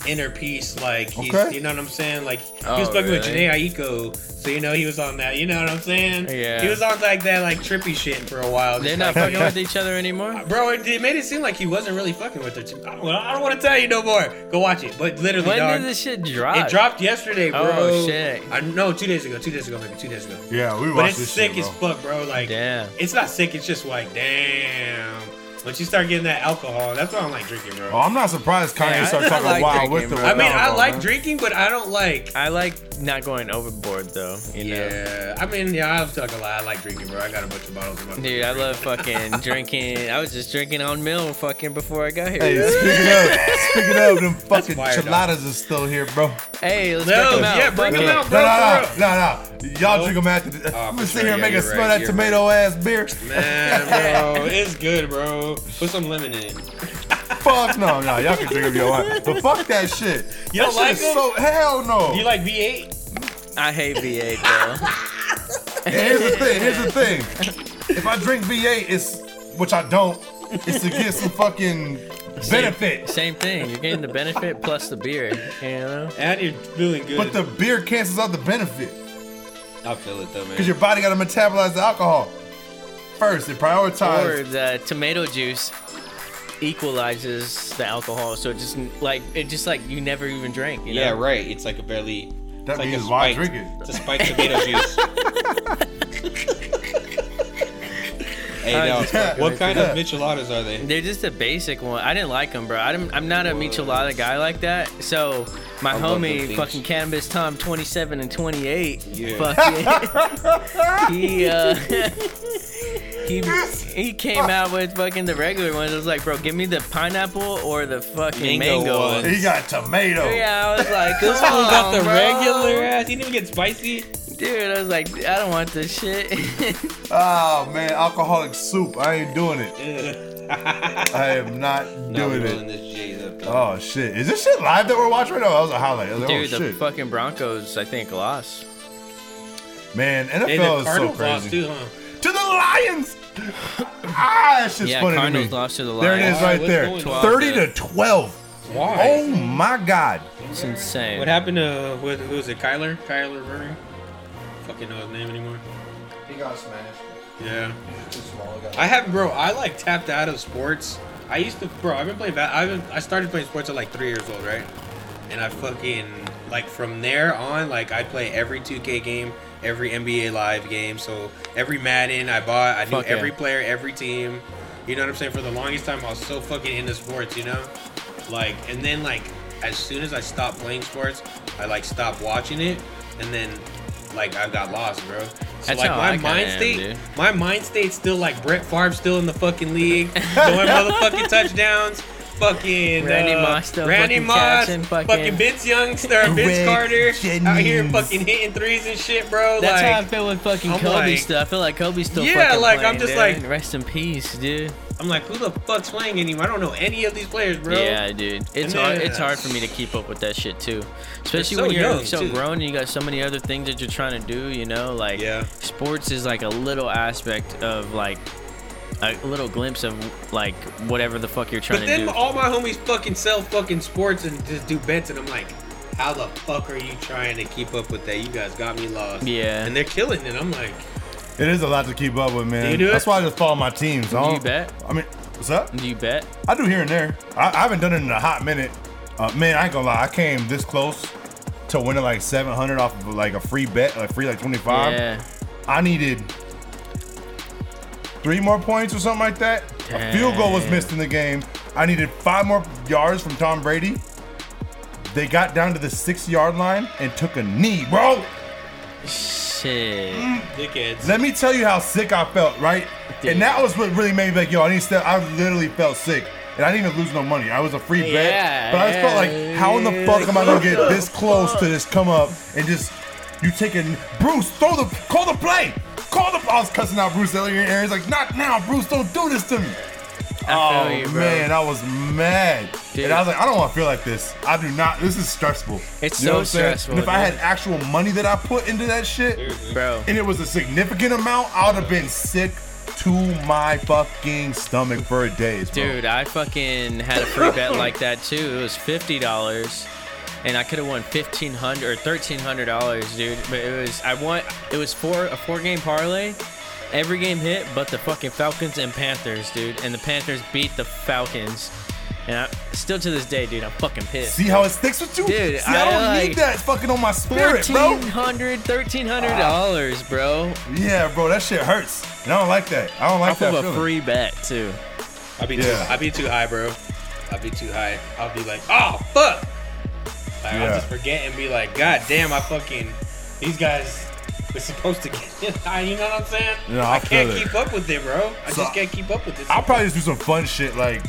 [SPEAKER 1] inner peace, like he's,
[SPEAKER 2] Okay.
[SPEAKER 1] you know what I'm saying. Like he
[SPEAKER 3] Oh,
[SPEAKER 1] was fucking with
[SPEAKER 3] really?
[SPEAKER 1] Janae Aiko, so you know he was on that. You know what I'm saying?
[SPEAKER 3] Yeah.
[SPEAKER 1] He was on like that like trippy shit for a while. just
[SPEAKER 3] They're not
[SPEAKER 1] like-
[SPEAKER 2] [LAUGHS]
[SPEAKER 3] fucking with each other anymore.
[SPEAKER 1] Bro, it, it made it seem like he wasn't really fucking with her. too. I don't, I don't want to tell you no more. Go watch it. But literally,
[SPEAKER 3] When
[SPEAKER 1] dog,
[SPEAKER 3] did this shit drop?
[SPEAKER 1] it dropped yesterday, bro.
[SPEAKER 3] Oh, shit.
[SPEAKER 1] I no, two days ago, two days ago, maybe two days ago.
[SPEAKER 2] Yeah, we
[SPEAKER 1] But
[SPEAKER 2] watched
[SPEAKER 1] it's
[SPEAKER 2] this
[SPEAKER 1] sick
[SPEAKER 2] shit,
[SPEAKER 1] as
[SPEAKER 2] bro.
[SPEAKER 1] fuck, bro. Like,
[SPEAKER 3] Damn.
[SPEAKER 1] it's not sick. It's just like, damn. Once you start getting that alcohol, that's why I don't like drinking, bro.
[SPEAKER 2] Oh, I'm not surprised Kanye
[SPEAKER 3] Yeah,
[SPEAKER 1] [LAUGHS]
[SPEAKER 3] I-
[SPEAKER 2] started
[SPEAKER 3] I
[SPEAKER 2] talking
[SPEAKER 3] like
[SPEAKER 2] wild
[SPEAKER 3] drinking,
[SPEAKER 2] with the.
[SPEAKER 3] bro.
[SPEAKER 1] I mean, I
[SPEAKER 2] alcohol,
[SPEAKER 1] like
[SPEAKER 2] man.
[SPEAKER 1] drinking, but I don't like.
[SPEAKER 3] I like not going overboard though. You know.
[SPEAKER 1] Yeah, I mean, yeah, I'm talking a lot. I like drinking, bro. I got a bunch of bottles in my.
[SPEAKER 3] Dude, I love fucking drinking. I was just drinking on milk fucking before I got here.
[SPEAKER 2] Hey,
[SPEAKER 3] Hey, [LAUGHS]
[SPEAKER 1] [LAUGHS]
[SPEAKER 2] speaking of, speaking of, them fucking
[SPEAKER 1] wired up.
[SPEAKER 2] chiladas is still here, bro.
[SPEAKER 1] No,
[SPEAKER 3] let's check them out.
[SPEAKER 1] yeah, bring
[SPEAKER 3] Fuck
[SPEAKER 1] 'em
[SPEAKER 3] it.
[SPEAKER 1] out,
[SPEAKER 2] No,
[SPEAKER 1] bro.
[SPEAKER 2] no,
[SPEAKER 1] for real.
[SPEAKER 2] no, no, no. Y'all
[SPEAKER 1] Nope.
[SPEAKER 2] drink them after. This.
[SPEAKER 1] Oh,
[SPEAKER 2] I'm
[SPEAKER 1] for
[SPEAKER 2] gonna [LAUGHS] sit
[SPEAKER 1] sure.
[SPEAKER 2] here and
[SPEAKER 1] Yeah,
[SPEAKER 2] make us
[SPEAKER 1] you're
[SPEAKER 2] smell
[SPEAKER 1] right,
[SPEAKER 2] that
[SPEAKER 1] you're
[SPEAKER 2] tomato ass
[SPEAKER 1] [LAUGHS]
[SPEAKER 2] beer.
[SPEAKER 1] [LAUGHS] Man, [LAUGHS] bro, it's good, bro. Put some lemon in it.
[SPEAKER 2] Fuck no, no, y'all can drink if y'all want. But fuck that shit.
[SPEAKER 1] You don't
[SPEAKER 2] that shit
[SPEAKER 1] like
[SPEAKER 2] is
[SPEAKER 1] them?
[SPEAKER 2] so hell no.
[SPEAKER 1] Do you like V8?
[SPEAKER 3] I hate V8 bro.
[SPEAKER 2] And here's the thing, here's the thing. If I drink V8, it's which I don't, it's to get some fucking benefit.
[SPEAKER 3] Same thing. You're getting the benefit plus the beer. You
[SPEAKER 1] [LAUGHS]
[SPEAKER 3] know.
[SPEAKER 1] And you're feeling good.
[SPEAKER 2] But the beer cancels out the benefit.
[SPEAKER 1] I feel it though,
[SPEAKER 2] Because
[SPEAKER 1] man.
[SPEAKER 2] your body gotta metabolize the alcohol. First, it
[SPEAKER 3] Or
[SPEAKER 2] prioritizes.
[SPEAKER 3] the tomato juice equalizes the alcohol, so it just like it just like you never even drank. You know?
[SPEAKER 1] Yeah, right. It's like a barely. it's
[SPEAKER 2] That
[SPEAKER 1] like
[SPEAKER 2] means
[SPEAKER 1] a
[SPEAKER 2] why
[SPEAKER 1] spiked, [LAUGHS]
[SPEAKER 2] drink it?
[SPEAKER 1] It's a spiked tomato juice.
[SPEAKER 4] Eight
[SPEAKER 1] [LAUGHS]
[SPEAKER 4] ounce. fucking-
[SPEAKER 1] What kind of micheladas are they?
[SPEAKER 3] They're just a basic one. I didn't like them, bro. I'm, I'm not a michelada guy like that. So my
[SPEAKER 4] I'm about to
[SPEAKER 3] homie,
[SPEAKER 4] finish.
[SPEAKER 3] fucking Cannabis Tom, 27 and 28,
[SPEAKER 1] Yeah.
[SPEAKER 3] fucking, [LAUGHS] he uh, he he came out with fucking the regular ones. I was like, bro, give me the pineapple or the fucking
[SPEAKER 1] Mango
[SPEAKER 3] mango.
[SPEAKER 1] one.
[SPEAKER 2] [LAUGHS] He got tomato.
[SPEAKER 3] Yeah, I was like,
[SPEAKER 1] [LAUGHS]
[SPEAKER 3] this
[SPEAKER 1] This fool got the regular ass. He didn't even get spicy.
[SPEAKER 3] Dude, I was like, I don't want this shit. [LAUGHS]
[SPEAKER 2] Oh man, alcoholic soup. I ain't doing it.
[SPEAKER 1] [LAUGHS] Ugh.
[SPEAKER 2] I
[SPEAKER 1] [LAUGHS]
[SPEAKER 2] am not
[SPEAKER 4] Now we
[SPEAKER 2] doing
[SPEAKER 4] rolling
[SPEAKER 2] it.
[SPEAKER 4] this J's up. though.
[SPEAKER 2] Oh shit. Is this shit live that we're watching right now? That was a highlight. I was like,
[SPEAKER 3] Dude,
[SPEAKER 2] oh
[SPEAKER 3] the
[SPEAKER 2] shit.
[SPEAKER 3] fucking Broncos, I think, lost.
[SPEAKER 2] man,
[SPEAKER 1] and
[SPEAKER 2] NFL
[SPEAKER 1] the
[SPEAKER 2] is so
[SPEAKER 1] Cardinals
[SPEAKER 2] crazy.
[SPEAKER 1] lost too, huh?
[SPEAKER 2] To the Lions. [LAUGHS] ah, that shit's
[SPEAKER 3] yeah,
[SPEAKER 2] funny
[SPEAKER 3] Cardinals
[SPEAKER 2] to me.
[SPEAKER 3] lost to the
[SPEAKER 2] There
[SPEAKER 3] Lions.
[SPEAKER 2] it is
[SPEAKER 1] Why?
[SPEAKER 2] right
[SPEAKER 1] What's going
[SPEAKER 2] there.
[SPEAKER 1] on?
[SPEAKER 2] 30 to 12.
[SPEAKER 1] Why?
[SPEAKER 2] Oh my god.
[SPEAKER 3] It's insane.
[SPEAKER 1] What happened to what, who was it? Kyler? Kyler Murray? Fucking know his name anymore.
[SPEAKER 5] He got smashed.
[SPEAKER 1] Yeah.
[SPEAKER 5] He's too small. He got
[SPEAKER 1] I have, bro. I like tapped out of sports. I used to, bro. I've been playing. va- I've been, I started playing sports at like three years old, right? And I fucking like from there on, like I play every 2K game, every NBA Live game, so every Madden I bought. I knew
[SPEAKER 3] Fuck yeah.
[SPEAKER 1] every player, every team. You know what I'm saying? For the longest time, I was so fucking into sports, you know. Like, and then like as soon as I stopped playing sports, I like stopped watching it, and then like I got lost, bro. So
[SPEAKER 3] That's
[SPEAKER 1] like
[SPEAKER 3] how
[SPEAKER 1] my
[SPEAKER 3] I kinda
[SPEAKER 1] mind
[SPEAKER 3] am,
[SPEAKER 1] state,
[SPEAKER 3] dude.
[SPEAKER 1] my mind state's still like Brett Favre still in the fucking league, throwing motherfucking touchdowns. Fucking
[SPEAKER 3] Randy
[SPEAKER 1] uh,
[SPEAKER 3] Moss still
[SPEAKER 1] Randy
[SPEAKER 3] fucking
[SPEAKER 1] Moss,
[SPEAKER 3] catching
[SPEAKER 1] fucking,
[SPEAKER 3] fucking-
[SPEAKER 1] Vince Youngster, Vince
[SPEAKER 2] Rick
[SPEAKER 1] Carter out here
[SPEAKER 2] Jennings.
[SPEAKER 1] fucking hitting threes and shit, bro.
[SPEAKER 3] That's
[SPEAKER 1] like,
[SPEAKER 3] how I feel with fucking
[SPEAKER 1] I'm
[SPEAKER 3] Kobe
[SPEAKER 1] like-
[SPEAKER 3] stuff. I feel like Kobe's still
[SPEAKER 1] Yeah,
[SPEAKER 3] fucking
[SPEAKER 1] like, I'm
[SPEAKER 3] playing,
[SPEAKER 1] just
[SPEAKER 3] dude.
[SPEAKER 1] like-
[SPEAKER 3] rest in peace, dude.
[SPEAKER 1] I'm like, who the fuck's playing anymore? I don't know any of these players, bro.
[SPEAKER 3] Yeah, dude. It's
[SPEAKER 1] And then-
[SPEAKER 3] hard. It's hard for me to keep up with that shit too, especially
[SPEAKER 1] so
[SPEAKER 3] when you're
[SPEAKER 1] young,
[SPEAKER 3] so
[SPEAKER 1] too.
[SPEAKER 3] grown and you got so many other things that you're trying to do. You know, like
[SPEAKER 1] Yeah.
[SPEAKER 3] sports is like a little aspect of like a little glimpse of like whatever the fuck you're trying
[SPEAKER 1] But
[SPEAKER 3] to
[SPEAKER 1] then
[SPEAKER 3] do.
[SPEAKER 1] all my homies fucking sell fucking sports and just do bets, and I'm like, how the fuck are you trying to keep up with that? You guys got me lost.
[SPEAKER 3] Yeah.
[SPEAKER 1] And they're killing it. I'm like,
[SPEAKER 2] It is a lot to keep up with, man.
[SPEAKER 1] Do you do
[SPEAKER 2] That's
[SPEAKER 1] it?
[SPEAKER 2] why I just follow my teams. I
[SPEAKER 3] Do you
[SPEAKER 2] don't-
[SPEAKER 3] bet?
[SPEAKER 2] I mean, what's up?
[SPEAKER 3] do you bet?
[SPEAKER 2] I do here and there. I, I haven't done it in a hot minute. Uh, man, I ain't gonna lie. I came this close to winning like 700 off of like a free bet, like free like 25.
[SPEAKER 3] yeah.
[SPEAKER 2] I needed three more points or something like that. A field goal was
[SPEAKER 3] Dang.
[SPEAKER 2] missed in the game. I needed five more yards from Tom Brady. They got down to the six yard line and took a knee, bro.
[SPEAKER 3] Shit.
[SPEAKER 1] dickheads.
[SPEAKER 2] Let me tell you how sick I felt, right? And that was what really made me like, yo, I need to step. I literally felt sick. And I didn't even lose no money. I was a free bet.
[SPEAKER 3] Yeah,
[SPEAKER 2] But I just felt like,
[SPEAKER 3] yeah,
[SPEAKER 2] how in the
[SPEAKER 3] yeah,
[SPEAKER 2] fuck am I gonna
[SPEAKER 3] what
[SPEAKER 2] get
[SPEAKER 3] the
[SPEAKER 2] this close to this come up and just you taking Bruce, throw the call the play! Call the I was cussing out Bruce earlier and Aaron's like, not now, Bruce, don't do this to me.
[SPEAKER 3] I feel
[SPEAKER 2] oh
[SPEAKER 3] you, bro.
[SPEAKER 2] man, I was mad.
[SPEAKER 3] Dude.
[SPEAKER 2] And I was like, I don't wanna feel like this. I do not this is stressful.
[SPEAKER 3] It's
[SPEAKER 2] know
[SPEAKER 3] so
[SPEAKER 2] what I'm saying?
[SPEAKER 3] stressful,
[SPEAKER 2] And if I
[SPEAKER 3] dude.
[SPEAKER 2] had actual money that I put into that shit,
[SPEAKER 3] Bro.
[SPEAKER 2] and it was a significant amount, I would have been sick to my fucking stomach for days, bro.
[SPEAKER 3] Dude, I fucking had a free bet like that too. It was fifty dollars, and I could have won fifteen hundred or thirteen hundred dollars, dude. But it was I won. It was four a four game parlay. Every game hit, but the fucking Falcons and Panthers, dude. And the Panthers beat the Falcons. And I, still to this day, dude, I'm fucking pissed.
[SPEAKER 2] See how it sticks with you?
[SPEAKER 3] Dude,
[SPEAKER 2] See, I,
[SPEAKER 3] I,
[SPEAKER 2] don't
[SPEAKER 3] like,
[SPEAKER 2] need that fucking on my spirit, bro.
[SPEAKER 3] Thirteen hundred, thirteen hundred dollars, bro.
[SPEAKER 2] Yeah, bro, that shit hurts. And I don't like that. I don't like
[SPEAKER 3] Off of
[SPEAKER 2] that
[SPEAKER 3] a
[SPEAKER 2] feeling.
[SPEAKER 3] free bet too.
[SPEAKER 1] I'll be
[SPEAKER 2] Yeah.
[SPEAKER 1] too, I'll be too high, bro. I'll be too high. I'll be like, oh fuck. Like,
[SPEAKER 2] Yeah.
[SPEAKER 1] I'll just forget and be like, god damn, I fucking these guys were supposed to get [LAUGHS] high. You know what I'm saying?
[SPEAKER 2] Yeah, I
[SPEAKER 1] I can't
[SPEAKER 2] feel it.
[SPEAKER 1] keep up with it, bro. I
[SPEAKER 2] So-
[SPEAKER 1] just can't keep up with this.
[SPEAKER 2] I'll probably just do some fun shit like,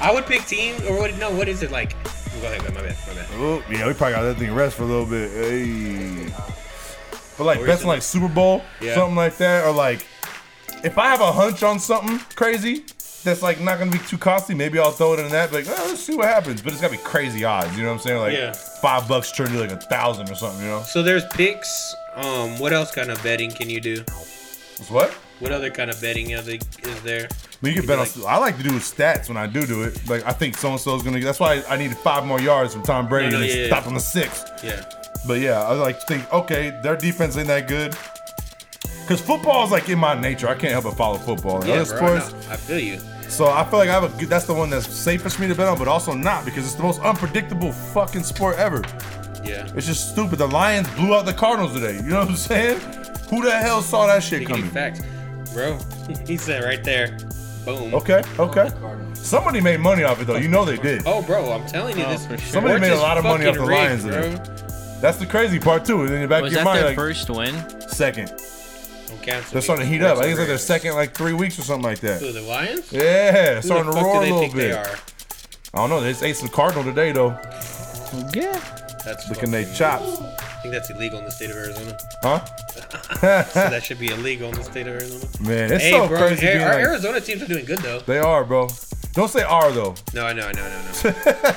[SPEAKER 1] I would pick team or what? No, what is it like? Go ahead, go ahead, my bad, my bad.
[SPEAKER 2] oh, yeah, we probably got that thing rest for a little bit. Hey. But like
[SPEAKER 1] Or is
[SPEAKER 2] best
[SPEAKER 1] it-
[SPEAKER 2] like Super Bowl,
[SPEAKER 1] Oh, Yeah.
[SPEAKER 2] something like that, or like if I have a hunch on something crazy that's like not gonna be too costly, maybe I'll throw it in that. But like, oh, let's see what happens. But it's gotta be crazy odds, you know what I'm saying? Like
[SPEAKER 1] Yeah.
[SPEAKER 2] five bucks turned into like a thousand or something, you know?
[SPEAKER 1] So there's picks. Um, what else kind of betting can you do?
[SPEAKER 2] It's what?
[SPEAKER 1] What other kind of betting is is there?
[SPEAKER 2] I mean, you can
[SPEAKER 1] You
[SPEAKER 2] bet
[SPEAKER 1] do,
[SPEAKER 2] on. I like to do stats when I do do it. Like I think so and so's gonna. That's why I needed five more yards from Tom Brady
[SPEAKER 1] No, no,
[SPEAKER 2] and
[SPEAKER 1] yeah,
[SPEAKER 2] it
[SPEAKER 1] yeah.
[SPEAKER 2] stopped on the six.
[SPEAKER 1] Yeah.
[SPEAKER 2] But yeah, I like to think okay, their defense ain't that good. Cause football is like in my nature. I can't help but follow football.
[SPEAKER 1] Yeah,
[SPEAKER 2] Other
[SPEAKER 1] bro, I
[SPEAKER 2] sports,
[SPEAKER 1] know. I feel you.
[SPEAKER 2] So I feel like I have a good, that's the one that's safest for me to bet on, but also not because it's the most unpredictable fucking sport ever.
[SPEAKER 1] Yeah.
[SPEAKER 2] It's just stupid. The Lions blew out the Cardinals today. You know what I'm saying? Who the hell saw that shit
[SPEAKER 1] Speaking
[SPEAKER 2] coming?
[SPEAKER 1] of facts, bro. [LAUGHS] he said right there. Boom.
[SPEAKER 2] Okay, okay.
[SPEAKER 5] Cardinals.
[SPEAKER 2] Somebody made money off it though. You know they did.
[SPEAKER 1] Oh, bro, I'm telling you
[SPEAKER 3] Oh,
[SPEAKER 1] this.
[SPEAKER 3] for sure.
[SPEAKER 1] we're
[SPEAKER 2] Somebody made a
[SPEAKER 1] just
[SPEAKER 2] lot of money off
[SPEAKER 1] fucking
[SPEAKER 2] the Lions
[SPEAKER 1] rigged, bro.
[SPEAKER 2] That's the crazy part too. Is in the back of
[SPEAKER 3] Was
[SPEAKER 2] your
[SPEAKER 3] that
[SPEAKER 2] mind,
[SPEAKER 3] their
[SPEAKER 2] like
[SPEAKER 3] first win?
[SPEAKER 2] second.
[SPEAKER 1] Don't cancel
[SPEAKER 2] They're
[SPEAKER 1] me.
[SPEAKER 2] starting to heat
[SPEAKER 1] We're
[SPEAKER 2] up. I think it's like
[SPEAKER 1] rigged.
[SPEAKER 2] their second like three weeks or something like that.
[SPEAKER 1] Who, the Lions? Who
[SPEAKER 2] Yeah,
[SPEAKER 1] the
[SPEAKER 2] starting to
[SPEAKER 1] fuck do
[SPEAKER 2] roar a
[SPEAKER 1] they
[SPEAKER 2] little
[SPEAKER 1] think they
[SPEAKER 2] bit.
[SPEAKER 1] are?
[SPEAKER 2] I don't know. They just ate some cardinal today though.
[SPEAKER 3] Yeah.
[SPEAKER 1] That's fucking,
[SPEAKER 2] Looking they chops,
[SPEAKER 1] I think that's illegal in the state of Arizona.
[SPEAKER 2] [LAUGHS] huh?
[SPEAKER 1] so that should be illegal in the state of Arizona.
[SPEAKER 2] Man, it's
[SPEAKER 1] hey,
[SPEAKER 2] so
[SPEAKER 1] bro,
[SPEAKER 2] crazy.
[SPEAKER 1] Ar-
[SPEAKER 2] being
[SPEAKER 1] our
[SPEAKER 2] like-
[SPEAKER 1] Arizona teams are doing good though.
[SPEAKER 2] They are, bro. Don't say R though.
[SPEAKER 1] No, I know, I know, I know, I know.
[SPEAKER 2] [LAUGHS]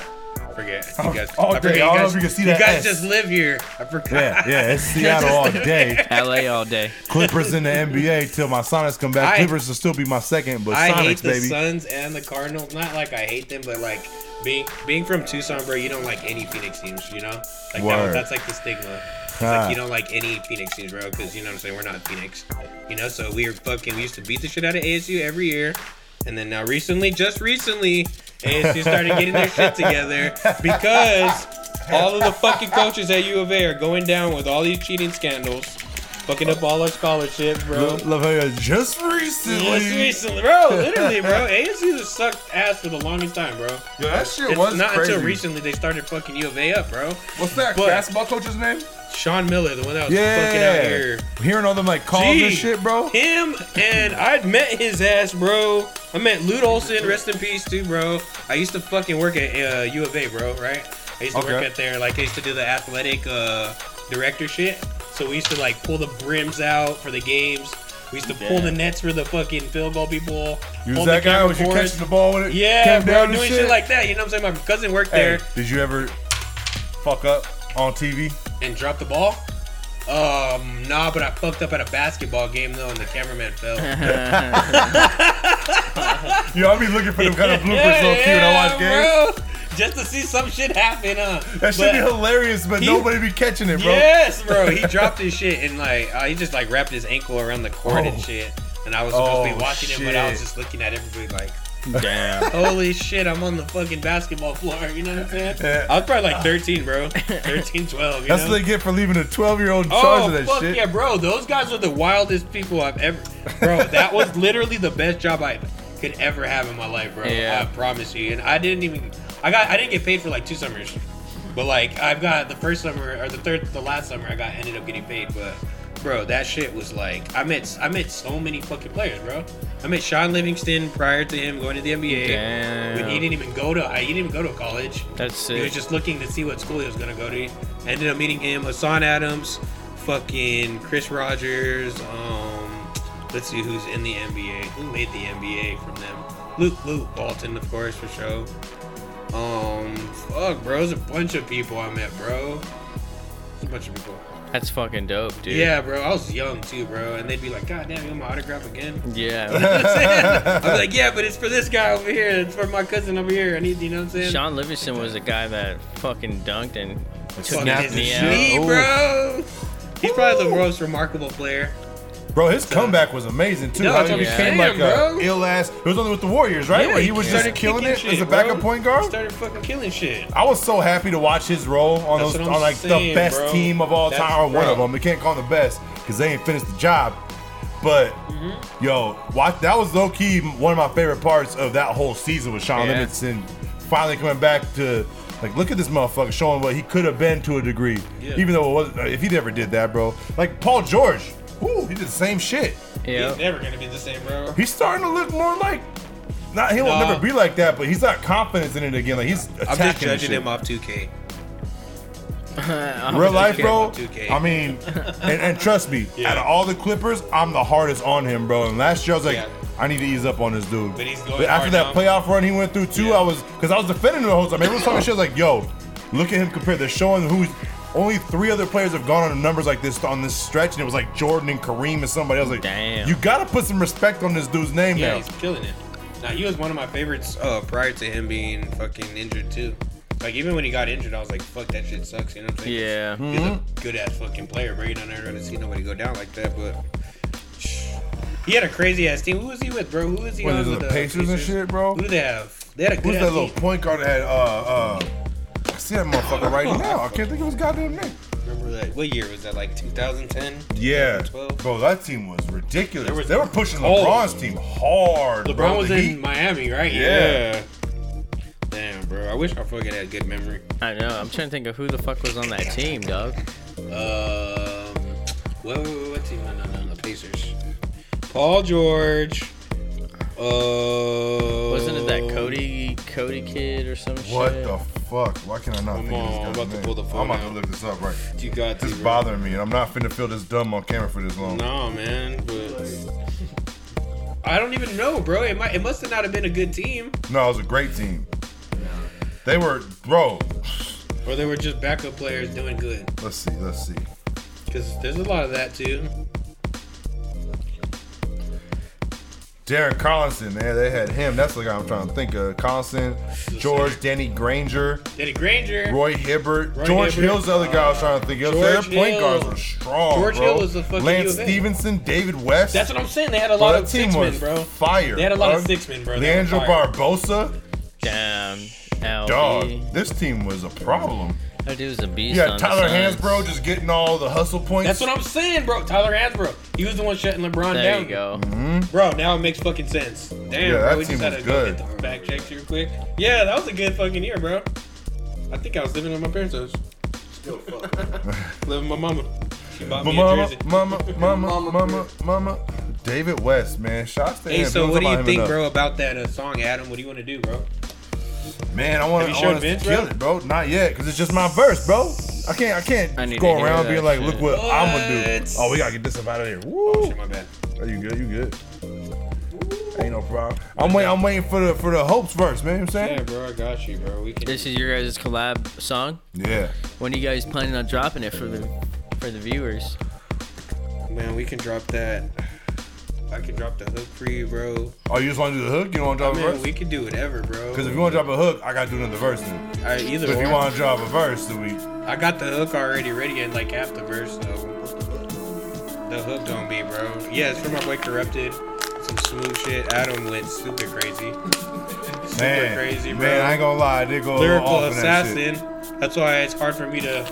[SPEAKER 1] I forget. You guys,
[SPEAKER 2] All
[SPEAKER 1] I
[SPEAKER 2] day.
[SPEAKER 1] forget
[SPEAKER 2] Oh, I don't know
[SPEAKER 1] guys,
[SPEAKER 2] if you can see
[SPEAKER 1] you
[SPEAKER 2] that
[SPEAKER 1] guys
[SPEAKER 2] S.
[SPEAKER 1] just live here. I forgot.
[SPEAKER 2] Yeah, yeah. It's Seattle all day.
[SPEAKER 3] LA all day.
[SPEAKER 2] Clippers in the NBA till my Sonics come back.
[SPEAKER 1] I-
[SPEAKER 2] Clippers will still be my second, but
[SPEAKER 1] I hate
[SPEAKER 2] Sonics,
[SPEAKER 1] the
[SPEAKER 2] baby.
[SPEAKER 1] Suns and the Cardinals. Not like I hate them, but like being being from Tucson, bro, you don't like any Phoenix teams, you know? Like that,
[SPEAKER 2] Word.
[SPEAKER 1] that's like the stigma. It's
[SPEAKER 2] Ah.
[SPEAKER 1] like you don't like any Phoenix teams, bro, because you know what I'm saying. We're not Phoenix, you know. So we were fucking. We used to beat the shit out of ASU every year, and then now recently, just recently, ASU started getting their shit together because all of the fucking coaches at U of A are going down with all these cheating scandals, fucking up all our scholarships, bro.
[SPEAKER 2] Lo- Love how you're just
[SPEAKER 1] [LAUGHS]
[SPEAKER 2] recently.
[SPEAKER 1] Just recently, bro. Literally, bro. ASU has sucked ass for the longest time, bro.
[SPEAKER 2] Yo, that shit
[SPEAKER 1] It's not until recently they started fucking U of A up, bro.
[SPEAKER 2] What's that
[SPEAKER 1] But-
[SPEAKER 2] basketball coach's name?
[SPEAKER 1] Sean Miller, the one that was fucking out
[SPEAKER 2] Yeah.
[SPEAKER 1] here.
[SPEAKER 2] Hearing all them like calls and
[SPEAKER 1] Gee,
[SPEAKER 2] shit, bro.
[SPEAKER 1] Him and I'd met his ass, bro. I met Lute Olson, rest in peace, too, bro. I used to fucking work at uh, U of A, bro. Right? I used to work
[SPEAKER 2] Okay.
[SPEAKER 1] at there. Like I used to do the athletic uh, director shit. So we used to like pull the brims out for the games. We used to pull the nets for the fucking field goal people.
[SPEAKER 2] You
[SPEAKER 1] hold
[SPEAKER 2] was
[SPEAKER 1] the
[SPEAKER 2] that guy?
[SPEAKER 1] camera
[SPEAKER 2] Was you
[SPEAKER 1] cords.
[SPEAKER 2] catching the ball with it?
[SPEAKER 1] Yeah,
[SPEAKER 2] Came
[SPEAKER 1] bro,
[SPEAKER 2] down and
[SPEAKER 1] doing shit? like that. You know what I'm saying? My cousin worked
[SPEAKER 2] Hey,
[SPEAKER 1] there
[SPEAKER 2] did you ever fuck up on TV?
[SPEAKER 1] and dropped the ball. Um, nah, but I fucked up at a basketball game though, and the cameraman
[SPEAKER 2] [LAUGHS]
[SPEAKER 1] fell.
[SPEAKER 2] Yo, I'll be looking for them kind of
[SPEAKER 1] [LAUGHS]
[SPEAKER 2] bloopers so cute. when I watch games.
[SPEAKER 1] bro. Just to see some shit happen, huh?
[SPEAKER 2] That should be
[SPEAKER 1] But-
[SPEAKER 2] hilarious, but
[SPEAKER 1] he-
[SPEAKER 2] nobody be catching it, bro.
[SPEAKER 1] Yes, bro.
[SPEAKER 2] [LAUGHS]
[SPEAKER 1] He dropped his shit and like uh, he just like wrapped his ankle around the cord
[SPEAKER 2] Oh.
[SPEAKER 1] and shit. And I was supposed to
[SPEAKER 2] Oh,
[SPEAKER 1] be watching him, but I was
[SPEAKER 2] shit.
[SPEAKER 1] just looking at everybody like,
[SPEAKER 3] Damn.
[SPEAKER 1] [LAUGHS] holy shit, I'm on the fucking basketball floor. You know what I'm saying?
[SPEAKER 2] [LAUGHS] Yeah.
[SPEAKER 1] I was probably like 13, bro. [LAUGHS] 13, 12. You
[SPEAKER 2] That's
[SPEAKER 1] know?
[SPEAKER 2] what they get for leaving a 12 year old in charge
[SPEAKER 1] Oh
[SPEAKER 2] of that
[SPEAKER 1] fuck
[SPEAKER 2] shit.
[SPEAKER 1] yeah, bro! Those guys are the wildest people I've ever. Bro, that
[SPEAKER 3] [LAUGHS]
[SPEAKER 1] was literally the best job I could ever have in my life, bro.
[SPEAKER 3] Yeah.
[SPEAKER 1] I promise you. And I didn't even. I got. I didn't get paid for like two summers, but like I've got the first summer or the third, the last summer I got ended up getting paid, but. Bro, that shit was like I met I met so many fucking players, bro. I met Sean Livingston prior to him going to the NBA. When he
[SPEAKER 3] Damn.
[SPEAKER 1] didn't even go to I he didn't even go to college.
[SPEAKER 3] That's
[SPEAKER 1] He
[SPEAKER 3] sick.
[SPEAKER 1] was just looking to see what school he was gonna go to. Ended up meeting him, Hassan Adams, fucking Chris Rogers. Um, let's see who's in the NBA. Who made the NBA from them? Luke Luke Walton, of course, for sure. Um, fuck, bro, there's a bunch of people I met, bro. There's a bunch of people.
[SPEAKER 3] That's fucking dope, dude.
[SPEAKER 1] Yeah, bro, I was young too, bro, and they'd be like, "God damn, you want my autograph again?" [LAUGHS]
[SPEAKER 2] [LAUGHS]
[SPEAKER 3] Yeah.
[SPEAKER 1] I'm like, "Yeah, but it's for this guy over here. It's for my cousin over here. I need, you know what I'm saying?"
[SPEAKER 3] Sean Livingston was a guy that fucking dunked and took
[SPEAKER 1] Fucking
[SPEAKER 2] Snapped
[SPEAKER 1] his
[SPEAKER 2] the
[SPEAKER 3] me out.
[SPEAKER 1] knee,
[SPEAKER 2] shit.
[SPEAKER 1] bro. He's probably the most remarkable player.
[SPEAKER 2] Bro, his comeback was amazing too.
[SPEAKER 1] No,
[SPEAKER 2] How
[SPEAKER 1] that's
[SPEAKER 2] he
[SPEAKER 1] what
[SPEAKER 3] I'm
[SPEAKER 2] became
[SPEAKER 1] saying,
[SPEAKER 2] like
[SPEAKER 1] bro.
[SPEAKER 2] a ill ass. It was only with the Warriors, right? Where he was just
[SPEAKER 1] started
[SPEAKER 2] killing
[SPEAKER 1] kicking
[SPEAKER 2] it
[SPEAKER 1] shit,
[SPEAKER 2] as a backup
[SPEAKER 1] bro.
[SPEAKER 2] point
[SPEAKER 1] He
[SPEAKER 2] guard.
[SPEAKER 1] started fucking killing shit.
[SPEAKER 2] I was so happy to watch his role on
[SPEAKER 1] That's
[SPEAKER 2] those
[SPEAKER 1] what I'm
[SPEAKER 2] on like the
[SPEAKER 1] saying,
[SPEAKER 2] best
[SPEAKER 1] bro.
[SPEAKER 2] team of all
[SPEAKER 1] That's-
[SPEAKER 2] time or one
[SPEAKER 1] bro.
[SPEAKER 2] of them. We can't call him the best because they ain't finished the job. But
[SPEAKER 1] Mm-hmm.
[SPEAKER 2] yo, watch that was low key one of my favorite parts of that whole season with Sean
[SPEAKER 3] Yeah.
[SPEAKER 2] Livingston finally coming back to like look at this motherfucker showing what he could have been to a degree.
[SPEAKER 1] Yeah.
[SPEAKER 2] Even though it was if he never did that, bro. Like Paul George, ooh, he did the same shit.
[SPEAKER 1] He's
[SPEAKER 3] Yeah.
[SPEAKER 1] never gonna be the same, bro.
[SPEAKER 2] He's starting to look more like not he will
[SPEAKER 1] Nah.
[SPEAKER 2] never be like that, but he's not confidence in it again. Like he's attacking
[SPEAKER 1] I'm just
[SPEAKER 2] the
[SPEAKER 1] judging
[SPEAKER 2] shit.
[SPEAKER 1] him off 2K.
[SPEAKER 3] [LAUGHS]
[SPEAKER 2] Real life,
[SPEAKER 1] kid.
[SPEAKER 2] bro.
[SPEAKER 1] Two K. [LAUGHS]
[SPEAKER 2] I mean, and, and trust me,
[SPEAKER 1] Yeah.
[SPEAKER 2] out of all the Clippers, I'm the hardest on him, bro. And last year I was like,
[SPEAKER 1] Yeah.
[SPEAKER 2] I need to ease up on this dude.
[SPEAKER 1] But he's going
[SPEAKER 2] after
[SPEAKER 1] hard now.
[SPEAKER 2] that playoff run he went through too,
[SPEAKER 1] Yeah.
[SPEAKER 2] I was because I was defending him the whole time. Everyone was talking shit I was like, yo, look at him compared. They're showing who's only three other players have gone on numbers like this on this stretch, and it was like Jordan and Kareem and somebody else. Like,
[SPEAKER 3] Damn.
[SPEAKER 2] you gotta put some respect on this dude's name
[SPEAKER 1] Yeah,
[SPEAKER 2] now.
[SPEAKER 1] he's killing it. Now he was one of my favorites uh, prior to him being fucking injured too. Like even when he got injured, I was like, "Fuck that shit sucks." You know what I'm saying?
[SPEAKER 3] Yeah.
[SPEAKER 1] He's
[SPEAKER 2] Hmm?
[SPEAKER 1] a good ass fucking player, bro. You don't ever gonna see nobody go down like that, but. He had a crazy ass team. Who was he with, bro? Who was he
[SPEAKER 2] What
[SPEAKER 1] on
[SPEAKER 2] is it,
[SPEAKER 1] with
[SPEAKER 2] the Pacers and shit, bro?
[SPEAKER 1] Who do they have? They had a good
[SPEAKER 2] Who's
[SPEAKER 1] ass
[SPEAKER 2] that little
[SPEAKER 1] team. [LAUGHS]
[SPEAKER 2] point guard that had uh uh I see that motherfucker right now. I can't think of his goddamn name.
[SPEAKER 1] Remember that? What year was that? Like 2010?
[SPEAKER 2] Yeah,
[SPEAKER 1] 12.
[SPEAKER 2] bro, that team was ridiculous.
[SPEAKER 1] There was-
[SPEAKER 2] they were pushing
[SPEAKER 1] Oh.
[SPEAKER 2] LeBron's team hard.
[SPEAKER 1] LeBron
[SPEAKER 2] bro.
[SPEAKER 1] was
[SPEAKER 2] The
[SPEAKER 1] in
[SPEAKER 2] Heat-
[SPEAKER 1] Miami, right?
[SPEAKER 2] Yeah.
[SPEAKER 1] Damn, bro. I wish I fucking had good memory.
[SPEAKER 3] I know. I'm trying to think of who the fuck was on that team, dog.
[SPEAKER 1] Um, what, what, what team? No, no, no, no. Pacers. Paul George. Uh,
[SPEAKER 3] Wasn't it that Cody Cody kid or some shit?
[SPEAKER 2] What the fuck? Why can I not
[SPEAKER 1] Come
[SPEAKER 2] think of this
[SPEAKER 1] on, I'm
[SPEAKER 2] guy's
[SPEAKER 1] about to
[SPEAKER 2] name?
[SPEAKER 1] pull the phone
[SPEAKER 2] I'm about
[SPEAKER 1] out.
[SPEAKER 2] to look this up right.
[SPEAKER 1] You got
[SPEAKER 2] This
[SPEAKER 1] to,
[SPEAKER 2] is
[SPEAKER 1] bro.
[SPEAKER 2] bothering me, and I'm not finna feel this dumb on camera for this long.
[SPEAKER 1] No, man. But I don't even know, bro. It might. It must have not have been a good team,
[SPEAKER 2] No, it was a great team. They were, bro.
[SPEAKER 1] or they were just backup players doing good.
[SPEAKER 2] Let's see, let's see.
[SPEAKER 1] Because there's a lot of that too.
[SPEAKER 2] Darren Collinson, man, they had him. That's the guy I'm trying to think of. Collinson, George, Danny Granger,
[SPEAKER 1] Danny Granger.
[SPEAKER 2] Roy Hibbert,
[SPEAKER 1] Roy
[SPEAKER 2] George
[SPEAKER 1] Hibbert.
[SPEAKER 2] Hill's the other guy I was trying to think of.
[SPEAKER 1] George
[SPEAKER 2] Their point
[SPEAKER 1] Hill.
[SPEAKER 2] guards were strong.
[SPEAKER 1] George
[SPEAKER 2] bro.
[SPEAKER 1] Hill was the fucking U
[SPEAKER 2] Lance
[SPEAKER 1] of A.
[SPEAKER 2] Stevenson, David West.
[SPEAKER 1] That's what I'm saying. They had a
[SPEAKER 2] Bro,
[SPEAKER 1] lot
[SPEAKER 2] that
[SPEAKER 1] of
[SPEAKER 2] team
[SPEAKER 1] six men,
[SPEAKER 2] was
[SPEAKER 1] bro.
[SPEAKER 2] fire.
[SPEAKER 1] They had a lot of
[SPEAKER 2] bro.
[SPEAKER 1] six men, bro. They were
[SPEAKER 2] Leandro
[SPEAKER 1] fire.
[SPEAKER 2] Barbosa,
[SPEAKER 3] Damn. LB.
[SPEAKER 2] dog. This team was a problem.
[SPEAKER 3] That dude was a beast.
[SPEAKER 2] Yeah,
[SPEAKER 3] on
[SPEAKER 2] Tyler
[SPEAKER 3] the Suns.
[SPEAKER 2] Hansbrough just getting all the hustle points.
[SPEAKER 1] That's what I'm saying, bro. Tyler Hansbrough. He was the one shutting LeBron
[SPEAKER 3] There
[SPEAKER 1] down.
[SPEAKER 3] you go.
[SPEAKER 2] Mm-hmm.
[SPEAKER 1] Bro, now it makes fucking sense. Damn,
[SPEAKER 2] Yeah,
[SPEAKER 1] bro.
[SPEAKER 2] that
[SPEAKER 1] We just
[SPEAKER 2] team
[SPEAKER 1] had
[SPEAKER 2] was
[SPEAKER 1] to go
[SPEAKER 2] good.
[SPEAKER 1] get the back checked real quick. Yeah, that was a good fucking year, bro. I think I was living at my parents' house. Still fuck. [LAUGHS] living with my mama. She bought me a
[SPEAKER 2] mama,
[SPEAKER 1] jersey.
[SPEAKER 2] mama, mama, mama,
[SPEAKER 5] Mama
[SPEAKER 2] mama, David West, man. Shots to
[SPEAKER 1] Hey,
[SPEAKER 2] him.
[SPEAKER 1] so
[SPEAKER 2] People
[SPEAKER 1] what do
[SPEAKER 2] talk
[SPEAKER 1] you
[SPEAKER 2] about him
[SPEAKER 1] think,
[SPEAKER 2] enough.
[SPEAKER 1] bro, about that uh, song, Adam? What do you want to do, bro?
[SPEAKER 2] Man, I want
[SPEAKER 1] Have
[SPEAKER 2] to
[SPEAKER 1] you showed Vince,
[SPEAKER 2] kill
[SPEAKER 1] bro?
[SPEAKER 2] it, bro. Not yet, because it's just my verse, bro. I can't, I can't
[SPEAKER 3] I need to
[SPEAKER 2] go
[SPEAKER 3] hear
[SPEAKER 2] around
[SPEAKER 3] that
[SPEAKER 2] being like, look
[SPEAKER 3] shit.
[SPEAKER 2] what, I'm gonna do.
[SPEAKER 1] What? Oh,
[SPEAKER 2] Oh, we gotta get this up out of here. Woo.
[SPEAKER 1] Shit, my bad.
[SPEAKER 2] Are you good? You good? Ain't no problem. I'm waiting. I'm waiting for the for the hopes verse, man. You know what I'm
[SPEAKER 1] Yeah,
[SPEAKER 2] saying?
[SPEAKER 1] bro, I got you, bro. We can.
[SPEAKER 3] This is your guys' collab song.
[SPEAKER 2] Yeah.
[SPEAKER 3] When are you guys planning on dropping it for the for the viewers?
[SPEAKER 1] Man, we can drop that. I can drop the hook for you, bro.
[SPEAKER 2] Oh, you just want to do the hook? You don't want to drop a
[SPEAKER 1] Man,
[SPEAKER 2] verse?
[SPEAKER 1] we can do whatever, bro.
[SPEAKER 2] Because if you want to drop a hook, I gotta do another verse. Then.
[SPEAKER 1] I, either
[SPEAKER 2] But if
[SPEAKER 1] or.
[SPEAKER 2] you want to drop a verse, then we
[SPEAKER 1] I got the hook already ready in like half the verse, so the hook don't be, bro. Yeah, it's for my boy Corrupted. Some smooth shit. Adam went super crazy. Super
[SPEAKER 2] man,
[SPEAKER 1] crazy, bro.
[SPEAKER 2] man, I ain't gonna lie, I did go a little
[SPEAKER 1] Lyrical
[SPEAKER 2] Oh, off in that shit.
[SPEAKER 1] assassin. That's why it's hard for me to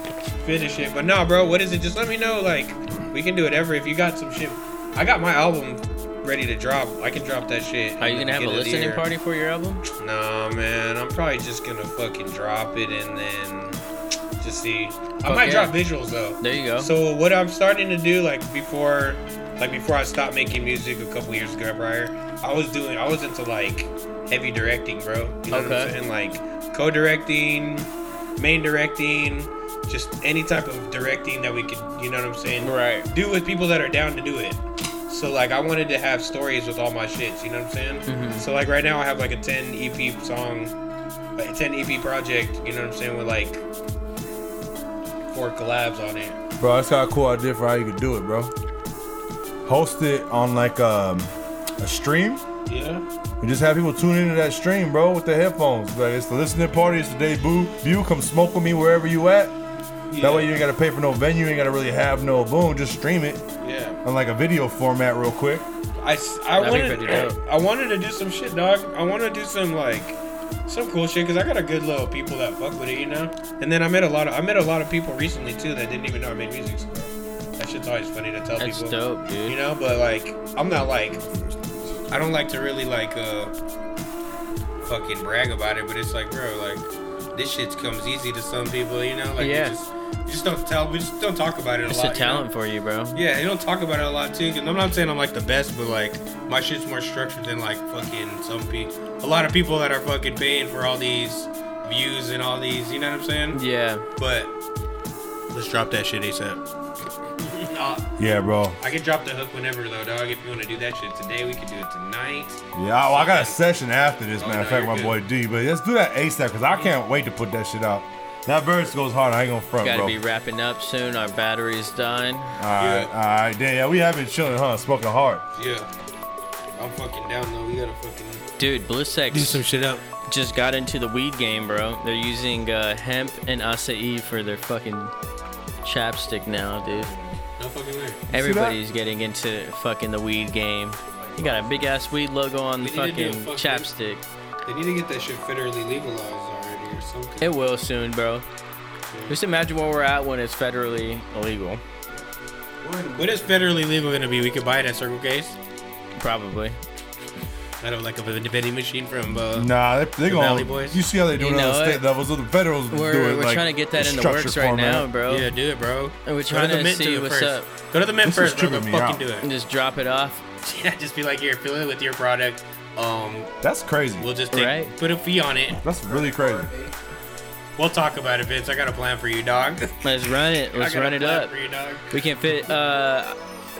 [SPEAKER 1] finish it. But nah, bro, what is it? Just let me know. Like, we can do whatever. If you got some shit, I got my album ready to drop. I can drop that shit.
[SPEAKER 3] Are you
[SPEAKER 1] in the
[SPEAKER 3] gonna have a
[SPEAKER 1] beginning of the
[SPEAKER 3] listening
[SPEAKER 1] year.
[SPEAKER 3] party for your album?
[SPEAKER 1] Nah, man, I'm probably just gonna fucking drop it and then just see. I
[SPEAKER 3] Fuck
[SPEAKER 1] might
[SPEAKER 3] yeah.
[SPEAKER 1] drop visuals though.
[SPEAKER 3] There you go.
[SPEAKER 1] So what I'm starting to do, like before, like before I stopped making music a couple years ago prior, I was doing, I was into like heavy directing, bro. You know what I'm
[SPEAKER 3] Okay.
[SPEAKER 1] saying? Like co-directing, main directing, just any type of directing that we could, you know what I'm saying?
[SPEAKER 3] Right.
[SPEAKER 1] Do with people that are down to do it. So like I wanted to have stories with all my shits, you know what I'm saying?
[SPEAKER 3] Mm-hmm.
[SPEAKER 1] So like right now I have like a 10 EP song, a 10 EP project, you know what I'm saying, with like four collabs on it.
[SPEAKER 2] Bro, that's how cool I did for how you could do it, bro. Host it on like um, a stream.
[SPEAKER 1] Yeah.
[SPEAKER 2] You just have people tune into that stream, bro, with their headphones. Like it's the listening party, it's the debut. You come smoke with me wherever you at. That way you ain't gotta pay for no venue, you ain't gotta really have no boom. Just stream it
[SPEAKER 1] Yeah.
[SPEAKER 2] on like a video format real quick.
[SPEAKER 1] I, s- I
[SPEAKER 3] That'd be
[SPEAKER 1] wanted
[SPEAKER 3] pretty dope.
[SPEAKER 1] [CLEARS THROAT] I wanted to do some shit, dog. I want to do some like some cool shit because I got a good little people that fuck with it, you know. And then I met a lot of I met a lot of people recently too that didn't even know I made music. So that shit's always funny to tell
[SPEAKER 3] That's
[SPEAKER 1] people.
[SPEAKER 3] dope, dude.
[SPEAKER 1] You know, but like I'm not like I don't like to really like uh fucking brag about it, but it's like bro, like this shit comes easy to some people, you know. Like
[SPEAKER 3] Yeah.
[SPEAKER 1] you just, you just don't tell, we just don't talk about it
[SPEAKER 3] it's
[SPEAKER 1] a lot.
[SPEAKER 3] a
[SPEAKER 1] you know?
[SPEAKER 3] talent for you, bro.
[SPEAKER 1] Yeah, they don't talk about it a lot too. Cause I'm not saying I'm like the best, but like my shit's more structured than like fucking some people. A lot of people that are fucking paying for all these views and all these. You know what I'm saying?
[SPEAKER 3] Yeah.
[SPEAKER 1] But let's drop that shit ASAP. [LAUGHS] Uh,
[SPEAKER 2] Yeah, bro.
[SPEAKER 1] I can drop the hook whenever though, dog. If you want to do that shit today, we can do it tonight.
[SPEAKER 2] Yeah, oh, I, well, I got a session after this,
[SPEAKER 1] Oh,
[SPEAKER 2] matter of
[SPEAKER 1] no,
[SPEAKER 2] fact,
[SPEAKER 1] you're
[SPEAKER 2] my
[SPEAKER 1] good.
[SPEAKER 2] boy D. But let's do that ASAP because I can't wait to put that shit out. That verse goes hard. I ain't gonna front,
[SPEAKER 3] Gotta
[SPEAKER 2] bro.
[SPEAKER 3] be wrapping up soon. Our battery's dying.
[SPEAKER 2] All right, all right, damn, yeah, we have been chilling, huh? Smoking hard.
[SPEAKER 1] Yeah, I'm fucking down though. We gotta fucking
[SPEAKER 3] Dude, Blissex
[SPEAKER 1] shit up.
[SPEAKER 3] just got into the weed game, bro. They're using uh, hemp and acai for their fucking chapstick now, dude.
[SPEAKER 1] No fucking way.
[SPEAKER 3] Everybody's getting into fucking the weed game. You got a big ass weed logo on the
[SPEAKER 1] We need to do a
[SPEAKER 3] fucking
[SPEAKER 1] fucking-
[SPEAKER 3] chapstick.
[SPEAKER 1] They need to get that shit federally legalized already or something.
[SPEAKER 3] It will soon, bro. Just imagine where we're at when it's federally illegal.
[SPEAKER 6] What is federally legal gonna be? We could buy it at Circle K's
[SPEAKER 3] Probably.
[SPEAKER 6] out of like a vending machine from. Uh,
[SPEAKER 2] Nah, they, they
[SPEAKER 6] The
[SPEAKER 2] gonna.
[SPEAKER 6] Valley Boys?
[SPEAKER 2] You see how they do
[SPEAKER 3] You
[SPEAKER 2] it on
[SPEAKER 3] know
[SPEAKER 2] the
[SPEAKER 3] it.
[SPEAKER 2] state levels? So The federals
[SPEAKER 3] We're,
[SPEAKER 2] do it.
[SPEAKER 3] we're
[SPEAKER 2] like,
[SPEAKER 3] trying to get that in the
[SPEAKER 2] structure
[SPEAKER 3] works right
[SPEAKER 2] format.
[SPEAKER 3] now, bro.
[SPEAKER 6] Yeah, do it, bro.
[SPEAKER 3] And we're
[SPEAKER 6] Go
[SPEAKER 3] trying
[SPEAKER 6] the
[SPEAKER 3] to
[SPEAKER 6] Mint
[SPEAKER 3] see
[SPEAKER 6] Tube
[SPEAKER 3] what's up.
[SPEAKER 6] Go to the mint
[SPEAKER 2] This is
[SPEAKER 6] first. bro.
[SPEAKER 2] tripping me
[SPEAKER 6] Fucking
[SPEAKER 2] out.
[SPEAKER 6] do it.
[SPEAKER 3] And just drop it off.
[SPEAKER 6] [LAUGHS] Yeah, just be like, here, fill it with your product. Um,
[SPEAKER 2] That's crazy.
[SPEAKER 6] we'll just take,
[SPEAKER 3] Right.
[SPEAKER 6] put a fee on it.
[SPEAKER 2] That's really crazy.
[SPEAKER 6] We'll talk about it, Vince. I got a plan for you, dog.
[SPEAKER 3] Let's run it.
[SPEAKER 6] [LAUGHS] I
[SPEAKER 3] Let's
[SPEAKER 6] got a
[SPEAKER 3] run it
[SPEAKER 6] plan
[SPEAKER 3] up.
[SPEAKER 6] For you, dog.
[SPEAKER 3] We can fit, uh,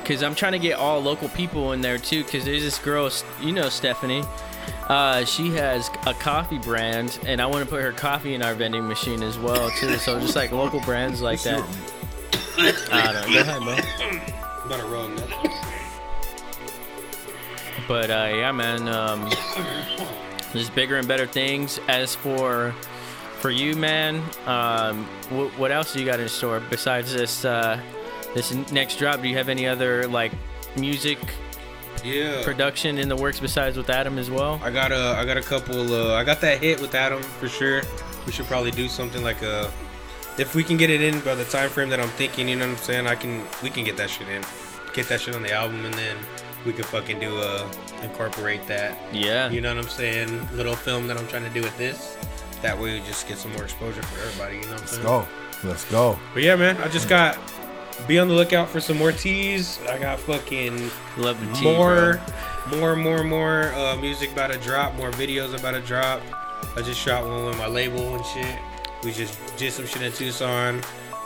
[SPEAKER 3] cause I'm trying to get all local people in there too. Cause there's this girl, S- you know, Stephanie. Uh, she has a coffee brand, and I want to put her coffee in our vending machine as well too. So just like local brands like that. I don't know. Go ahead, bro.
[SPEAKER 6] I'm about to roll another.
[SPEAKER 3] But uh, yeah, man, um, just bigger and better things. As for for you, man, um, wh- what else do you got in store besides this uh, this n- next drop? Do you have any other like music
[SPEAKER 6] Yeah.
[SPEAKER 3] production in the works besides with Adam as well?
[SPEAKER 6] I got a, I got a couple. Uh, I got that hit with Adam for sure. We should probably do something like a, if we can get it in by the time frame that I'm thinking. You know what I'm saying? I can, we can get that shit in, get that shit on the album, and then we could fucking do a incorporate that.
[SPEAKER 3] Yeah,
[SPEAKER 6] You know what I'm saying? Little film that I'm trying to do with this. That way we just get some more exposure for everybody. You know what I'm
[SPEAKER 2] Let's
[SPEAKER 6] saying?
[SPEAKER 2] go. Let's go.
[SPEAKER 6] But yeah, man, I just got. Be on the lookout for some more teas. I got fucking
[SPEAKER 3] love the tea,
[SPEAKER 6] more,
[SPEAKER 3] bro.
[SPEAKER 6] more, more, more uh, music about to drop. More videos about to drop. I just shot one with my label and shit. We just did some shit in Tucson.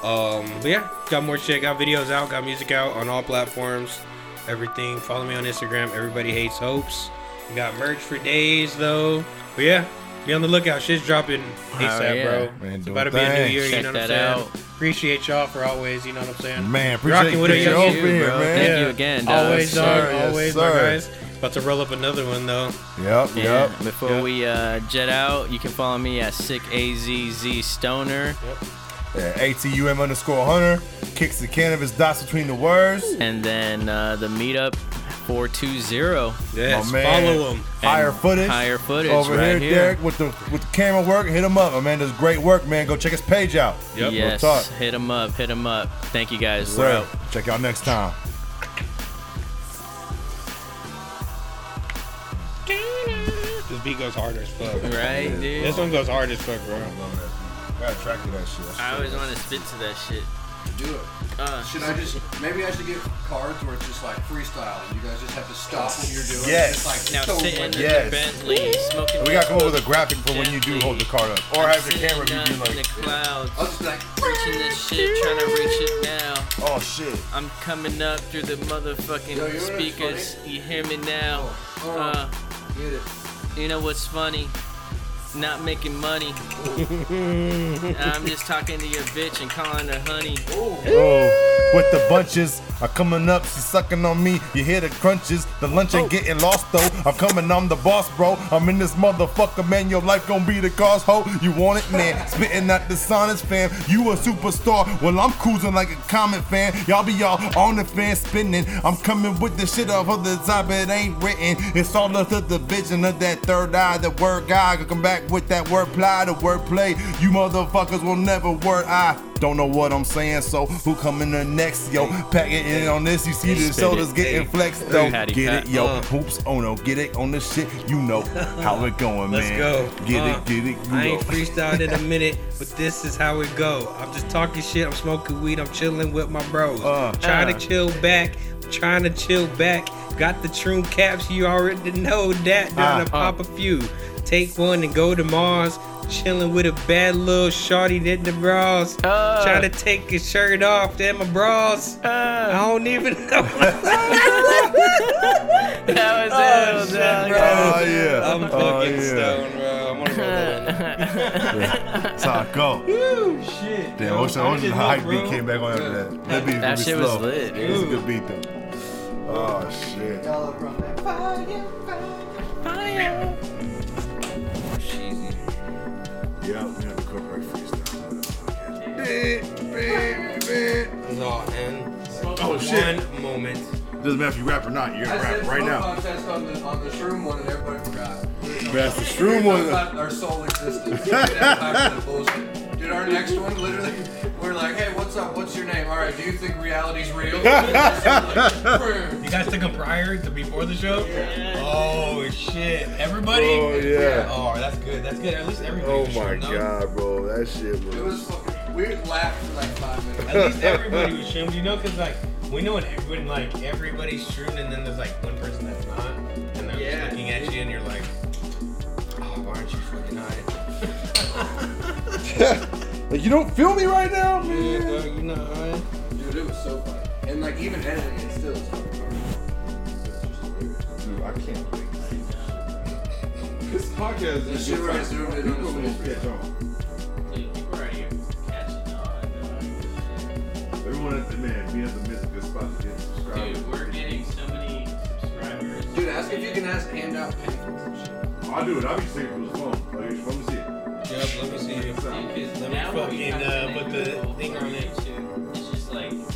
[SPEAKER 6] Um, but yeah, got more shit. Got videos out. Got music out on all platforms. Everything. Follow me on Instagram. Everybody hates hopes. We got merch for days though. But yeah, be on the lookout. Shit's dropping ASAP,
[SPEAKER 3] yeah.
[SPEAKER 6] bro.
[SPEAKER 2] Man,
[SPEAKER 6] it's
[SPEAKER 2] doing
[SPEAKER 6] about to be a new
[SPEAKER 2] things.
[SPEAKER 6] year. you
[SPEAKER 3] Check
[SPEAKER 6] know what I'm
[SPEAKER 3] that
[SPEAKER 6] saying?
[SPEAKER 3] out.
[SPEAKER 6] Appreciate y'all for always. You know what I'm saying?
[SPEAKER 2] Man, appreciate
[SPEAKER 6] Rocking with a
[SPEAKER 2] you
[SPEAKER 6] young
[SPEAKER 2] over
[SPEAKER 6] you,
[SPEAKER 2] here,
[SPEAKER 3] bro.
[SPEAKER 2] man.
[SPEAKER 3] Thank
[SPEAKER 6] Yeah.
[SPEAKER 3] you again, dog.
[SPEAKER 6] Always,
[SPEAKER 2] Yes,
[SPEAKER 6] dog.
[SPEAKER 2] sir. Yes,
[SPEAKER 6] always, my
[SPEAKER 2] sir.
[SPEAKER 6] guys. About to roll up another one though.
[SPEAKER 2] Yep,
[SPEAKER 3] Yeah.
[SPEAKER 2] yep.
[SPEAKER 3] Before
[SPEAKER 6] Yep.
[SPEAKER 3] we uh, jet out, you can follow me at sick azz stoner,
[SPEAKER 2] Yeah, ATUM underscore Hunter kicks the cannabis dots between the words.
[SPEAKER 3] and then uh, the meetup four two zero.
[SPEAKER 6] Yes,
[SPEAKER 2] my man.
[SPEAKER 6] follow him.
[SPEAKER 2] Higher
[SPEAKER 3] And
[SPEAKER 2] footage.
[SPEAKER 3] higher footage
[SPEAKER 2] Over
[SPEAKER 3] right
[SPEAKER 2] here,
[SPEAKER 3] here.
[SPEAKER 2] Derek, with the with the camera work. Hit him up, my man. Does great work, man. Go check his page out. Real
[SPEAKER 6] Yep.
[SPEAKER 3] yes,
[SPEAKER 2] talk.
[SPEAKER 3] hit him up, hit him up. Thank you guys. We're
[SPEAKER 2] Sir,
[SPEAKER 3] out.
[SPEAKER 2] check y'all next time.
[SPEAKER 6] This beat goes hard as fuck.
[SPEAKER 3] Right, dude.
[SPEAKER 6] This one goes hard as fuck, bro.
[SPEAKER 2] Gotta track to that shit.
[SPEAKER 3] I always want to spit to that shit.
[SPEAKER 5] Do it.
[SPEAKER 3] Uh,
[SPEAKER 5] Should I just maybe I should get cards where it's just like freestyle and you guys just have to stop what you're doing.
[SPEAKER 2] Yes.
[SPEAKER 5] And just,
[SPEAKER 3] now
[SPEAKER 5] like, totally-
[SPEAKER 3] sitting in
[SPEAKER 2] Yes.
[SPEAKER 3] the Bentley, smoking.
[SPEAKER 2] We gotta come up with a graphic for when you do hold the card up, or have the
[SPEAKER 3] sitting
[SPEAKER 2] camera
[SPEAKER 3] up
[SPEAKER 2] be
[SPEAKER 3] in the
[SPEAKER 2] like,
[SPEAKER 3] clouds,
[SPEAKER 5] I'll just be like,
[SPEAKER 3] reaching this shit, trying to reach it now.
[SPEAKER 2] oh shit.
[SPEAKER 3] I'm coming up through the motherfucking
[SPEAKER 5] Yo, you know what's
[SPEAKER 3] speakers. You hear me now?
[SPEAKER 5] Oh,
[SPEAKER 3] Uh,
[SPEAKER 5] get it.
[SPEAKER 3] you know what's funny? Not making [LAUGHS] money. I'm just talking to your bitch and calling her honey.
[SPEAKER 2] Oh, with the bunches are coming up, she's sucking on me. You hear the crunches, the lunch ain't getting lost though. I'm coming, I'm the boss, bro. I'm in this motherfucker, man. Your life gonna be the cost, ho. You want it, man? Spitting out the sonnets, fam. You a superstar? Well, I'm cruising like a comet, fan. Y'all be y'all on the fan spinning. I'm coming with the shit of others, I bet ain't written. It's all up to the vision of that third eye, the word guy. Come back with that word ply, the word play. You motherfuckers will never word I. Don't know what I'm saying, so who coming the next, yo? Pack it in on this, you see the
[SPEAKER 3] Spit
[SPEAKER 2] shoulders
[SPEAKER 3] it.
[SPEAKER 2] getting
[SPEAKER 6] Hey.
[SPEAKER 2] flexed, though.
[SPEAKER 3] Patty
[SPEAKER 2] Get
[SPEAKER 3] Pat.
[SPEAKER 2] it, yo.
[SPEAKER 6] Uh.
[SPEAKER 2] Hoops, oh no, get it on this shit, you know
[SPEAKER 6] [LAUGHS]
[SPEAKER 2] how it going,
[SPEAKER 6] Let's
[SPEAKER 2] man.
[SPEAKER 6] go.
[SPEAKER 2] Get
[SPEAKER 6] Uh,
[SPEAKER 2] it, get it, you
[SPEAKER 6] I
[SPEAKER 2] know.
[SPEAKER 6] ain't freestyled in a minute, but this is how it go. I'm just talking shit. I'm smoking weed. I'm chilling with my bros.
[SPEAKER 2] Uh.
[SPEAKER 6] trying
[SPEAKER 3] Uh.
[SPEAKER 6] to chill back. Trying to chill back. Got the true caps. You already know that. Gonna
[SPEAKER 2] Uh.
[SPEAKER 6] pop a few. Take one and go to Mars. Chilling with a bad little shorty in the bras.
[SPEAKER 3] Uh.
[SPEAKER 6] Trying to take his shirt off. Then my bras. I don't even
[SPEAKER 3] [LAUGHS]
[SPEAKER 6] know.
[SPEAKER 3] that was
[SPEAKER 6] [LAUGHS] Oh, shit, bro.
[SPEAKER 2] [LAUGHS] Oh yeah.
[SPEAKER 6] [LAUGHS] I'm fucking
[SPEAKER 2] oh,
[SPEAKER 6] stoned, bro. I'm gonna roll that one.
[SPEAKER 2] [LAUGHS] That's how it go.
[SPEAKER 6] Woo, shit.
[SPEAKER 2] Damn, Ocean, Ocean, the hype beat came back on after that. That beat
[SPEAKER 3] That
[SPEAKER 2] really
[SPEAKER 3] shit was
[SPEAKER 2] slow.
[SPEAKER 3] lit,
[SPEAKER 2] It was a good beat though. Oh shit.
[SPEAKER 5] Y'all are from that.
[SPEAKER 2] Yeah, we have to cooperate freestyle.
[SPEAKER 6] No, and
[SPEAKER 2] Oh shit.
[SPEAKER 6] one moment.
[SPEAKER 2] Doesn't matter if you rap or not, you're gonna
[SPEAKER 5] I
[SPEAKER 2] rap
[SPEAKER 5] said
[SPEAKER 2] right now.
[SPEAKER 5] smoke contest on the on the shroom one and everybody forgot.
[SPEAKER 2] That's the shroom one.
[SPEAKER 5] About our sole existence. That type of bullshit. Did our next one literally? We're like, hey, what's up? What's your name? All right, do you think reality's
[SPEAKER 2] [LAUGHS]
[SPEAKER 5] real?
[SPEAKER 1] You guys took a prior to before the show? Oh shit. Everybody?
[SPEAKER 6] Oh, yeah.
[SPEAKER 1] Oh, that's good. That's good. At least everybody.
[SPEAKER 6] Oh
[SPEAKER 1] was
[SPEAKER 6] my
[SPEAKER 1] showing up.
[SPEAKER 6] god, bro, that
[SPEAKER 2] [LAUGHS]
[SPEAKER 6] shit
[SPEAKER 5] it
[SPEAKER 6] was.
[SPEAKER 5] was fucking. We laughed for like five minutes.
[SPEAKER 1] At least everybody was trimmed, you know, because like we know when, when like everybody's trimmed, and then there's like one person that's not, and they're
[SPEAKER 3] Yeah.
[SPEAKER 1] just looking at you, and you're like, oh, why aren't you fucking on it?
[SPEAKER 6] like you don't feel me right now,
[SPEAKER 1] yeah,
[SPEAKER 6] man.
[SPEAKER 1] dog, you not on it?
[SPEAKER 5] Dude, it was so funny. And like even editing it still is fucking hard.
[SPEAKER 6] Dude, I can't. wait.
[SPEAKER 2] This podcast
[SPEAKER 5] This
[SPEAKER 2] is
[SPEAKER 5] shit
[SPEAKER 2] just
[SPEAKER 5] right there,
[SPEAKER 2] like,
[SPEAKER 5] it
[SPEAKER 2] people
[SPEAKER 5] don't
[SPEAKER 2] gonna
[SPEAKER 5] fit.
[SPEAKER 2] catch on.
[SPEAKER 3] People are here catching on.
[SPEAKER 2] Everyone at the man, me at the miss a good spot to get subscribers.
[SPEAKER 3] Dude, we're getting so many subscribers.
[SPEAKER 5] Dude, ask if you can ask hand out pancakes and shit.
[SPEAKER 2] I'll do it. I'll be singing from the phone. Like, if you want me to see it.
[SPEAKER 1] Yep, let me see.
[SPEAKER 2] It's out.
[SPEAKER 3] Dude, 'cause
[SPEAKER 1] Let me
[SPEAKER 3] now we're
[SPEAKER 1] fucking,
[SPEAKER 3] becoming
[SPEAKER 1] uh, put the
[SPEAKER 3] people
[SPEAKER 1] thing on it.
[SPEAKER 3] It's just like